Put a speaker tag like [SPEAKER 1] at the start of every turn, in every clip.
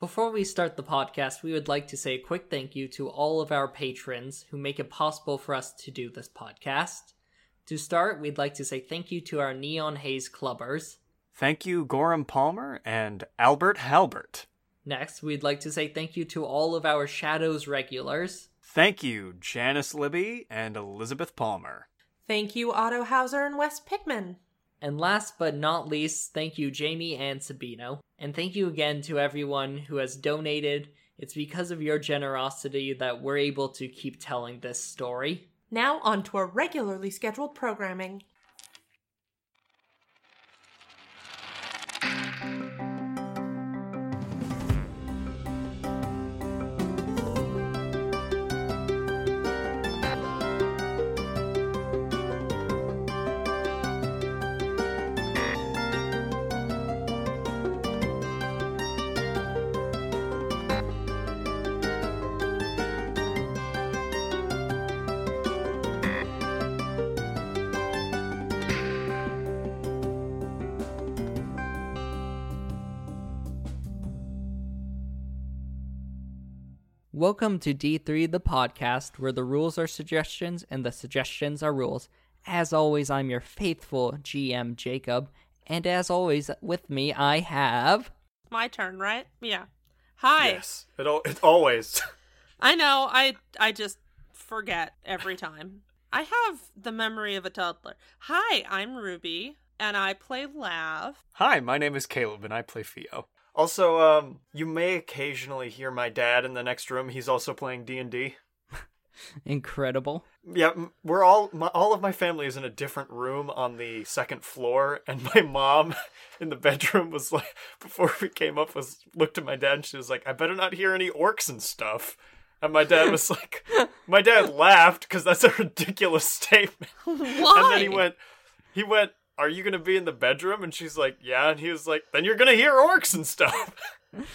[SPEAKER 1] Before we start the podcast, we would like to say a quick thank you to all of our patrons who make it possible for us to do this podcast. To start, we'd like to say thank you to our Neon Haze Clubbers.
[SPEAKER 2] Thank you, Gorham Palmer and Albert Halbert.
[SPEAKER 1] Next, we'd like to say thank you to all of our Shadows regulars.
[SPEAKER 2] Thank you, Janice Libby and Elizabeth Palmer.
[SPEAKER 3] Thank you, Otto Hauser and Wes Pickman.
[SPEAKER 1] And last but not least, thank you, Jamie and Sabino. And thank you again to everyone who has donated. It's because of your generosity that we're able to keep telling this story.
[SPEAKER 3] Now on to our regularly scheduled programming.
[SPEAKER 1] Welcome to D3, the podcast where the rules are suggestions and the suggestions are rules. As always, I'm your faithful GM, Jacob. And as always, with me, I have.
[SPEAKER 3] My turn, right? Yeah. Hi.
[SPEAKER 4] Yes, it, al- it always.
[SPEAKER 3] I know. I I just forget every time. I have the memory of a toddler. Hi, I'm Ruby, and I play Lav.
[SPEAKER 2] Hi, my name is Caleb and I play Theo.
[SPEAKER 4] Also, um, you may occasionally hear my dad in the next room. He's also playing D and D.
[SPEAKER 1] Incredible.
[SPEAKER 4] Yeah, m- we're all my, all of my family is in a different room on the second floor, and my mom in the bedroom was like, before we came up, was looked at my dad and she was like, "I better not hear any orcs and stuff." And my dad was like, my dad laughed because that's a ridiculous statement.
[SPEAKER 3] Why?
[SPEAKER 4] And then he went, he went, "Are you gonna be in the bedroom?" And she's like, "Yeah." And he was like, "Then you're gonna hear orcs and stuff."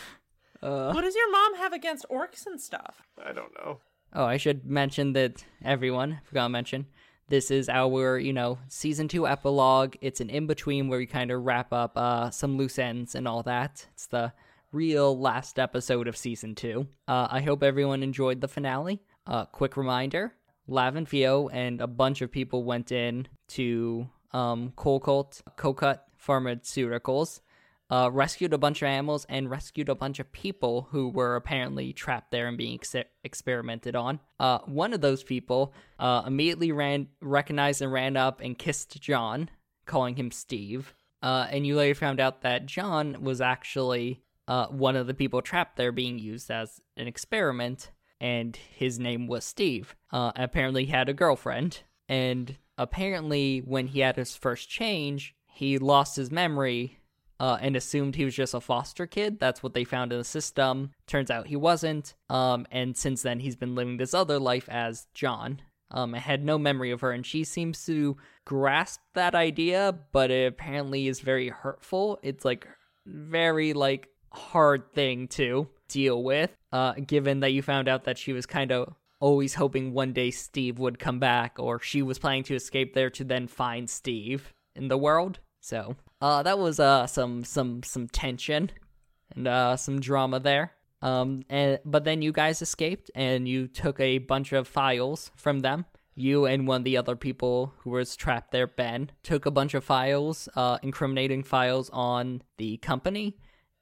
[SPEAKER 3] What does your mom have against orcs and stuff?
[SPEAKER 4] I don't know.
[SPEAKER 1] Oh, I should mention that everyone, forgot to mention, this is our, you know, season two epilogue. It's an in between where we kind of wrap up uh, some loose ends and all that. It's the real last episode of season two. Uh, I hope everyone enjoyed the finale. Uh, quick reminder Lav and Fio and a bunch of people went in to um, Colcult, Cocut Pharmaceuticals uh, rescued a bunch of animals and rescued a bunch of people who were apparently trapped there and being ex- experimented on. Uh, one of those people uh, immediately ran, recognized and ran up and kissed John, calling him Steve. Uh, and you later found out that John was actually uh, one of the people trapped there being used as an experiment, and his name was Steve. Uh, apparently, he had a girlfriend, and apparently, when he had his first change, he lost his memory uh, and assumed he was just a foster kid. That's what they found in the system. Turns out he wasn't. Um, and since then, he's been living this other life as John. Um, and had no memory of her, and she seems to grasp that idea, but it apparently is very hurtful. It's like very like hard thing to deal with. Uh, given that you found out that she was kind of always hoping one day Steve would come back, or she was planning to escape there to then find Steve in the world. So uh, that was uh, some some some tension and uh, some drama there. Um, and but then you guys escaped and you took a bunch of files from them. You and one of the other people who was trapped there, Ben, took a bunch of files, uh, incriminating files on the company,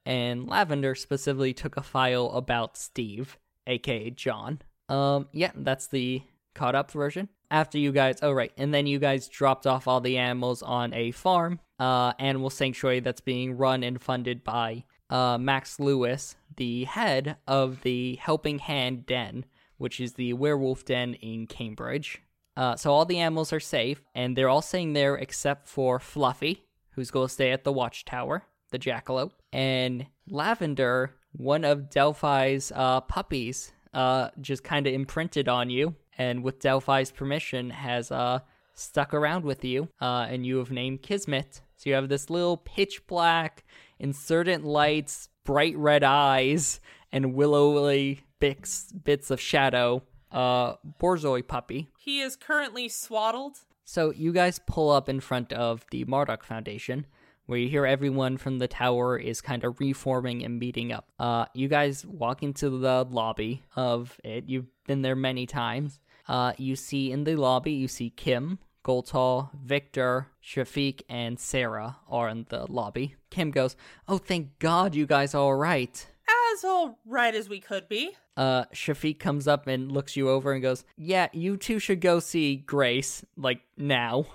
[SPEAKER 1] and Lavender specifically took a file about Steve, aka John. Um, yeah, that's the caught up version. After you guys, oh right, and then you guys dropped off all the animals on a farm, uh, animal sanctuary that's being run and funded by uh, Max Lewis, the head of the Helping Hand Den, which is the werewolf den in Cambridge. Uh, so all the animals are safe, and they're all staying there except for Fluffy, who's going to stay at the watchtower, the jackalope, and Lavender, one of Delphi's uh, puppies, uh, just kind of imprinted on you, and with Delphi's permission, has uh, stuck around with you, uh, and you have named Kismet. So you have this little pitch black, insertant lights, bright red eyes, and willowy bits, bits of shadow uh, Borzoi puppy.
[SPEAKER 3] He is currently swaddled.
[SPEAKER 1] So you guys pull up in front of the Marduk Foundation, where you hear everyone from the tower is kind of reforming and meeting up. Uh, you guys walk into the lobby of it. You've been there many times. Uh, you see in the lobby, you see Kim, Goltal, Victor, Shafiq, and Sarah are in the lobby. Kim goes, Oh, thank God you guys are all right.
[SPEAKER 3] As all right as we could be.
[SPEAKER 1] Uh, Shafiq comes up and looks you over and goes, Yeah, you two should go see Grace, like now.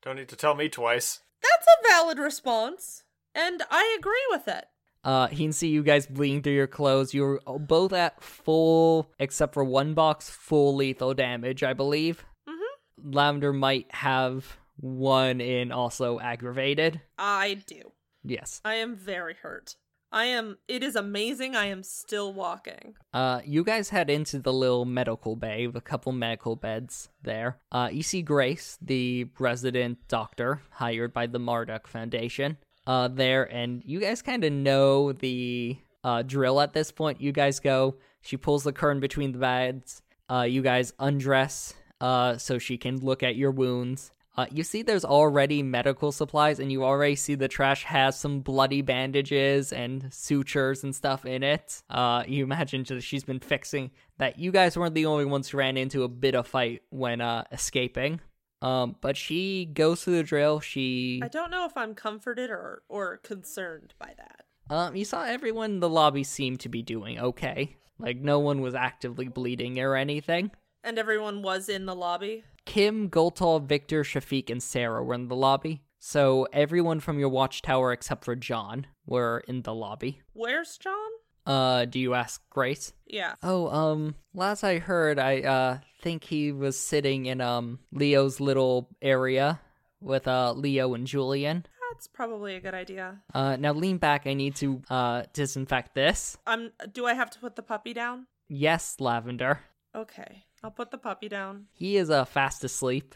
[SPEAKER 4] Don't need to tell me twice.
[SPEAKER 3] That's a valid response, and I agree with it.
[SPEAKER 1] Uh, he can see you guys bleeding through your clothes. You're both at full, except for one box, full lethal damage, I believe. Mm-hmm. Lavender might have one in also aggravated.
[SPEAKER 3] I do.
[SPEAKER 1] Yes.
[SPEAKER 3] I am very hurt. I am. It is amazing. I am still walking.
[SPEAKER 1] Uh, you guys head into the little medical bay with a couple medical beds there. Uh, you see Grace, the resident doctor hired by the Marduk Foundation, uh, there, and you guys kind of know the uh, drill at this point. You guys go. She pulls the curtain between the beds. Uh, you guys undress uh, so she can look at your wounds. Uh, you see, there's already medical supplies, and you already see the trash has some bloody bandages and sutures and stuff in it. Uh, you imagine that she's been fixing that. You guys weren't the only ones who ran into a bit of fight when uh, escaping. Um, but she goes through the drill. She,
[SPEAKER 3] I don't know if I'm comforted or or concerned by that.
[SPEAKER 1] um, you saw everyone in the lobby seemed to be doing okay. Like no one was actively bleeding or anything.
[SPEAKER 3] And everyone was in the lobby.
[SPEAKER 1] Kim, Goltal, Victor, Shafiq, and Sarah were in the lobby. So everyone from your watchtower except for John were in the lobby.
[SPEAKER 3] Where's John?
[SPEAKER 1] Uh, do you ask Grace?
[SPEAKER 3] Yeah.
[SPEAKER 1] Oh, um, last I heard, I uh think he was sitting in um Leo's little area with uh Leo and Julian.
[SPEAKER 3] That's probably a good idea.
[SPEAKER 1] Uh, now lean back. I need to uh disinfect this.
[SPEAKER 3] I'm do I have to put the puppy down?
[SPEAKER 1] Yes, Lavender.
[SPEAKER 3] Okay. I'll put the puppy down.
[SPEAKER 1] He is uh fast asleep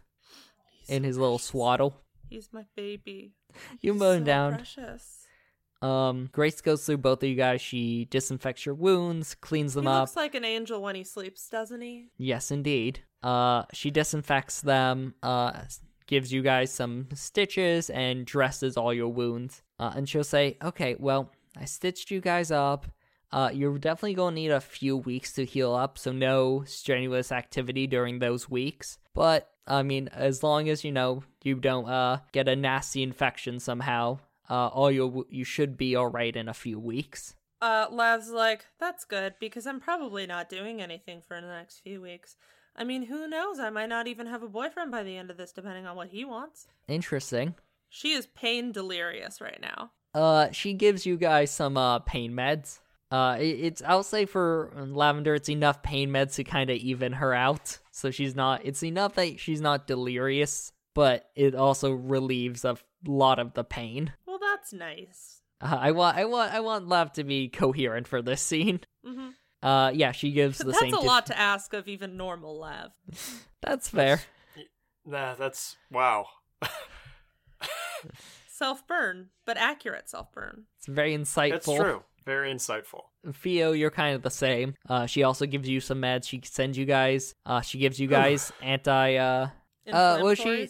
[SPEAKER 3] He's
[SPEAKER 1] in
[SPEAKER 3] so
[SPEAKER 1] his little
[SPEAKER 3] precious.
[SPEAKER 1] swaddle.
[SPEAKER 3] He's my baby.
[SPEAKER 1] You
[SPEAKER 3] He's
[SPEAKER 1] mow him
[SPEAKER 3] so
[SPEAKER 1] down.
[SPEAKER 3] Precious.
[SPEAKER 1] Um, Grace goes through both of you guys. She disinfects your wounds, cleans them
[SPEAKER 3] he
[SPEAKER 1] up.
[SPEAKER 3] looks like an angel when he sleeps, doesn't he?
[SPEAKER 1] Yes, indeed. Uh, she disinfects them, uh, s- gives you guys some stitches, and dresses all your wounds. Uh, and she'll say, "Okay, well, I stitched you guys up. Uh, you're definitely gonna need a few weeks to heal up, so no strenuous activity during those weeks. But I mean, as long as you know you don't uh get a nasty infection somehow, uh, all your wo- you should be all right in a few weeks."
[SPEAKER 3] Uh, Lav's like, that's good because I'm probably not doing anything for the next few weeks. I mean, who knows? I might not even have a boyfriend by the end of this, depending on what he wants.
[SPEAKER 1] Interesting.
[SPEAKER 3] She is pain delirious right now.
[SPEAKER 1] Uh, she gives you guys some uh pain meds. Uh, it- it's I'll say for Lavender, it's enough pain meds to kind of even her out, so she's not. It's enough that she's not delirious, but it also relieves a f- lot of the pain.
[SPEAKER 3] Well, that's nice.
[SPEAKER 1] Uh, I want, I want, I want Lav to be coherent for this scene.
[SPEAKER 3] hmm
[SPEAKER 1] Uh, yeah, she gives the
[SPEAKER 3] that's
[SPEAKER 1] same.
[SPEAKER 3] a
[SPEAKER 1] to-
[SPEAKER 3] lot to ask of even normal Lav.
[SPEAKER 1] That's fair.
[SPEAKER 4] Nah, that's wow.
[SPEAKER 3] Self burn, but accurate self burn.
[SPEAKER 1] It's very insightful.
[SPEAKER 4] That's true. Very insightful.
[SPEAKER 1] Theo, you're kind of the same. Uh, she also gives you some meds. She sends you guys. Uh, she gives you guys anti. Uh, Uh, well, she-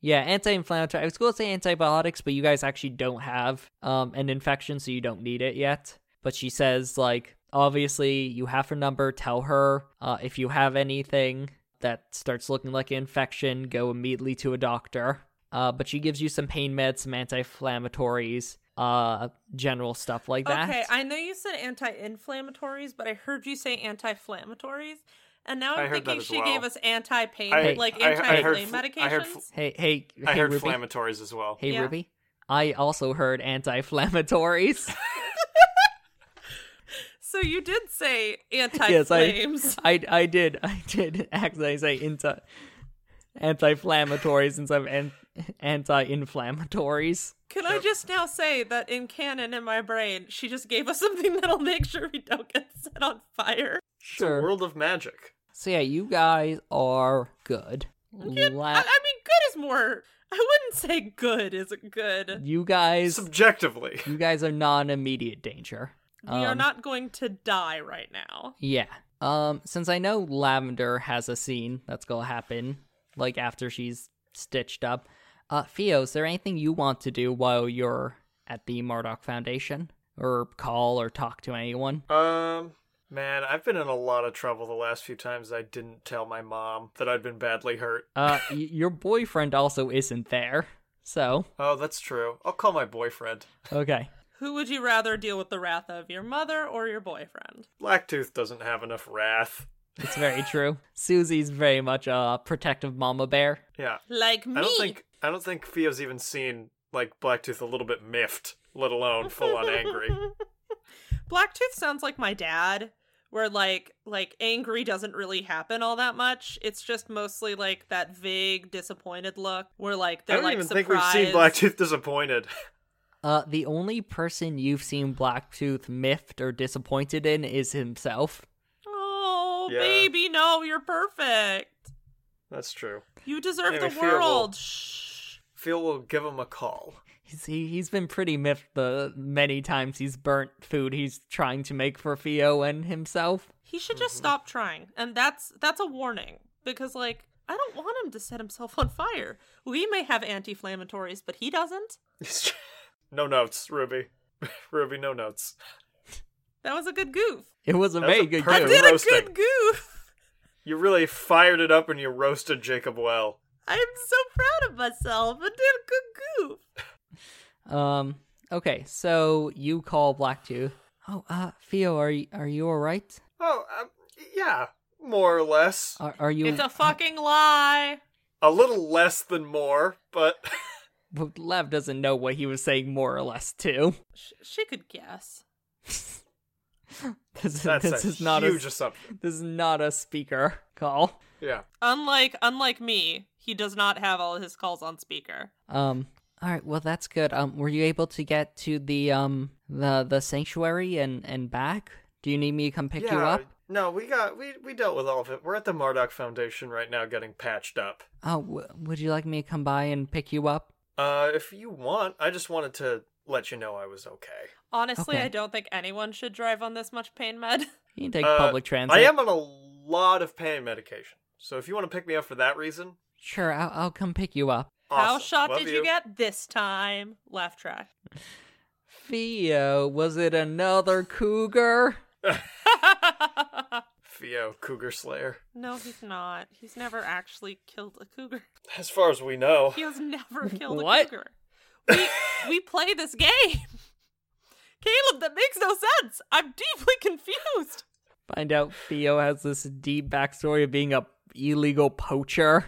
[SPEAKER 1] Yeah, anti-inflammatory. I was going to say antibiotics, but you guys actually don't have um, an infection, so you don't need it yet. But she says, like, obviously you have her number. Tell her uh, if you have anything that starts looking like an infection, go immediately to a doctor. Uh, but she gives you some pain meds, some anti-inflammatories, uh, general stuff like that.
[SPEAKER 3] Okay, I know you said anti-inflammatories, but I heard you say anti-inflammatories, and now
[SPEAKER 4] I
[SPEAKER 3] I'm
[SPEAKER 4] heard
[SPEAKER 3] thinking
[SPEAKER 4] that as
[SPEAKER 3] she
[SPEAKER 4] well.
[SPEAKER 3] gave us anti-pain,
[SPEAKER 4] I-
[SPEAKER 3] like
[SPEAKER 4] I- I
[SPEAKER 3] anti-pain
[SPEAKER 4] heard fl-
[SPEAKER 3] medications.
[SPEAKER 4] I heard fl-
[SPEAKER 1] hey, hey,
[SPEAKER 4] I
[SPEAKER 1] hey,
[SPEAKER 4] heard
[SPEAKER 1] Ruby.
[SPEAKER 4] inflammatories as well.
[SPEAKER 1] hey,
[SPEAKER 3] Yeah.
[SPEAKER 1] Ruby. I also heard anti-inflammatories.
[SPEAKER 3] so you did say
[SPEAKER 1] yes, I,
[SPEAKER 3] anti-flames.
[SPEAKER 1] I, I did, I did actually say anti, anti-inflammatories instead of an, anti-inflammatories.
[SPEAKER 3] Can I just now say that in canon in my brain, she just gave us something that'll make sure we don't get set on fire.
[SPEAKER 1] Sure.
[SPEAKER 4] World of Magic.
[SPEAKER 1] so yeah, you guys are good.
[SPEAKER 3] I, I
[SPEAKER 1] La-
[SPEAKER 3] mean, good is more. I wouldn't say good isn't good.
[SPEAKER 1] you guys,
[SPEAKER 4] Subjectively.
[SPEAKER 1] you guys are not in immediate danger.
[SPEAKER 3] we are
[SPEAKER 1] Um,
[SPEAKER 3] not going to die right now.
[SPEAKER 1] Yeah. Um, since I know Lavender has a scene that's gonna happen, like after she's stitched up, Uh, Theo, is there anything you want to do while you're at the Murdoch Foundation? Or call or talk to anyone?
[SPEAKER 4] Um, man, I've been in a lot of trouble the last few times I didn't tell my mom that I'd been badly hurt.
[SPEAKER 1] Uh, y- your boyfriend also isn't there. So,
[SPEAKER 4] Oh, that's true. I'll call my boyfriend.
[SPEAKER 1] okay.
[SPEAKER 3] Who would you rather deal with the wrath of, your mother or your boyfriend?
[SPEAKER 4] Blacktooth doesn't have enough wrath.
[SPEAKER 1] It's very true. Susie's very much a protective mama bear.
[SPEAKER 4] Yeah.
[SPEAKER 3] Like me.
[SPEAKER 4] I don't think I don't think Theo's even seen like Blacktooth a little bit miffed, let alone full on angry.
[SPEAKER 3] Blacktooth sounds like my dad, where like like angry doesn't really happen all that much. It's just mostly like that vague disappointed look where like
[SPEAKER 4] I
[SPEAKER 3] they're
[SPEAKER 4] don't
[SPEAKER 3] like
[SPEAKER 4] even
[SPEAKER 3] surprised.
[SPEAKER 4] think we've seen Blacktooth disappointed.
[SPEAKER 1] Uh, the only person you've seen Blacktooth miffed or disappointed in is himself.
[SPEAKER 3] Oh,
[SPEAKER 4] Yeah.
[SPEAKER 3] baby, no, you're perfect.
[SPEAKER 4] That's true.
[SPEAKER 3] You deserve
[SPEAKER 4] Anyway,
[SPEAKER 3] the
[SPEAKER 4] Fia will-
[SPEAKER 3] world. Shh.
[SPEAKER 4] Theo will give him a call.
[SPEAKER 1] He's, he, he's been pretty miffed the many times he's burnt food he's trying to make for Theo and himself.
[SPEAKER 3] He should
[SPEAKER 4] Mm-hmm.
[SPEAKER 3] just stop trying. And that's that's a warning because like I don't want him to set himself on fire. We may have anti-flammatories, but he doesn't.
[SPEAKER 4] no notes, Ruby. Ruby, no notes.
[SPEAKER 3] That was a good goof.
[SPEAKER 1] It was a
[SPEAKER 4] That's
[SPEAKER 1] very
[SPEAKER 4] a
[SPEAKER 1] good
[SPEAKER 4] perfect-
[SPEAKER 1] goof.
[SPEAKER 3] Did a
[SPEAKER 4] roasting.
[SPEAKER 3] good goof.
[SPEAKER 4] You really fired it up and you roasted Jacob well.
[SPEAKER 3] I'm so proud of myself. I did a good goof.
[SPEAKER 1] Um. Okay. So you call Blacktooth. Oh, uh, Theo, are you are you all right?
[SPEAKER 4] Oh, um, yeah, more or less.
[SPEAKER 1] Are are you
[SPEAKER 3] It's a fucking lie.
[SPEAKER 4] A little less than more, but
[SPEAKER 1] But Lev doesn't know what he was saying more or less too.
[SPEAKER 3] Sh- she could guess.
[SPEAKER 1] This,
[SPEAKER 4] that's
[SPEAKER 1] this
[SPEAKER 4] a
[SPEAKER 1] is not
[SPEAKER 4] huge
[SPEAKER 1] a
[SPEAKER 4] assumption.
[SPEAKER 1] this is not a speaker call.
[SPEAKER 4] Yeah.
[SPEAKER 3] Unlike unlike me, he does not have all his calls on speaker.
[SPEAKER 1] Um. All right. Well, that's good. Um. Were you able to get to the um the the sanctuary and and back? Do you need me to come pick you up?
[SPEAKER 4] No, we got we we dealt with all of it. We're at the Marduk Foundation right now, getting patched up.
[SPEAKER 1] Oh, w- would you like me to come by and pick you up?
[SPEAKER 4] Uh, if you want, I just wanted to let you know I was okay.
[SPEAKER 3] Honestly,
[SPEAKER 1] Okay.
[SPEAKER 3] I don't think anyone should drive on this much pain med.
[SPEAKER 1] You can take
[SPEAKER 4] Uh,
[SPEAKER 1] public transit.
[SPEAKER 4] I am on a lot of pain medication, so if you want to pick me up for that reason,
[SPEAKER 1] Sure. I'll, I'll come pick you up.
[SPEAKER 3] How
[SPEAKER 4] awesome.
[SPEAKER 3] shot
[SPEAKER 4] Love
[SPEAKER 3] did you. get this time? Laugh track.
[SPEAKER 1] Theo, was it another cougar?
[SPEAKER 4] Theo Cougar Slayer?
[SPEAKER 3] no, he's not. He's never actually killed a cougar.
[SPEAKER 4] As far as we know,
[SPEAKER 3] He has never killed a
[SPEAKER 1] What?
[SPEAKER 3] cougar. We we play this game. Caleb, that makes no sense. I'm deeply confused.
[SPEAKER 1] Find out Theo has this deep backstory of being a illegal poacher.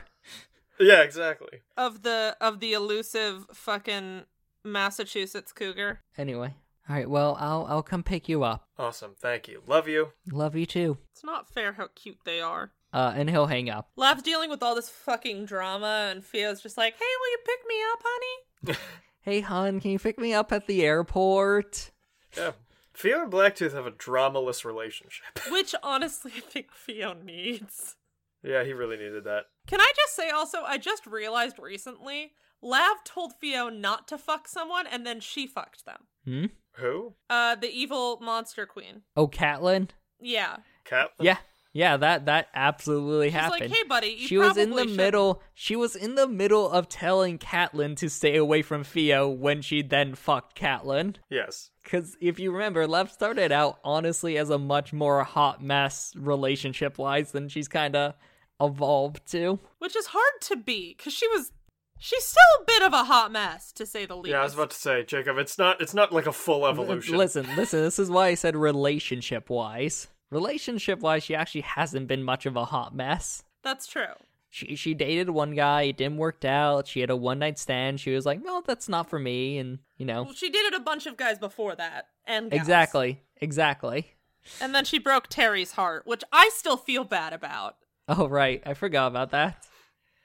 [SPEAKER 4] yeah, exactly.
[SPEAKER 3] of the of the elusive fucking Massachusetts cougar.
[SPEAKER 1] Anyway, all right. Well, I'll I'll come pick you up.
[SPEAKER 4] Awesome, thank you, love you.
[SPEAKER 1] Love you too.
[SPEAKER 3] It's not fair how cute they are.
[SPEAKER 1] Uh, and he'll hang up.
[SPEAKER 3] Lav's dealing with all this fucking drama, and Fio's just like, "Hey, will you pick me up, honey?"
[SPEAKER 1] Hey, hon, can you pick me up at the airport?
[SPEAKER 4] Yeah, Theo and Blacktooth have a dramaless relationship.
[SPEAKER 3] Which honestly, I think Fio needs.
[SPEAKER 4] Yeah, he really needed that.
[SPEAKER 3] Can I just say also, I just realized recently, Lav told Fio not to fuck someone, and then she fucked them.
[SPEAKER 1] Hmm.
[SPEAKER 4] Who?
[SPEAKER 3] Uh, the evil monster queen.
[SPEAKER 1] Oh, Catelyn.
[SPEAKER 3] Yeah,
[SPEAKER 4] Cat?
[SPEAKER 1] Yeah, yeah. That that absolutely
[SPEAKER 3] she's
[SPEAKER 1] happened.
[SPEAKER 3] like, "Hey, buddy, you
[SPEAKER 1] she was in the
[SPEAKER 3] probably shouldn't."
[SPEAKER 1] middle. She was in the middle of telling Catelyn to stay away from Theo when she then fucked Catelyn.
[SPEAKER 4] Yes.
[SPEAKER 1] Because if you remember, Lev started out honestly as a much more hot mess relationship wise than she's kind of evolved to.
[SPEAKER 3] which is hard to be because she was she's still a bit of a hot mess to say the least
[SPEAKER 4] Yeah, I was about to say, Jacob, it's not it's not like a full evolution.
[SPEAKER 1] Listen, listen, this is why I said relationship wise. Relationship wise, she actually hasn't been much of a hot mess.
[SPEAKER 3] that's true
[SPEAKER 1] She, she dated one guy, it didn't work out. She had a one night stand. She was like, well, that's not for me. And, you know,
[SPEAKER 3] well, she dated a bunch of guys before that and guys.
[SPEAKER 1] Oh. exactly, exactly.
[SPEAKER 3] and then she broke terry's heart which i still feel bad about
[SPEAKER 1] Oh, right. I forgot about that.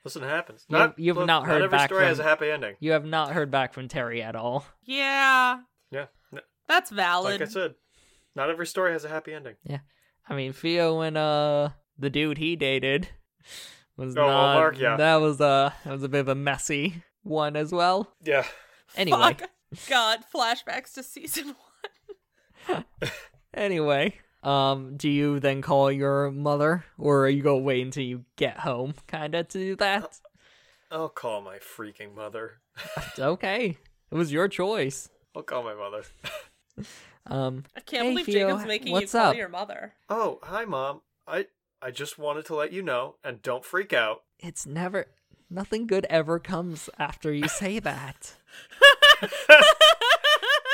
[SPEAKER 4] Listen, it happens.
[SPEAKER 1] You-
[SPEAKER 4] Not,
[SPEAKER 1] you've
[SPEAKER 4] look,
[SPEAKER 1] not heard
[SPEAKER 4] every
[SPEAKER 1] back
[SPEAKER 4] story has a
[SPEAKER 1] from-
[SPEAKER 4] happy ending.
[SPEAKER 1] You have not heard back from Terry at all.
[SPEAKER 3] yeah
[SPEAKER 4] Yeah. N-
[SPEAKER 3] that's valid
[SPEAKER 4] Like I said, not every story has a happy ending.
[SPEAKER 1] I mean, Theo and uh the dude he dated was
[SPEAKER 4] Oh, well,
[SPEAKER 1] not.
[SPEAKER 4] Mark, yeah.
[SPEAKER 1] That was a that was a bit of a messy one as well.
[SPEAKER 4] Yeah.
[SPEAKER 1] Anyway,
[SPEAKER 3] Fuck. god flashbacks to season one
[SPEAKER 1] anyway, um, do you then call your mother, or are you gonna wait until you get home, kinda, to do that?
[SPEAKER 4] I'll call my freaking mother.
[SPEAKER 1] okay. It was your choice.
[SPEAKER 4] I'll call my mother.
[SPEAKER 1] Um,
[SPEAKER 3] I can't
[SPEAKER 1] Hey,
[SPEAKER 3] believe
[SPEAKER 1] Theo,
[SPEAKER 3] Jacob's making
[SPEAKER 1] what's
[SPEAKER 3] you call
[SPEAKER 1] up?
[SPEAKER 3] your mother.
[SPEAKER 4] Oh, hi mom. I I just wanted to let you know and don't freak out.
[SPEAKER 1] it's never nothing good ever comes after you say that.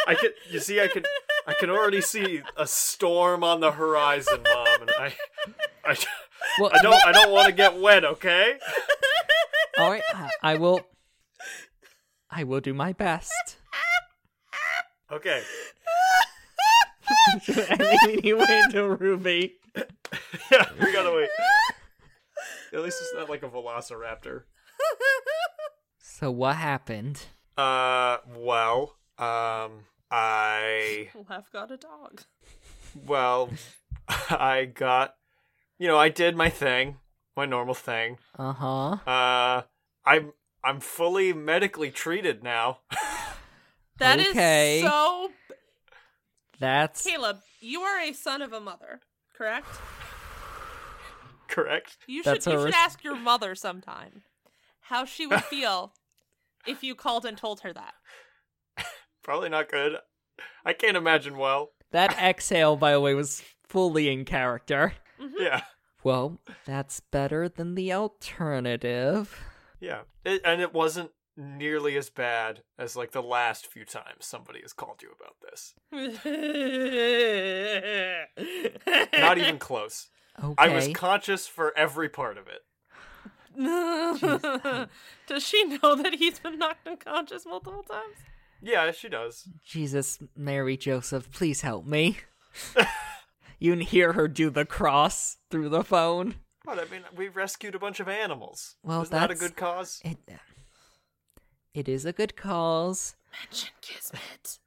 [SPEAKER 4] I could you see I could I can already see a storm on the horizon, mom, and I I,
[SPEAKER 1] Well,
[SPEAKER 4] I don't I don't want to get wet, okay?
[SPEAKER 1] all right, I, I will. I will do my best.
[SPEAKER 4] Okay.
[SPEAKER 1] I mean, he went to Ruby.
[SPEAKER 4] Yeah, we gotta wait. At least it's not like a velociraptor.
[SPEAKER 1] So what happened?
[SPEAKER 4] Uh, well, um, I,
[SPEAKER 3] Well, I've got a dog.
[SPEAKER 4] well, I got, you know, I did my thing, my normal thing.
[SPEAKER 1] Uh huh.
[SPEAKER 4] Uh, I'm, I'm fully medically treated now.
[SPEAKER 3] That is
[SPEAKER 1] Okay.
[SPEAKER 3] so.
[SPEAKER 1] That's
[SPEAKER 3] Caleb, you are a son of a mother, correct?
[SPEAKER 4] Correct?
[SPEAKER 3] You should,
[SPEAKER 1] That's
[SPEAKER 3] you
[SPEAKER 1] a
[SPEAKER 3] should
[SPEAKER 1] res-
[SPEAKER 3] ask your mother sometime how she would feel if you called and told her that.
[SPEAKER 4] Probably not good. I can't imagine well.
[SPEAKER 1] that exhale. By the way, was fully in character.
[SPEAKER 4] Yeah,
[SPEAKER 1] Well, that's better than the alternative.
[SPEAKER 4] yeah. It, and it wasn't nearly as bad as like the last few times somebody has called you about this. Not even close.
[SPEAKER 1] Okay.
[SPEAKER 4] I was conscious for every part of it.
[SPEAKER 3] Does she know that he's been knocked unconscious multiple times?
[SPEAKER 4] Yeah, she does.
[SPEAKER 1] Jesus, Mary, Joseph, please help me. you can hear her do the cross through the phone.
[SPEAKER 4] But I mean, we rescued a bunch of animals.
[SPEAKER 1] Well,
[SPEAKER 4] Isn't that a
[SPEAKER 1] that's-
[SPEAKER 4] good cause?
[SPEAKER 1] It, it is a good cause.
[SPEAKER 3] Mention Kismet.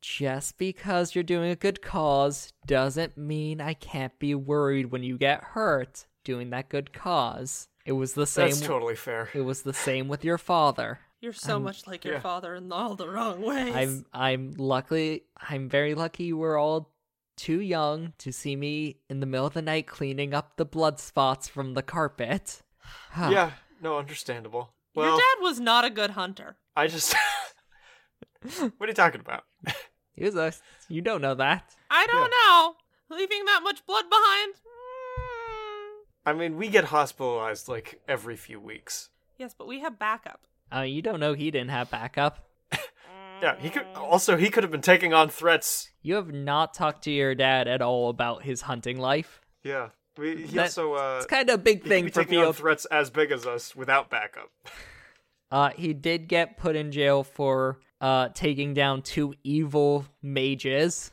[SPEAKER 1] Just because you're doing a good cause doesn't mean I can't be worried when you get hurt doing that good cause. It was the same.
[SPEAKER 4] That's totally fair.
[SPEAKER 1] It was the same with your father.
[SPEAKER 3] You're so much like your
[SPEAKER 4] yeah.
[SPEAKER 3] father in all the wrong ways.
[SPEAKER 1] I'm I'm luckily I'm very lucky you were all too young to see me in the middle of the night cleaning up the blood spots from the carpet. Huh.
[SPEAKER 4] Yeah, no, understandable.
[SPEAKER 3] your
[SPEAKER 4] Well,
[SPEAKER 3] dad was not a good hunter.
[SPEAKER 4] I just. what are you talking about?
[SPEAKER 1] He was a you don't know that.
[SPEAKER 3] I don't know. Leaving that much blood behind? Mm.
[SPEAKER 4] I mean, we get hospitalized like every few weeks.
[SPEAKER 3] Yes, but we have backup.
[SPEAKER 1] Uh, you don't know he didn't have backup.
[SPEAKER 4] Yeah, he could. Also, he could have been taking on threats.
[SPEAKER 1] You have not talked to your dad at all about his hunting life.
[SPEAKER 4] Yeah, we, he
[SPEAKER 1] That-
[SPEAKER 4] also. Uh,
[SPEAKER 1] It's kind of a big
[SPEAKER 4] he could
[SPEAKER 1] thing
[SPEAKER 4] be
[SPEAKER 1] for
[SPEAKER 4] taking on
[SPEAKER 1] Field.
[SPEAKER 4] threats as big as us without backup.
[SPEAKER 1] Uh, he did get put in jail for uh, taking down two evil mages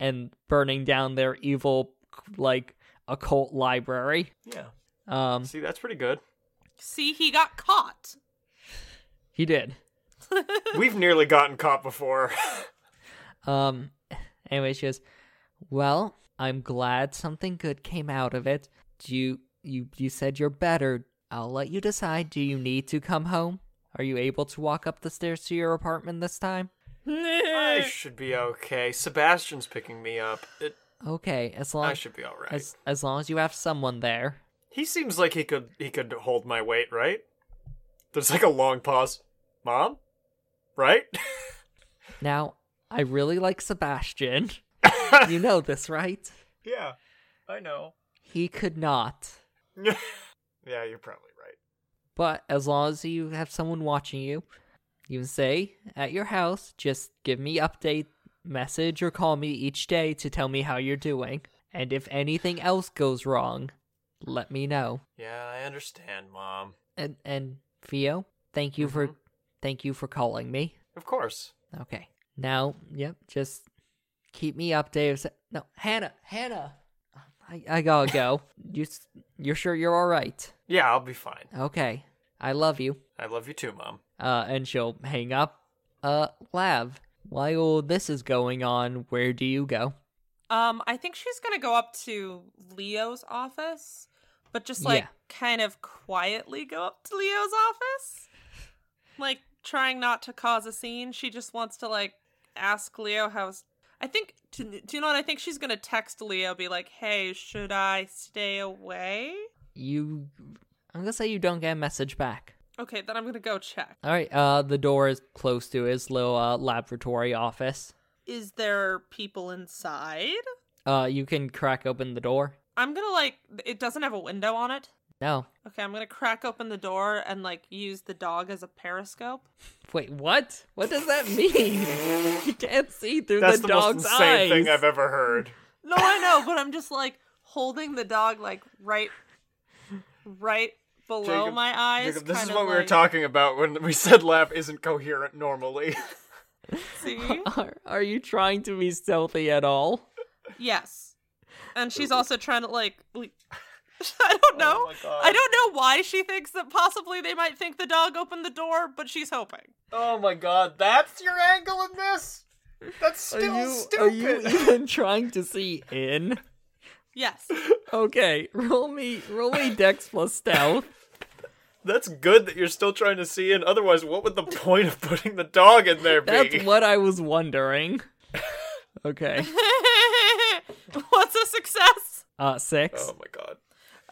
[SPEAKER 1] and burning down their evil, like, occult library.
[SPEAKER 4] Yeah.
[SPEAKER 1] Um,
[SPEAKER 4] See, that's pretty good.
[SPEAKER 3] See, he got caught.
[SPEAKER 1] he did.
[SPEAKER 4] We've nearly gotten caught before.
[SPEAKER 1] Um, anyway, she goes, "Well, I'm glad something good came out of it. Do you you you said you're better. I'll let you decide. Do you need to come home? Are you able to walk up the stairs to your apartment this time?
[SPEAKER 4] I should be okay. Sebastian's picking me up. It,
[SPEAKER 1] Okay, as long
[SPEAKER 4] I should be all right.
[SPEAKER 1] as as long as you have someone there.
[SPEAKER 4] He seems like he could he could hold my weight, right? There's like a long pause. Mom? Right?
[SPEAKER 1] Now, I really like Sebastian. you know this, right?
[SPEAKER 4] yeah. I know.
[SPEAKER 1] He could not.
[SPEAKER 4] yeah, you're probably right.
[SPEAKER 1] But as long as you have someone watching you, you can say at your house, just give me update message or call me each day to tell me how you're doing. And if anything else goes wrong, let me know.
[SPEAKER 4] Yeah, I understand, Mom.
[SPEAKER 1] And and Theo, thank you for thank you for calling me.
[SPEAKER 4] Of course.
[SPEAKER 1] Okay. Now, yep, just keep me updated. No, Hannah, Hannah. I, I gotta go. you s- you're sure you're all right?
[SPEAKER 4] Yeah, I'll be fine.
[SPEAKER 1] Okay. I love you.
[SPEAKER 4] I love you too, Mom.
[SPEAKER 1] uh, and she'll hang up. Uh, Lav, while this is going on, where do you go?
[SPEAKER 3] Um, I think she's gonna go up to Leo's office, but just like
[SPEAKER 1] Yeah.
[SPEAKER 3] kind of quietly go up to Leo's office, like trying not to cause a scene. She just wants to like ask Leo how. his- I think. Do, do you know what? I think she's gonna text Leo, be like, "Hey, should I stay away?"
[SPEAKER 1] You, I'm gonna say you don't get a message back.
[SPEAKER 3] Okay, then I'm gonna go check.
[SPEAKER 1] All right. Uh, the door is close to his little uh, laboratory office.
[SPEAKER 3] Is there people inside?
[SPEAKER 1] Uh, you can crack open the door.
[SPEAKER 3] I'm gonna like. It doesn't have a window on it.
[SPEAKER 1] No.
[SPEAKER 3] Okay, I'm gonna crack open the door and like use the dog as a periscope.
[SPEAKER 1] Wait, what? What does that mean? you can't see through
[SPEAKER 4] That's
[SPEAKER 1] the,
[SPEAKER 4] the,
[SPEAKER 1] dog's
[SPEAKER 4] most insane
[SPEAKER 1] eyes.
[SPEAKER 4] thing I've ever heard.
[SPEAKER 3] No, I know, but I'm just like holding the dog like right, right below
[SPEAKER 4] Jacob-
[SPEAKER 3] my eyes.
[SPEAKER 4] Jacob, this is
[SPEAKER 3] kinda
[SPEAKER 4] what we were
[SPEAKER 3] like-
[SPEAKER 4] talking about when we said laugh isn't coherent normally.
[SPEAKER 3] See?
[SPEAKER 1] Are, are you trying to be stealthy at all?
[SPEAKER 3] Yes, and she's also trying to like. le- I don't know.
[SPEAKER 4] Oh my God.
[SPEAKER 3] I don't know why she thinks that possibly they might think the dog opened the door, but she's hoping.
[SPEAKER 4] oh my god, that's your angle in this? That's still
[SPEAKER 1] are
[SPEAKER 4] stupid.
[SPEAKER 1] you even trying to see in?
[SPEAKER 3] Yes.
[SPEAKER 1] Okay, roll me roll me dex plus stealth.
[SPEAKER 4] That's good that you're still trying to see in. Otherwise, what would the point of putting the dog in there be?
[SPEAKER 1] That's what I was wondering. Okay.
[SPEAKER 3] What's a success?
[SPEAKER 1] Uh six.
[SPEAKER 4] oh my god.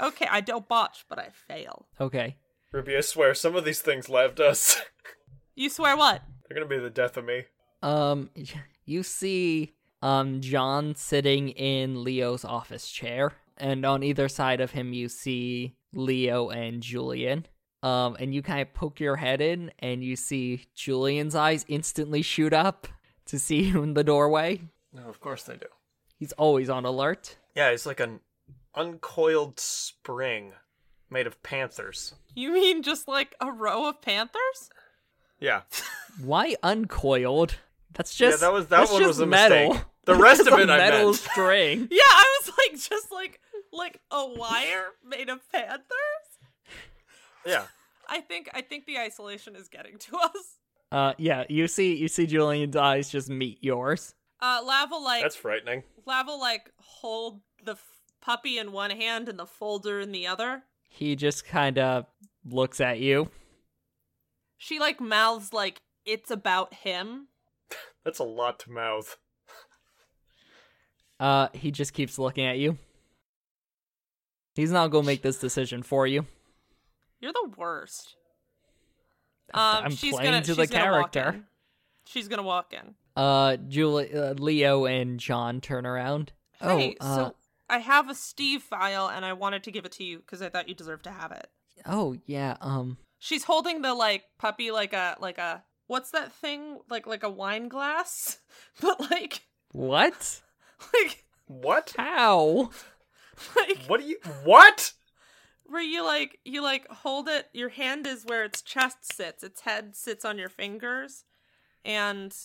[SPEAKER 3] Okay, I don't botch, but I fail.
[SPEAKER 1] Okay.
[SPEAKER 4] Ruby, I swear, some of these things laughed us.
[SPEAKER 3] You swear what?
[SPEAKER 4] They're gonna be the death of me.
[SPEAKER 1] Um you see um John sitting in Leo's office chair and on either side of him you see Leo and Julian. Um and you kind of poke your head in and you see Julian's eyes instantly shoot up to see you in the doorway.
[SPEAKER 4] No, of course they do.
[SPEAKER 1] He's always on alert.
[SPEAKER 4] Yeah, he's like an uncoiled spring made of panthers.
[SPEAKER 3] You mean just like a row of panthers?
[SPEAKER 4] Yeah.
[SPEAKER 1] Why uncoiled? That's just
[SPEAKER 4] yeah, that was that
[SPEAKER 1] that's
[SPEAKER 4] one
[SPEAKER 1] just
[SPEAKER 4] was a
[SPEAKER 1] metal.
[SPEAKER 4] mistake. The rest
[SPEAKER 1] That's
[SPEAKER 4] of
[SPEAKER 1] a
[SPEAKER 4] it I
[SPEAKER 1] metal
[SPEAKER 4] meant.
[SPEAKER 1] string.
[SPEAKER 3] Yeah, I was like, just like like a wire made of panthers.
[SPEAKER 4] Yeah.
[SPEAKER 3] I think I think the isolation is getting to us.
[SPEAKER 1] Uh, yeah, you see, you see Julian's eyes just meet yours.
[SPEAKER 3] Uh, Lav will like
[SPEAKER 4] That's frightening.
[SPEAKER 3] Lav will like hold the f- puppy in one hand and the folder in the other.
[SPEAKER 1] He just kind of looks at you.
[SPEAKER 3] She like mouths like it's about him.
[SPEAKER 4] That's a lot to mouth.
[SPEAKER 1] Uh, he just keeps looking at you. He's not gonna make this decision for you.
[SPEAKER 3] You're the worst. Um,
[SPEAKER 1] I'm playing to the character.
[SPEAKER 3] Gonna walk in. she's gonna walk in.
[SPEAKER 1] Uh, Julie, uh, Leo, and John turn around.
[SPEAKER 3] hey,
[SPEAKER 1] oh, uh,
[SPEAKER 3] so I have a Steve file, and I wanted to give it to you because I thought you deserved to have it.
[SPEAKER 1] oh yeah. Um,
[SPEAKER 3] She's holding the like puppy, like a like a what's that thing like like a wine glass, but like
[SPEAKER 1] what?
[SPEAKER 3] like
[SPEAKER 4] What?
[SPEAKER 1] How?
[SPEAKER 3] like
[SPEAKER 4] What do you What?
[SPEAKER 3] where you like you like hold it your hand is where its chest sits its head sits on your fingers and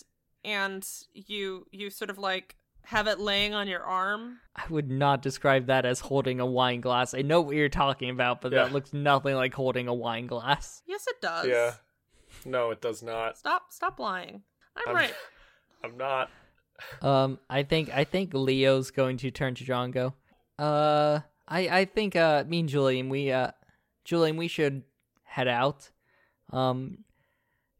[SPEAKER 3] and you you sort of like have it laying on your arm
[SPEAKER 1] I would not describe that as holding a wine glass. I know what you're talking about, but that
[SPEAKER 4] Yeah.
[SPEAKER 1] looks nothing like holding a wine glass.
[SPEAKER 3] yes it does
[SPEAKER 4] Yeah. No, it does not.
[SPEAKER 3] stop stop lying i'm,
[SPEAKER 4] I'm-
[SPEAKER 3] right
[SPEAKER 4] I'm not.
[SPEAKER 1] Um, I think I think Leo's going to turn to John. and Go. Uh, I I think uh, me and Julian we uh, Julian we should head out. Um,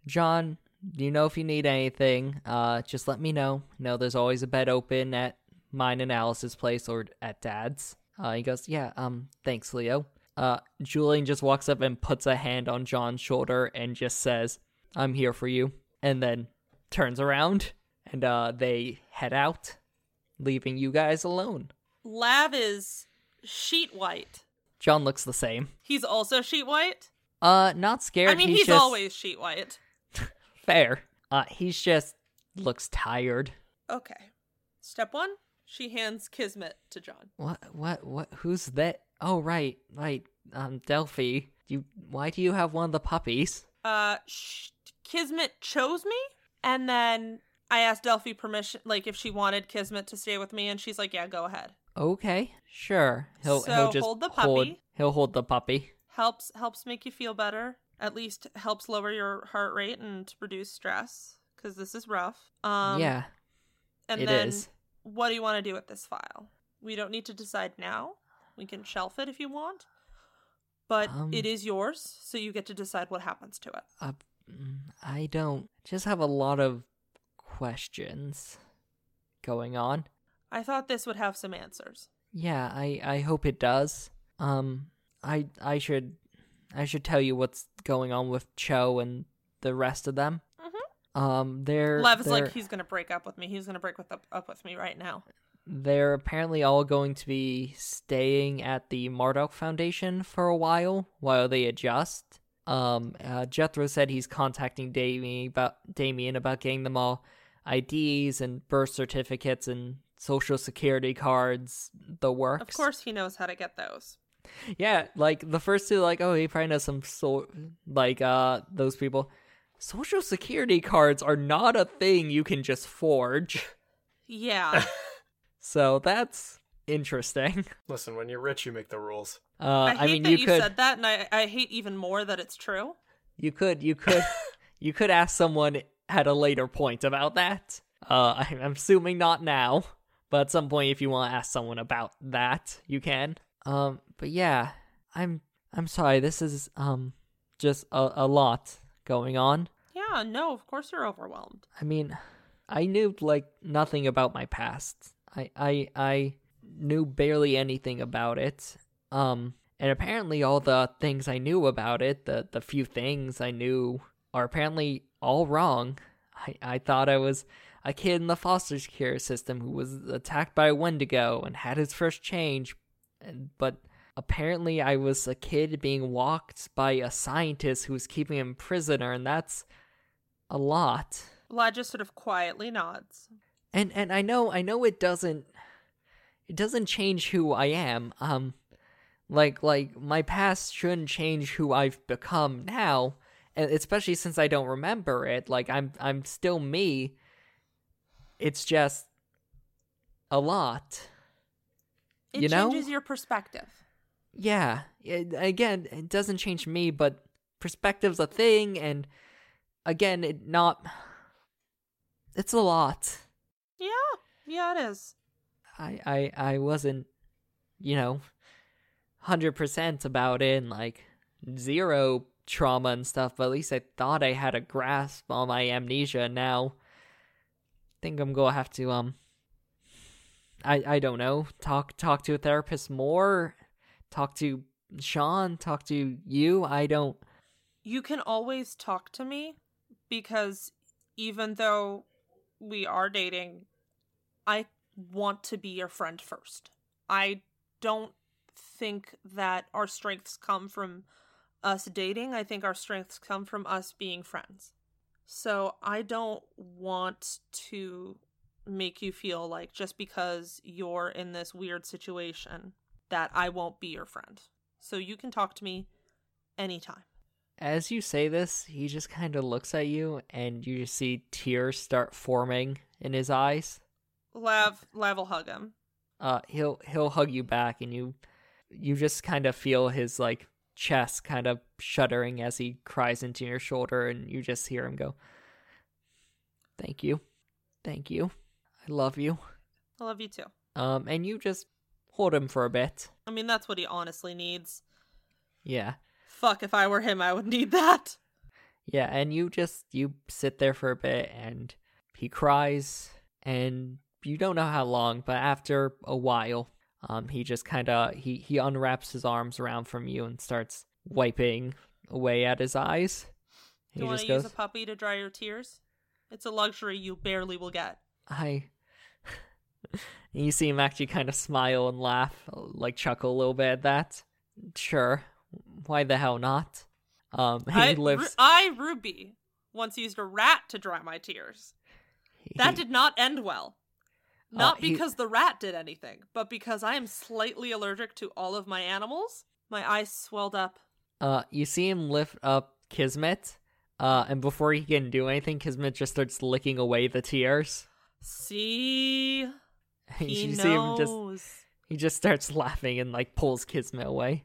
[SPEAKER 1] John, you know if you need anything, uh, just let me know. You know, there's always a bed open at mine and Alice's place or at Dad's. Uh, he goes, yeah. Um, thanks, Leo. Uh, Julian just walks up and puts a hand on John's shoulder and just says, "I'm here for you," and then turns around and uh, they head out, leaving you guys alone.
[SPEAKER 3] lav is sheet white
[SPEAKER 1] John looks the same.
[SPEAKER 3] he's also sheet white
[SPEAKER 1] Uh, not scared.
[SPEAKER 3] i mean
[SPEAKER 1] he's,
[SPEAKER 3] he's,
[SPEAKER 1] just,
[SPEAKER 3] always sheet white
[SPEAKER 1] fair. Uh, he's just looks tired.
[SPEAKER 3] okay step one she hands kismet to john
[SPEAKER 1] What? What? What? Who's that? Oh, right, right. Um, Delphi, you. Why do you have one of the puppies?
[SPEAKER 3] uh sh- kismet chose me and then i asked delphi permission like if she wanted kismet to stay with me and she's like yeah go ahead
[SPEAKER 1] Okay, sure. He'll he'll
[SPEAKER 3] So,
[SPEAKER 1] just
[SPEAKER 3] hold the
[SPEAKER 1] hold-
[SPEAKER 3] puppy.
[SPEAKER 1] he'll hold the puppy.
[SPEAKER 3] helps helps make you feel better at least helps lower your heart rate and reduce stress because this is rough um
[SPEAKER 1] yeah,
[SPEAKER 3] and
[SPEAKER 1] it
[SPEAKER 3] then
[SPEAKER 1] is.
[SPEAKER 3] what do you want to do with this file we don't need to decide now we can shelf it if you want but
[SPEAKER 1] Um.
[SPEAKER 3] it is yours so you get to decide what happens to it
[SPEAKER 1] Uh, mm, I don't. Just have a lot of questions going on.
[SPEAKER 3] i thought this would have some answers
[SPEAKER 1] Yeah, I I hope it does. Um I I should I should tell you what's going on with Cho and the rest of them. Um, they're
[SPEAKER 3] Mm-hmm. Lev is
[SPEAKER 1] they're-
[SPEAKER 3] like, he's gonna break up with me. He's gonna break with up, up with me right now.
[SPEAKER 1] they're apparently all going to be staying at the Marduk Foundation for a while while they adjust. Um, uh, Jethro said he's contacting Damien about Damien about getting them all IDs and birth certificates and social security cards, the works.
[SPEAKER 3] Of course, he knows how to get those.
[SPEAKER 1] Yeah, like the first two, like oh, he probably knows some sort, like uh, those people. Social security cards are not a thing you can just forge,
[SPEAKER 3] Yeah,
[SPEAKER 1] so that's interesting.
[SPEAKER 4] Listen, when you're rich, you make the rules.
[SPEAKER 1] Uh,
[SPEAKER 3] I
[SPEAKER 1] I,
[SPEAKER 3] hate
[SPEAKER 1] mean,
[SPEAKER 3] that
[SPEAKER 1] you
[SPEAKER 3] you,
[SPEAKER 1] could,
[SPEAKER 3] said that, and I, I hate even more that it's true.
[SPEAKER 1] you could, you could, you could ask someone at a later point about that. Uh, I'm I'm assuming not now, but at some point, if you want to ask someone about that, you can. Um, but yeah, I'm, I'm sorry. This is um, just a, a lot going on.
[SPEAKER 3] Yeah, no, of course you're overwhelmed.
[SPEAKER 1] I mean, I knew like nothing about my past. I I I knew barely anything about it. Um and apparently all the things I knew about it, the the few things I knew are apparently all wrong. I I thought I was a kid in the foster care system who was attacked by a Wendigo and had his first change, and, but apparently I was a kid being walked by a scientist who was keeping him prisoner, and that's a lot
[SPEAKER 3] Lad just sort of quietly nods.
[SPEAKER 1] and and I know I know it doesn't it doesn't change who I am. Um like like my past shouldn't change who I've become now, and especially since I don't remember it. Like I'm I'm still me. It's just a lot.
[SPEAKER 3] It
[SPEAKER 1] You know?
[SPEAKER 3] changes your perspective.
[SPEAKER 1] Yeah. It, again, it doesn't change me, but perspective's a thing and again, it not it's a lot.
[SPEAKER 3] Yeah, yeah, it is.
[SPEAKER 1] I I I wasn't, you know, hundred percent about it and like zero trauma and stuff, but at least I thought I had a grasp on my amnesia now. I think I'm gonna have to um I I don't know, talk talk to a therapist more, talk to Sean, talk to you. I don't
[SPEAKER 3] You can always talk to me because even though we are dating, I want to be your friend first. I don't think that our strengths come from us dating. I think our strengths come from us being friends. So I don't want to make you feel like just because you're in this weird situation that I won't be your friend. So you can talk to me anytime.
[SPEAKER 1] As you say this, he just kind of looks at you, and you just see tears start forming in his eyes.
[SPEAKER 3] Lav, Lav will hug him.
[SPEAKER 1] uh he'll he'll hug you back and you you just kind of feel his like chest kind of shuddering as he cries into your shoulder and you just hear him go thank you thank you i love you
[SPEAKER 3] I love you too.
[SPEAKER 1] um and you just hold him for a bit
[SPEAKER 3] I mean, that's what he honestly needs.
[SPEAKER 1] yeah
[SPEAKER 3] Fuck, if I were him, I would need that.
[SPEAKER 1] yeah and you just you sit there for a bit and he cries and you don't know how long but after a while um he just kind of he he unwraps his arms around from you and starts wiping away at his eyes he
[SPEAKER 3] you want
[SPEAKER 1] just
[SPEAKER 3] to
[SPEAKER 1] goes
[SPEAKER 3] use a puppy to dry your tears? It's a luxury you barely will get.
[SPEAKER 1] i and you see him actually kind of smile and laugh like chuckle a little bit at that sure why the hell not um he
[SPEAKER 3] I, uh,
[SPEAKER 1] lives
[SPEAKER 3] Ru- I, Ruby, once used a rat to dry my tears. That
[SPEAKER 1] he- Oh,
[SPEAKER 3] did not end well. Not
[SPEAKER 1] he-
[SPEAKER 3] because the rat did anything, but because I am slightly allergic to all of my animals. My eyes swelled up.
[SPEAKER 1] Uh, you see him lift up Kismet, uh, and before he can do anything, Kismet just starts licking away the tears.
[SPEAKER 3] See, he
[SPEAKER 1] you
[SPEAKER 3] knows.
[SPEAKER 1] see him just he just starts laughing and like pulls Kismet away.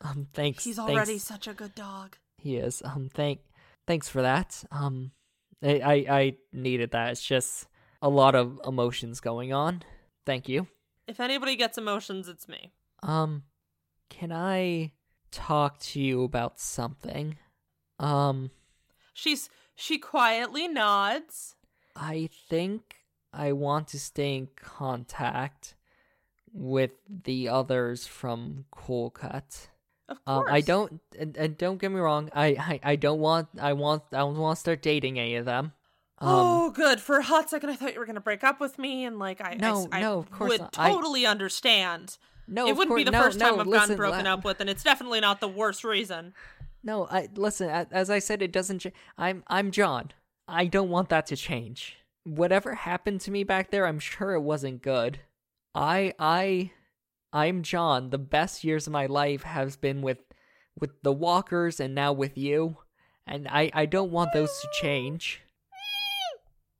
[SPEAKER 1] Um, thanks.
[SPEAKER 3] He's
[SPEAKER 1] thanks.
[SPEAKER 3] already such a good dog.
[SPEAKER 1] he is. Um, thank thanks for that. Um, I, I I needed that. It's just a lot of emotions going on. Thank you.
[SPEAKER 3] If anybody gets emotions, it's me.
[SPEAKER 1] Um, can I talk to you about something? Um.
[SPEAKER 3] She's she quietly nods.
[SPEAKER 1] I think I want to stay in contact with the others from Kolkat.
[SPEAKER 3] Of
[SPEAKER 1] Um,
[SPEAKER 3] course.
[SPEAKER 1] I don't, and, and don't get me wrong. I, I, I don't want, I want, I don't want to start dating any of them. Um,
[SPEAKER 3] oh, good. For a hot second, I thought you were gonna break up with me, and like I, I
[SPEAKER 1] No,
[SPEAKER 3] s- I
[SPEAKER 1] no, of course
[SPEAKER 3] would
[SPEAKER 1] not. I-
[SPEAKER 3] totally understand.
[SPEAKER 1] no,
[SPEAKER 3] it
[SPEAKER 1] of
[SPEAKER 3] wouldn't
[SPEAKER 1] course,
[SPEAKER 3] be the
[SPEAKER 1] no,
[SPEAKER 3] first
[SPEAKER 1] no,
[SPEAKER 3] time I've
[SPEAKER 1] listen,
[SPEAKER 3] gotten broken
[SPEAKER 1] la-
[SPEAKER 3] up with, and it's definitely not the worst reason.
[SPEAKER 1] No, I listen. a- As I said, it doesn't. Ch- I'm, I'm John. I don't want that to change. Whatever happened to me back there, I'm sure it wasn't good. I, I, I'm John. The best years of my life has been with, with the Walkers, and now with you. And I, I don't want those to change.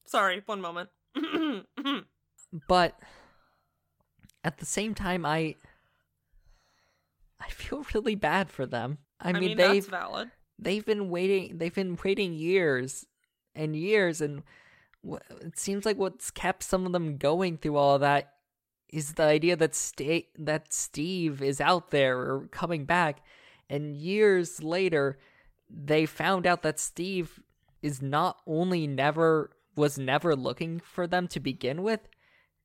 [SPEAKER 3] Sorry, one moment.
[SPEAKER 1] but at the same time i i feel really bad for them i, mean,
[SPEAKER 3] that's
[SPEAKER 1] they've
[SPEAKER 3] valid.
[SPEAKER 1] they've been waiting they've been waiting years and years and wh- it seems like what's kept some of them going through all of that is the idea that sta- that Steve is out there or coming back and years later they found out that Steve is not only never was never looking for them to begin with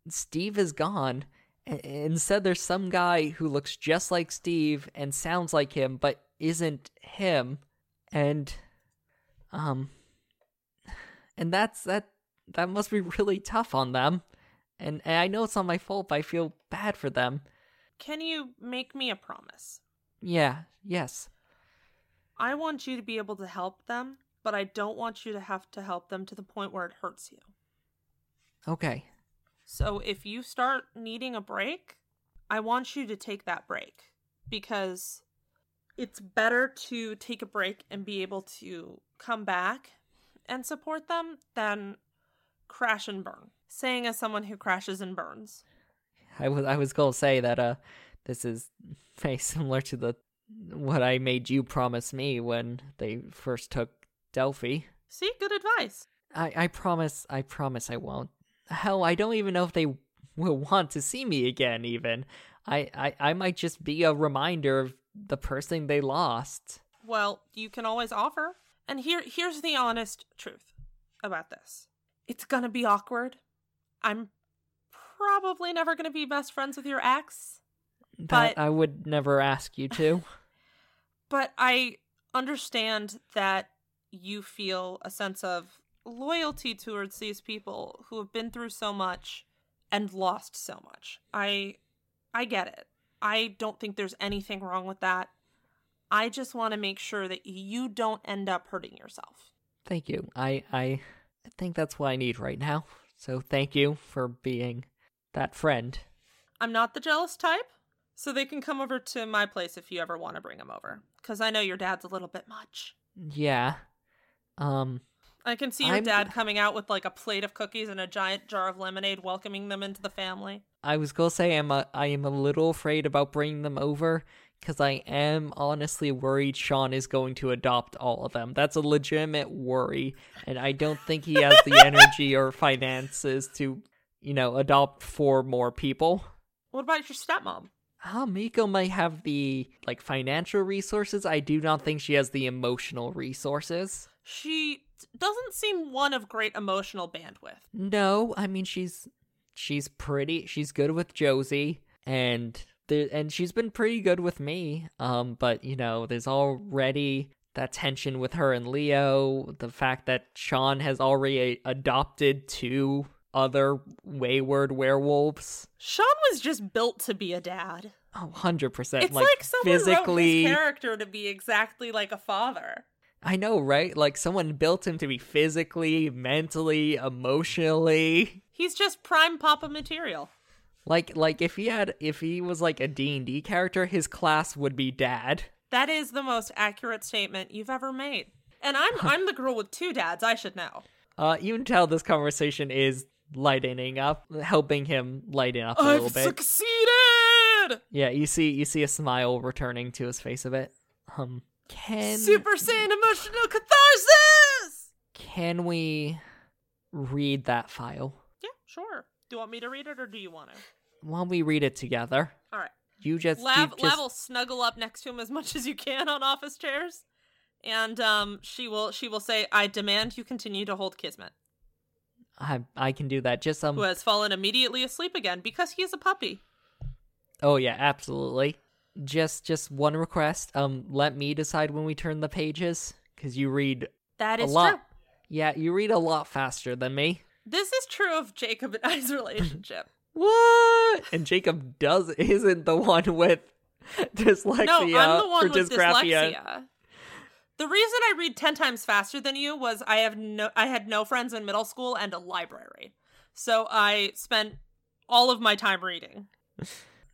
[SPEAKER 1] Steve is gone and instead there's some guy who looks just like Steve and sounds like him but isn't him and um and that's that that must be really tough on them and, and i know it's not my fault but i feel bad for them
[SPEAKER 3] Can you make me a promise?
[SPEAKER 1] yeah yes
[SPEAKER 3] I want you to be able to help them, but I don't want you to have to help them to the point where it hurts you.
[SPEAKER 1] okay
[SPEAKER 3] So if you start needing a break, I want you to take that break because it's better to take a break and be able to come back and support them than crash and burn. Saying as someone who crashes and burns.
[SPEAKER 1] i was i was gonna say that uh this is very similar to the what i made you promise me when they first took delphi
[SPEAKER 3] See, good advice.
[SPEAKER 1] i i promise i promise i won't hell i don't even know if they will want to see me again even i i, I might just be a reminder of the person they lost
[SPEAKER 3] Well, you can always offer. And here here's the honest truth about this. It's going to be awkward. I'm probably never going to be best friends with your ex.
[SPEAKER 1] that
[SPEAKER 3] But-
[SPEAKER 1] I would never ask you to.
[SPEAKER 3] but I understand that you feel a sense of loyalty towards these people who have been through so much and lost so much. I I get it. I don't think there's anything wrong with that. I just want to make sure that you don't end up hurting yourself.
[SPEAKER 1] thank you. I I I think that's what I need right now. So thank you for being that friend.
[SPEAKER 3] I'm not the jealous type, so they can come over to my place if you ever want to bring them over cuz I know your dad's a little bit much.
[SPEAKER 1] Yeah. Um
[SPEAKER 3] I can see your
[SPEAKER 1] I'm-
[SPEAKER 3] dad coming out with like a plate of cookies and a giant jar of lemonade welcoming them into the family.
[SPEAKER 1] I was going to say I'm a, I am a little afraid about bringing them over cuz I am honestly worried Sean is going to adopt all of them. That's a legitimate worry and I don't think he has the energy or finances to, you know, adopt four more people.
[SPEAKER 3] What about your stepmom?
[SPEAKER 1] Ah, Miko might have the like financial resources. I do not think she has the emotional resources.
[SPEAKER 3] She doesn't seem one of great emotional bandwidth.
[SPEAKER 1] No, I mean she's she's pretty. She's good with Josie, and there, and she's been pretty good with me. Um, but you know, there's already that tension with her and Leo. The fact that Sean has already a- adopted two other wayward werewolves.
[SPEAKER 3] Sean was just built to be a dad.
[SPEAKER 1] Oh, 100%.
[SPEAKER 3] It's like,
[SPEAKER 1] like,
[SPEAKER 3] someone
[SPEAKER 1] physically
[SPEAKER 3] wrote his character to be exactly like a father.
[SPEAKER 1] I know, right? Like someone built him to be physically, mentally, emotionally.
[SPEAKER 3] He's just prime papa material.
[SPEAKER 1] Like like if he had if he was like a D&D character, his class would be dad.
[SPEAKER 3] That is the most accurate statement you've ever made. And I'm I'm the girl with two dads, I should know.
[SPEAKER 1] Uh you can tell this conversation is lightening up, helping him lighten up a little bit.
[SPEAKER 3] succeeded!
[SPEAKER 1] yeah, you see you see a smile returning to his face a bit. Um can
[SPEAKER 3] Saiyan emotional catharsis!
[SPEAKER 1] can we read that file?
[SPEAKER 3] Yeah, sure. Do you want me to read it or do you want to?
[SPEAKER 1] While we read it together,
[SPEAKER 3] All right.
[SPEAKER 1] you just, you
[SPEAKER 3] Lav,
[SPEAKER 1] just
[SPEAKER 3] Lav will snuggle up next to him as much as you can on office chairs, and um, she will she will say, "I demand you continue to hold Kismet,
[SPEAKER 1] I I can do that. Just um
[SPEAKER 3] who has fallen immediately asleep again because he is a puppy."
[SPEAKER 1] Oh yeah, absolutely. just just one request. Um, let me decide when we turn the pages because you read
[SPEAKER 3] That
[SPEAKER 1] a
[SPEAKER 3] is
[SPEAKER 1] lot.
[SPEAKER 3] true.
[SPEAKER 1] Yeah, you read a lot faster than me.
[SPEAKER 3] This is true of Jacob and I's relationship.
[SPEAKER 1] What? And Jacob does isn't the one with dyslexia
[SPEAKER 3] no, I'm the
[SPEAKER 1] or
[SPEAKER 3] one with
[SPEAKER 1] dysgraphia.
[SPEAKER 3] dyslexia. The reason I read ten times faster than you was I have no I had no friends in middle school and a library. So I spent all of my time reading. I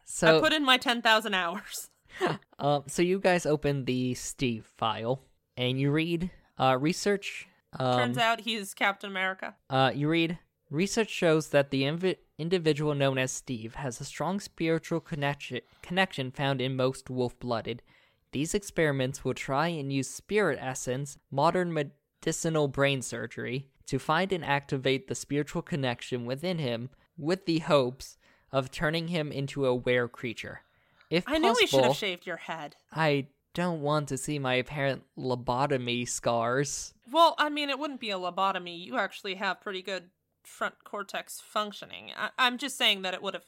[SPEAKER 1] So,
[SPEAKER 3] put in my ten thousand hours.
[SPEAKER 1] um, so you guys open the Steve file and you read uh, research. Um,
[SPEAKER 3] Turns out he's Captain America.
[SPEAKER 1] Uh, you read Research shows that the invi- individual known as Steve has a strong spiritual connection, connection found in most wolf blooded. These experiments will try and use spirit essence, modern medicinal brain surgery, to find and activate the spiritual connection within him with the hopes of turning him into a were creature. If
[SPEAKER 3] I
[SPEAKER 1] possible,
[SPEAKER 3] knew we should have shaved your head.
[SPEAKER 1] I don't want to see my apparent lobotomy scars.
[SPEAKER 3] Well, I mean, it wouldn't be a lobotomy. You actually have pretty good front cortex functioning. I- I'm just saying that it would have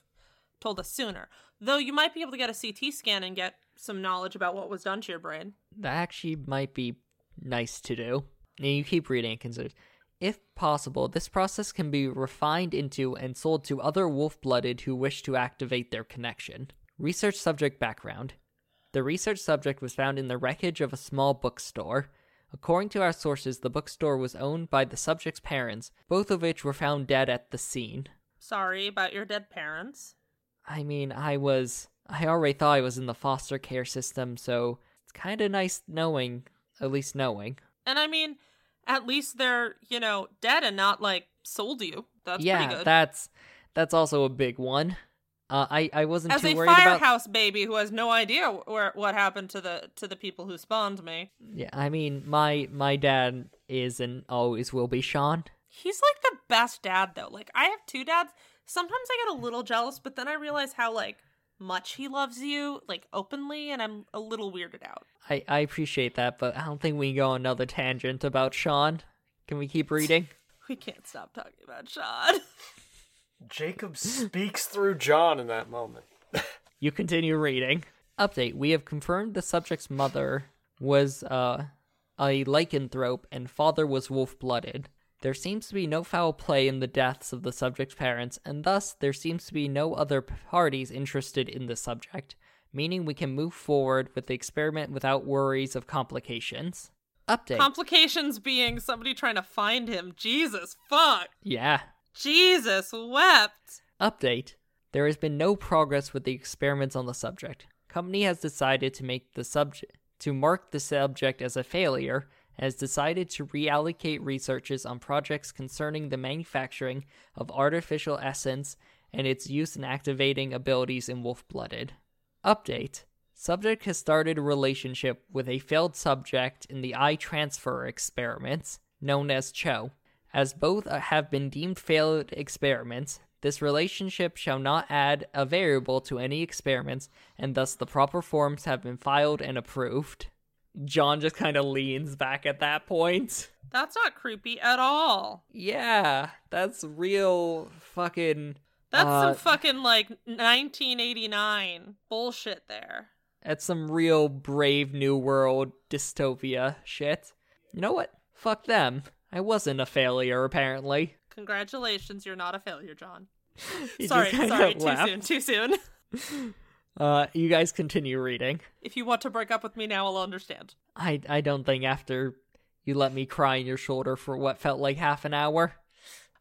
[SPEAKER 3] told us sooner. Though you might be able to get a CT scan and get some knowledge about what was done to your brain.
[SPEAKER 1] that actually might be nice to do. And you keep reading and consider. If possible, this process can be refined into and sold to other wolf blooded who wish to activate their connection. Research subject background The research subject was found in the wreckage of a small bookstore. According to our sources, the bookstore was owned by the subject's parents, both of which were found dead at the scene.
[SPEAKER 3] Sorry about your dead parents.
[SPEAKER 1] I mean, I was. I already thought I was in the foster care system, so it's kind of nice knowing, at least knowing.
[SPEAKER 3] And I mean, at least they're, you know, dead and not like sold you. That's pretty
[SPEAKER 1] yeah,
[SPEAKER 3] good.
[SPEAKER 1] that's that's also a big one. Uh, I I wasn't
[SPEAKER 3] As
[SPEAKER 1] too
[SPEAKER 3] a
[SPEAKER 1] worried about.
[SPEAKER 3] firehouse baby who has no idea wh- where what happened to the to the people who spawned me.
[SPEAKER 1] Yeah, I mean, my my dad is and always will be Sean.
[SPEAKER 3] He's like the best dad though. Like I have two dads. Sometimes I get a little jealous, but then I realize how like much he loves you, like openly, and I'm a little weirded out.
[SPEAKER 1] I I appreciate that, but I don't think we can go on another tangent about Sean. Can we keep reading?
[SPEAKER 3] We can't stop talking about Sean.
[SPEAKER 4] Jacob speaks through John in that moment.
[SPEAKER 1] You continue reading. Update: We have confirmed the subject's mother was uh, a lycanthrope and father was wolf-blooded. There seems to be no foul play in the deaths of the subject's parents, and thus there seems to be no other parties interested in the subject, meaning we can move forward with the experiment without worries of complications. Update:
[SPEAKER 3] Complications being somebody trying to find him. Jesus fuck.
[SPEAKER 1] Yeah.
[SPEAKER 3] Jesus wept.
[SPEAKER 1] Update There has been no progress with the experiments on the subject. Company has decided to make the subject to mark the subject as a failure and has decided to reallocate researches on projects concerning the manufacturing of artificial essence and its use in activating abilities in wolf blooded. Update Subject has started a relationship with a failed subject in the eye transfer experiments, known as CHO. As both uh, have been deemed failed experiments, this relationship shall not add a variable to any experiments, and thus the proper forms have been filed and approved. John just kind of leans back at that point.
[SPEAKER 3] That's not creepy at all.
[SPEAKER 1] Yeah, that's real fucking.
[SPEAKER 3] That's
[SPEAKER 1] uh,
[SPEAKER 3] some fucking like 1989 bullshit there.
[SPEAKER 1] That's some real brave new world dystopia shit. You know what? Fuck them. I wasn't a failure, apparently.
[SPEAKER 3] Congratulations, you're not a failure, John.
[SPEAKER 1] He just
[SPEAKER 3] sorry,
[SPEAKER 1] kinda
[SPEAKER 3] sorry, too
[SPEAKER 1] laughed.
[SPEAKER 3] soon, too soon.
[SPEAKER 1] Uh, you guys continue reading.
[SPEAKER 3] If you want to break up with me now, I'll understand.
[SPEAKER 1] I I don't think after you let me cry on your shoulder for what felt like half an hour,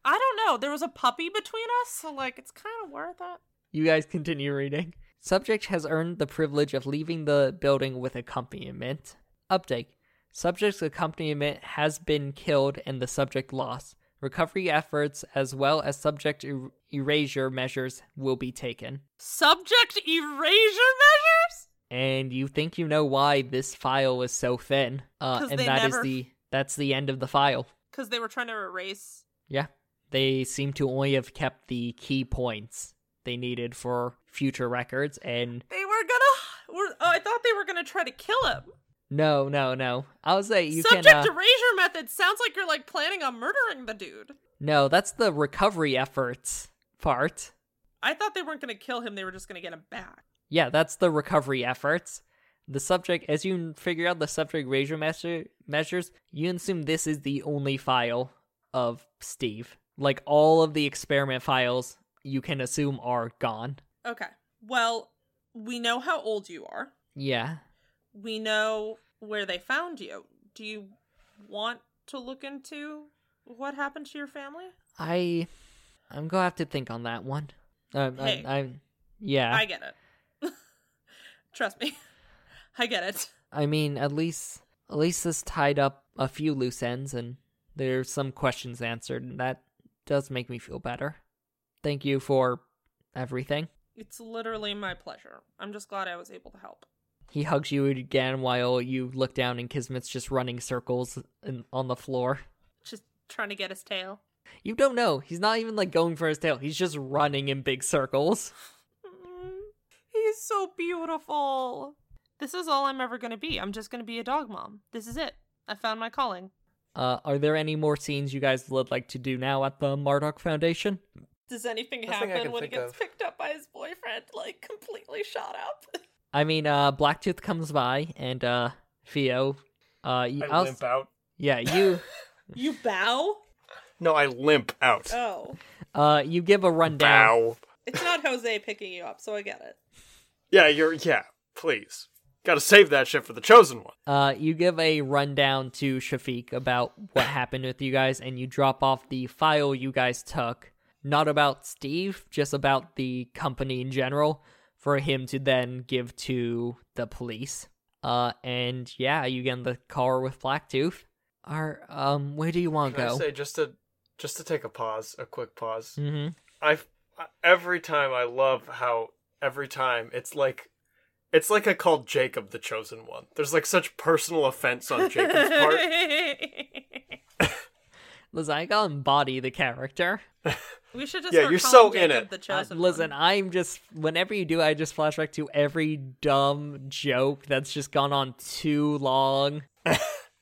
[SPEAKER 3] I don't know. There was a puppy between us, so like it's kind of worth it.
[SPEAKER 1] you guys continue reading. Subject has earned the privilege of leaving the building with accompaniment. Update. Subject's accompaniment has been killed and the subject lost. Recovery efforts as well as subject er- erasure measures will be taken.
[SPEAKER 3] Subject erasure measures.
[SPEAKER 1] And you think you know why this file was so thin. Uh,
[SPEAKER 3] 'Cause
[SPEAKER 1] and
[SPEAKER 3] they
[SPEAKER 1] that is
[SPEAKER 3] never-
[SPEAKER 1] the that's the end of the file.
[SPEAKER 3] Because they were trying to erase.
[SPEAKER 1] Yeah. They seem to only have kept the key points they needed for future records. And
[SPEAKER 3] They were gonna. Were, oh, I thought they were gonna try to kill him.
[SPEAKER 1] no, no, no. I was say you
[SPEAKER 3] Subject
[SPEAKER 1] can. Uh,
[SPEAKER 3] erasure method sounds like you're like planning on murdering the dude.
[SPEAKER 1] no, that's the recovery efforts part.
[SPEAKER 3] I thought they weren't gonna kill him. They were just gonna get him back.
[SPEAKER 1] yeah, that's the recovery efforts. The subject, as you figure out the subject razor measure, measures, you assume this is the only file of Steve. Like all of the experiment files, you can assume are gone.
[SPEAKER 3] Okay. Well, we know how old you are.
[SPEAKER 1] Yeah.
[SPEAKER 3] We know where they found you. Do you want to look into what happened to your family?
[SPEAKER 1] I, I'm gonna have to think on that one. Um,
[SPEAKER 3] Hey.
[SPEAKER 1] I, I, yeah.
[SPEAKER 3] I get it. Trust me. I get it.
[SPEAKER 1] I mean, at least at least this tied up a few loose ends, and there's some questions answered, and that does make me feel better. Thank you for everything.
[SPEAKER 3] It's literally my pleasure. I'm just glad I was able to help.
[SPEAKER 1] He hugs you again while you look down, and Kismet's just running circles in, on the floor.
[SPEAKER 3] Just trying to get his tail.
[SPEAKER 1] You don't know. He's not even like going for his tail. He's just running in big circles.
[SPEAKER 3] Mm, He's so beautiful. This is all I'm ever going to be. I'm just going to be a dog mom. This is it. I found my calling.
[SPEAKER 1] Uh, are there any more scenes you guys would like to do now at the Marduk Foundation?
[SPEAKER 3] Does anything
[SPEAKER 4] Nothing I
[SPEAKER 3] happen
[SPEAKER 4] can
[SPEAKER 3] when he
[SPEAKER 4] think
[SPEAKER 3] gets
[SPEAKER 4] of.
[SPEAKER 3] picked up by his boyfriend, like completely shot up?
[SPEAKER 1] I mean, uh, Blacktooth comes by, and uh, Theo, uh, you,
[SPEAKER 4] I
[SPEAKER 1] I'll-
[SPEAKER 4] limp out.
[SPEAKER 1] yeah, you.
[SPEAKER 3] you bow?
[SPEAKER 4] No, I limp out.
[SPEAKER 3] Oh.
[SPEAKER 1] Uh, you give a rundown.
[SPEAKER 4] Bow.
[SPEAKER 3] It's not Jose picking you up, so I get it.
[SPEAKER 4] Yeah, you're. Yeah, please. Gotta save that shit for the chosen one.
[SPEAKER 1] Uh, you give a rundown to Shafiq about what happened with you guys, and you drop off the file you guys took. Not about Steve, just about the company in general, for him to then give to the police. Uh, and yeah, you get in the car with Blacktooth. Are um, where do you want to
[SPEAKER 4] Can I
[SPEAKER 1] go?
[SPEAKER 4] say just to just to take a pause, a quick pause.
[SPEAKER 1] mm-hmm.
[SPEAKER 4] I every time I love how every time it's like it's like I called Jacob the chosen one. There's like such personal offense on Jacob's part.
[SPEAKER 1] Listen, I gotta embody the character.
[SPEAKER 3] we should just
[SPEAKER 4] Yeah,
[SPEAKER 3] start
[SPEAKER 4] you're so
[SPEAKER 3] calling
[SPEAKER 4] in
[SPEAKER 3] Jacob
[SPEAKER 4] it.
[SPEAKER 3] The
[SPEAKER 1] Uh,
[SPEAKER 3] chosen
[SPEAKER 1] listen,
[SPEAKER 3] one.
[SPEAKER 1] I'm just whenever you do, I just flashback to every dumb joke that's just gone on too long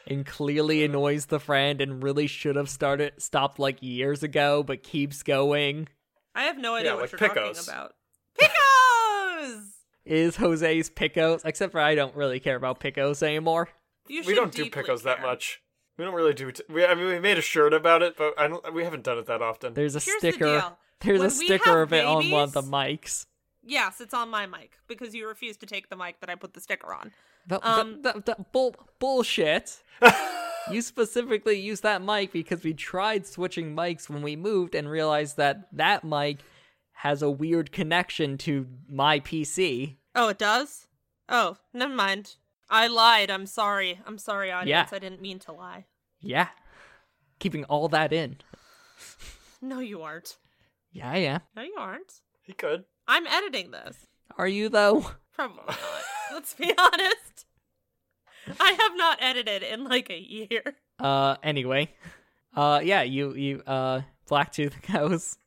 [SPEAKER 1] and clearly annoys the friend and really should have started stopped like years ago, but keeps going.
[SPEAKER 3] I have no idea
[SPEAKER 4] Yeah,
[SPEAKER 3] what
[SPEAKER 4] like
[SPEAKER 3] you're
[SPEAKER 4] Picos.
[SPEAKER 3] talking about. Picos!
[SPEAKER 1] Is Jose's picos? Except for I don't really care about picos anymore.
[SPEAKER 3] You
[SPEAKER 4] we
[SPEAKER 3] should
[SPEAKER 4] don't do
[SPEAKER 3] deeply
[SPEAKER 4] picos that
[SPEAKER 3] care.
[SPEAKER 4] much. We don't really do. T- we, I mean, we made a shirt about it, but I don't. We haven't done it that often.
[SPEAKER 1] There's a
[SPEAKER 3] Here's the
[SPEAKER 1] sticker.
[SPEAKER 3] deal.
[SPEAKER 1] There's a
[SPEAKER 3] When we
[SPEAKER 1] sticker
[SPEAKER 3] have
[SPEAKER 1] of it on one of the mics.
[SPEAKER 3] babies- Yes, it's on my mic because you refused to take the mic that I put the sticker on.
[SPEAKER 1] The,
[SPEAKER 3] Um,
[SPEAKER 1] the, the, the bull, bullshit. you specifically used that mic because we tried switching mics when we moved and realized that that mic has a weird connection to my PC.
[SPEAKER 3] Oh, it does? Oh, never mind. I lied. I'm sorry. I'm sorry, audience. I didn't mean to lie.
[SPEAKER 1] Yeah. Keeping all that in.
[SPEAKER 3] No, you aren't.
[SPEAKER 1] Yeah, yeah.
[SPEAKER 3] No, you aren't.
[SPEAKER 4] he could.
[SPEAKER 3] I'm editing this.
[SPEAKER 1] Are you though?
[SPEAKER 3] Probably not. Let's be honest. I have not edited in like a year.
[SPEAKER 1] Uh anyway. Uh yeah, you you uh Blacktooth goes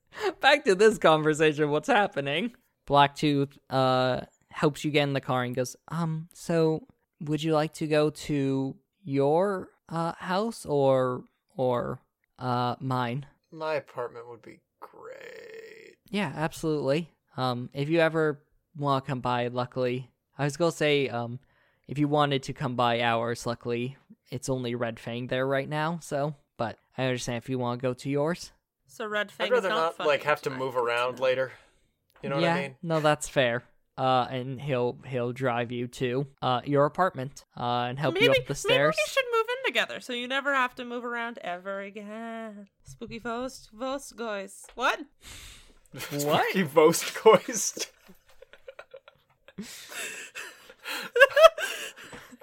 [SPEAKER 1] back to this conversation, what's happening? Blacktooth uh helps you get in the car and goes, um, so would you like to go to your uh house or or uh mine?
[SPEAKER 4] My apartment would be great.
[SPEAKER 1] Yeah, absolutely. Um, if you ever want to come by, luckily, I was gonna say, um, if you wanted to come by ours, luckily, it's only Red Fang there right now. So, but I understand if you want to go to yours.
[SPEAKER 3] So Red Fang.
[SPEAKER 4] I'd rather
[SPEAKER 3] is
[SPEAKER 4] not, like
[SPEAKER 3] fucking
[SPEAKER 4] have to
[SPEAKER 3] tonight.
[SPEAKER 4] move
[SPEAKER 3] Good
[SPEAKER 4] around
[SPEAKER 3] know.
[SPEAKER 4] later. You know
[SPEAKER 1] yeah,
[SPEAKER 4] what I mean?
[SPEAKER 1] no, that's fair. Uh, and he'll he'll drive you to uh your apartment uh and help
[SPEAKER 3] maybe,
[SPEAKER 1] you up the stairs.
[SPEAKER 3] Maybe we should move in together, so you never have to move around ever again. Spooky Vos, Vos guys. What?
[SPEAKER 1] What?
[SPEAKER 4] Spooky Vost Coist.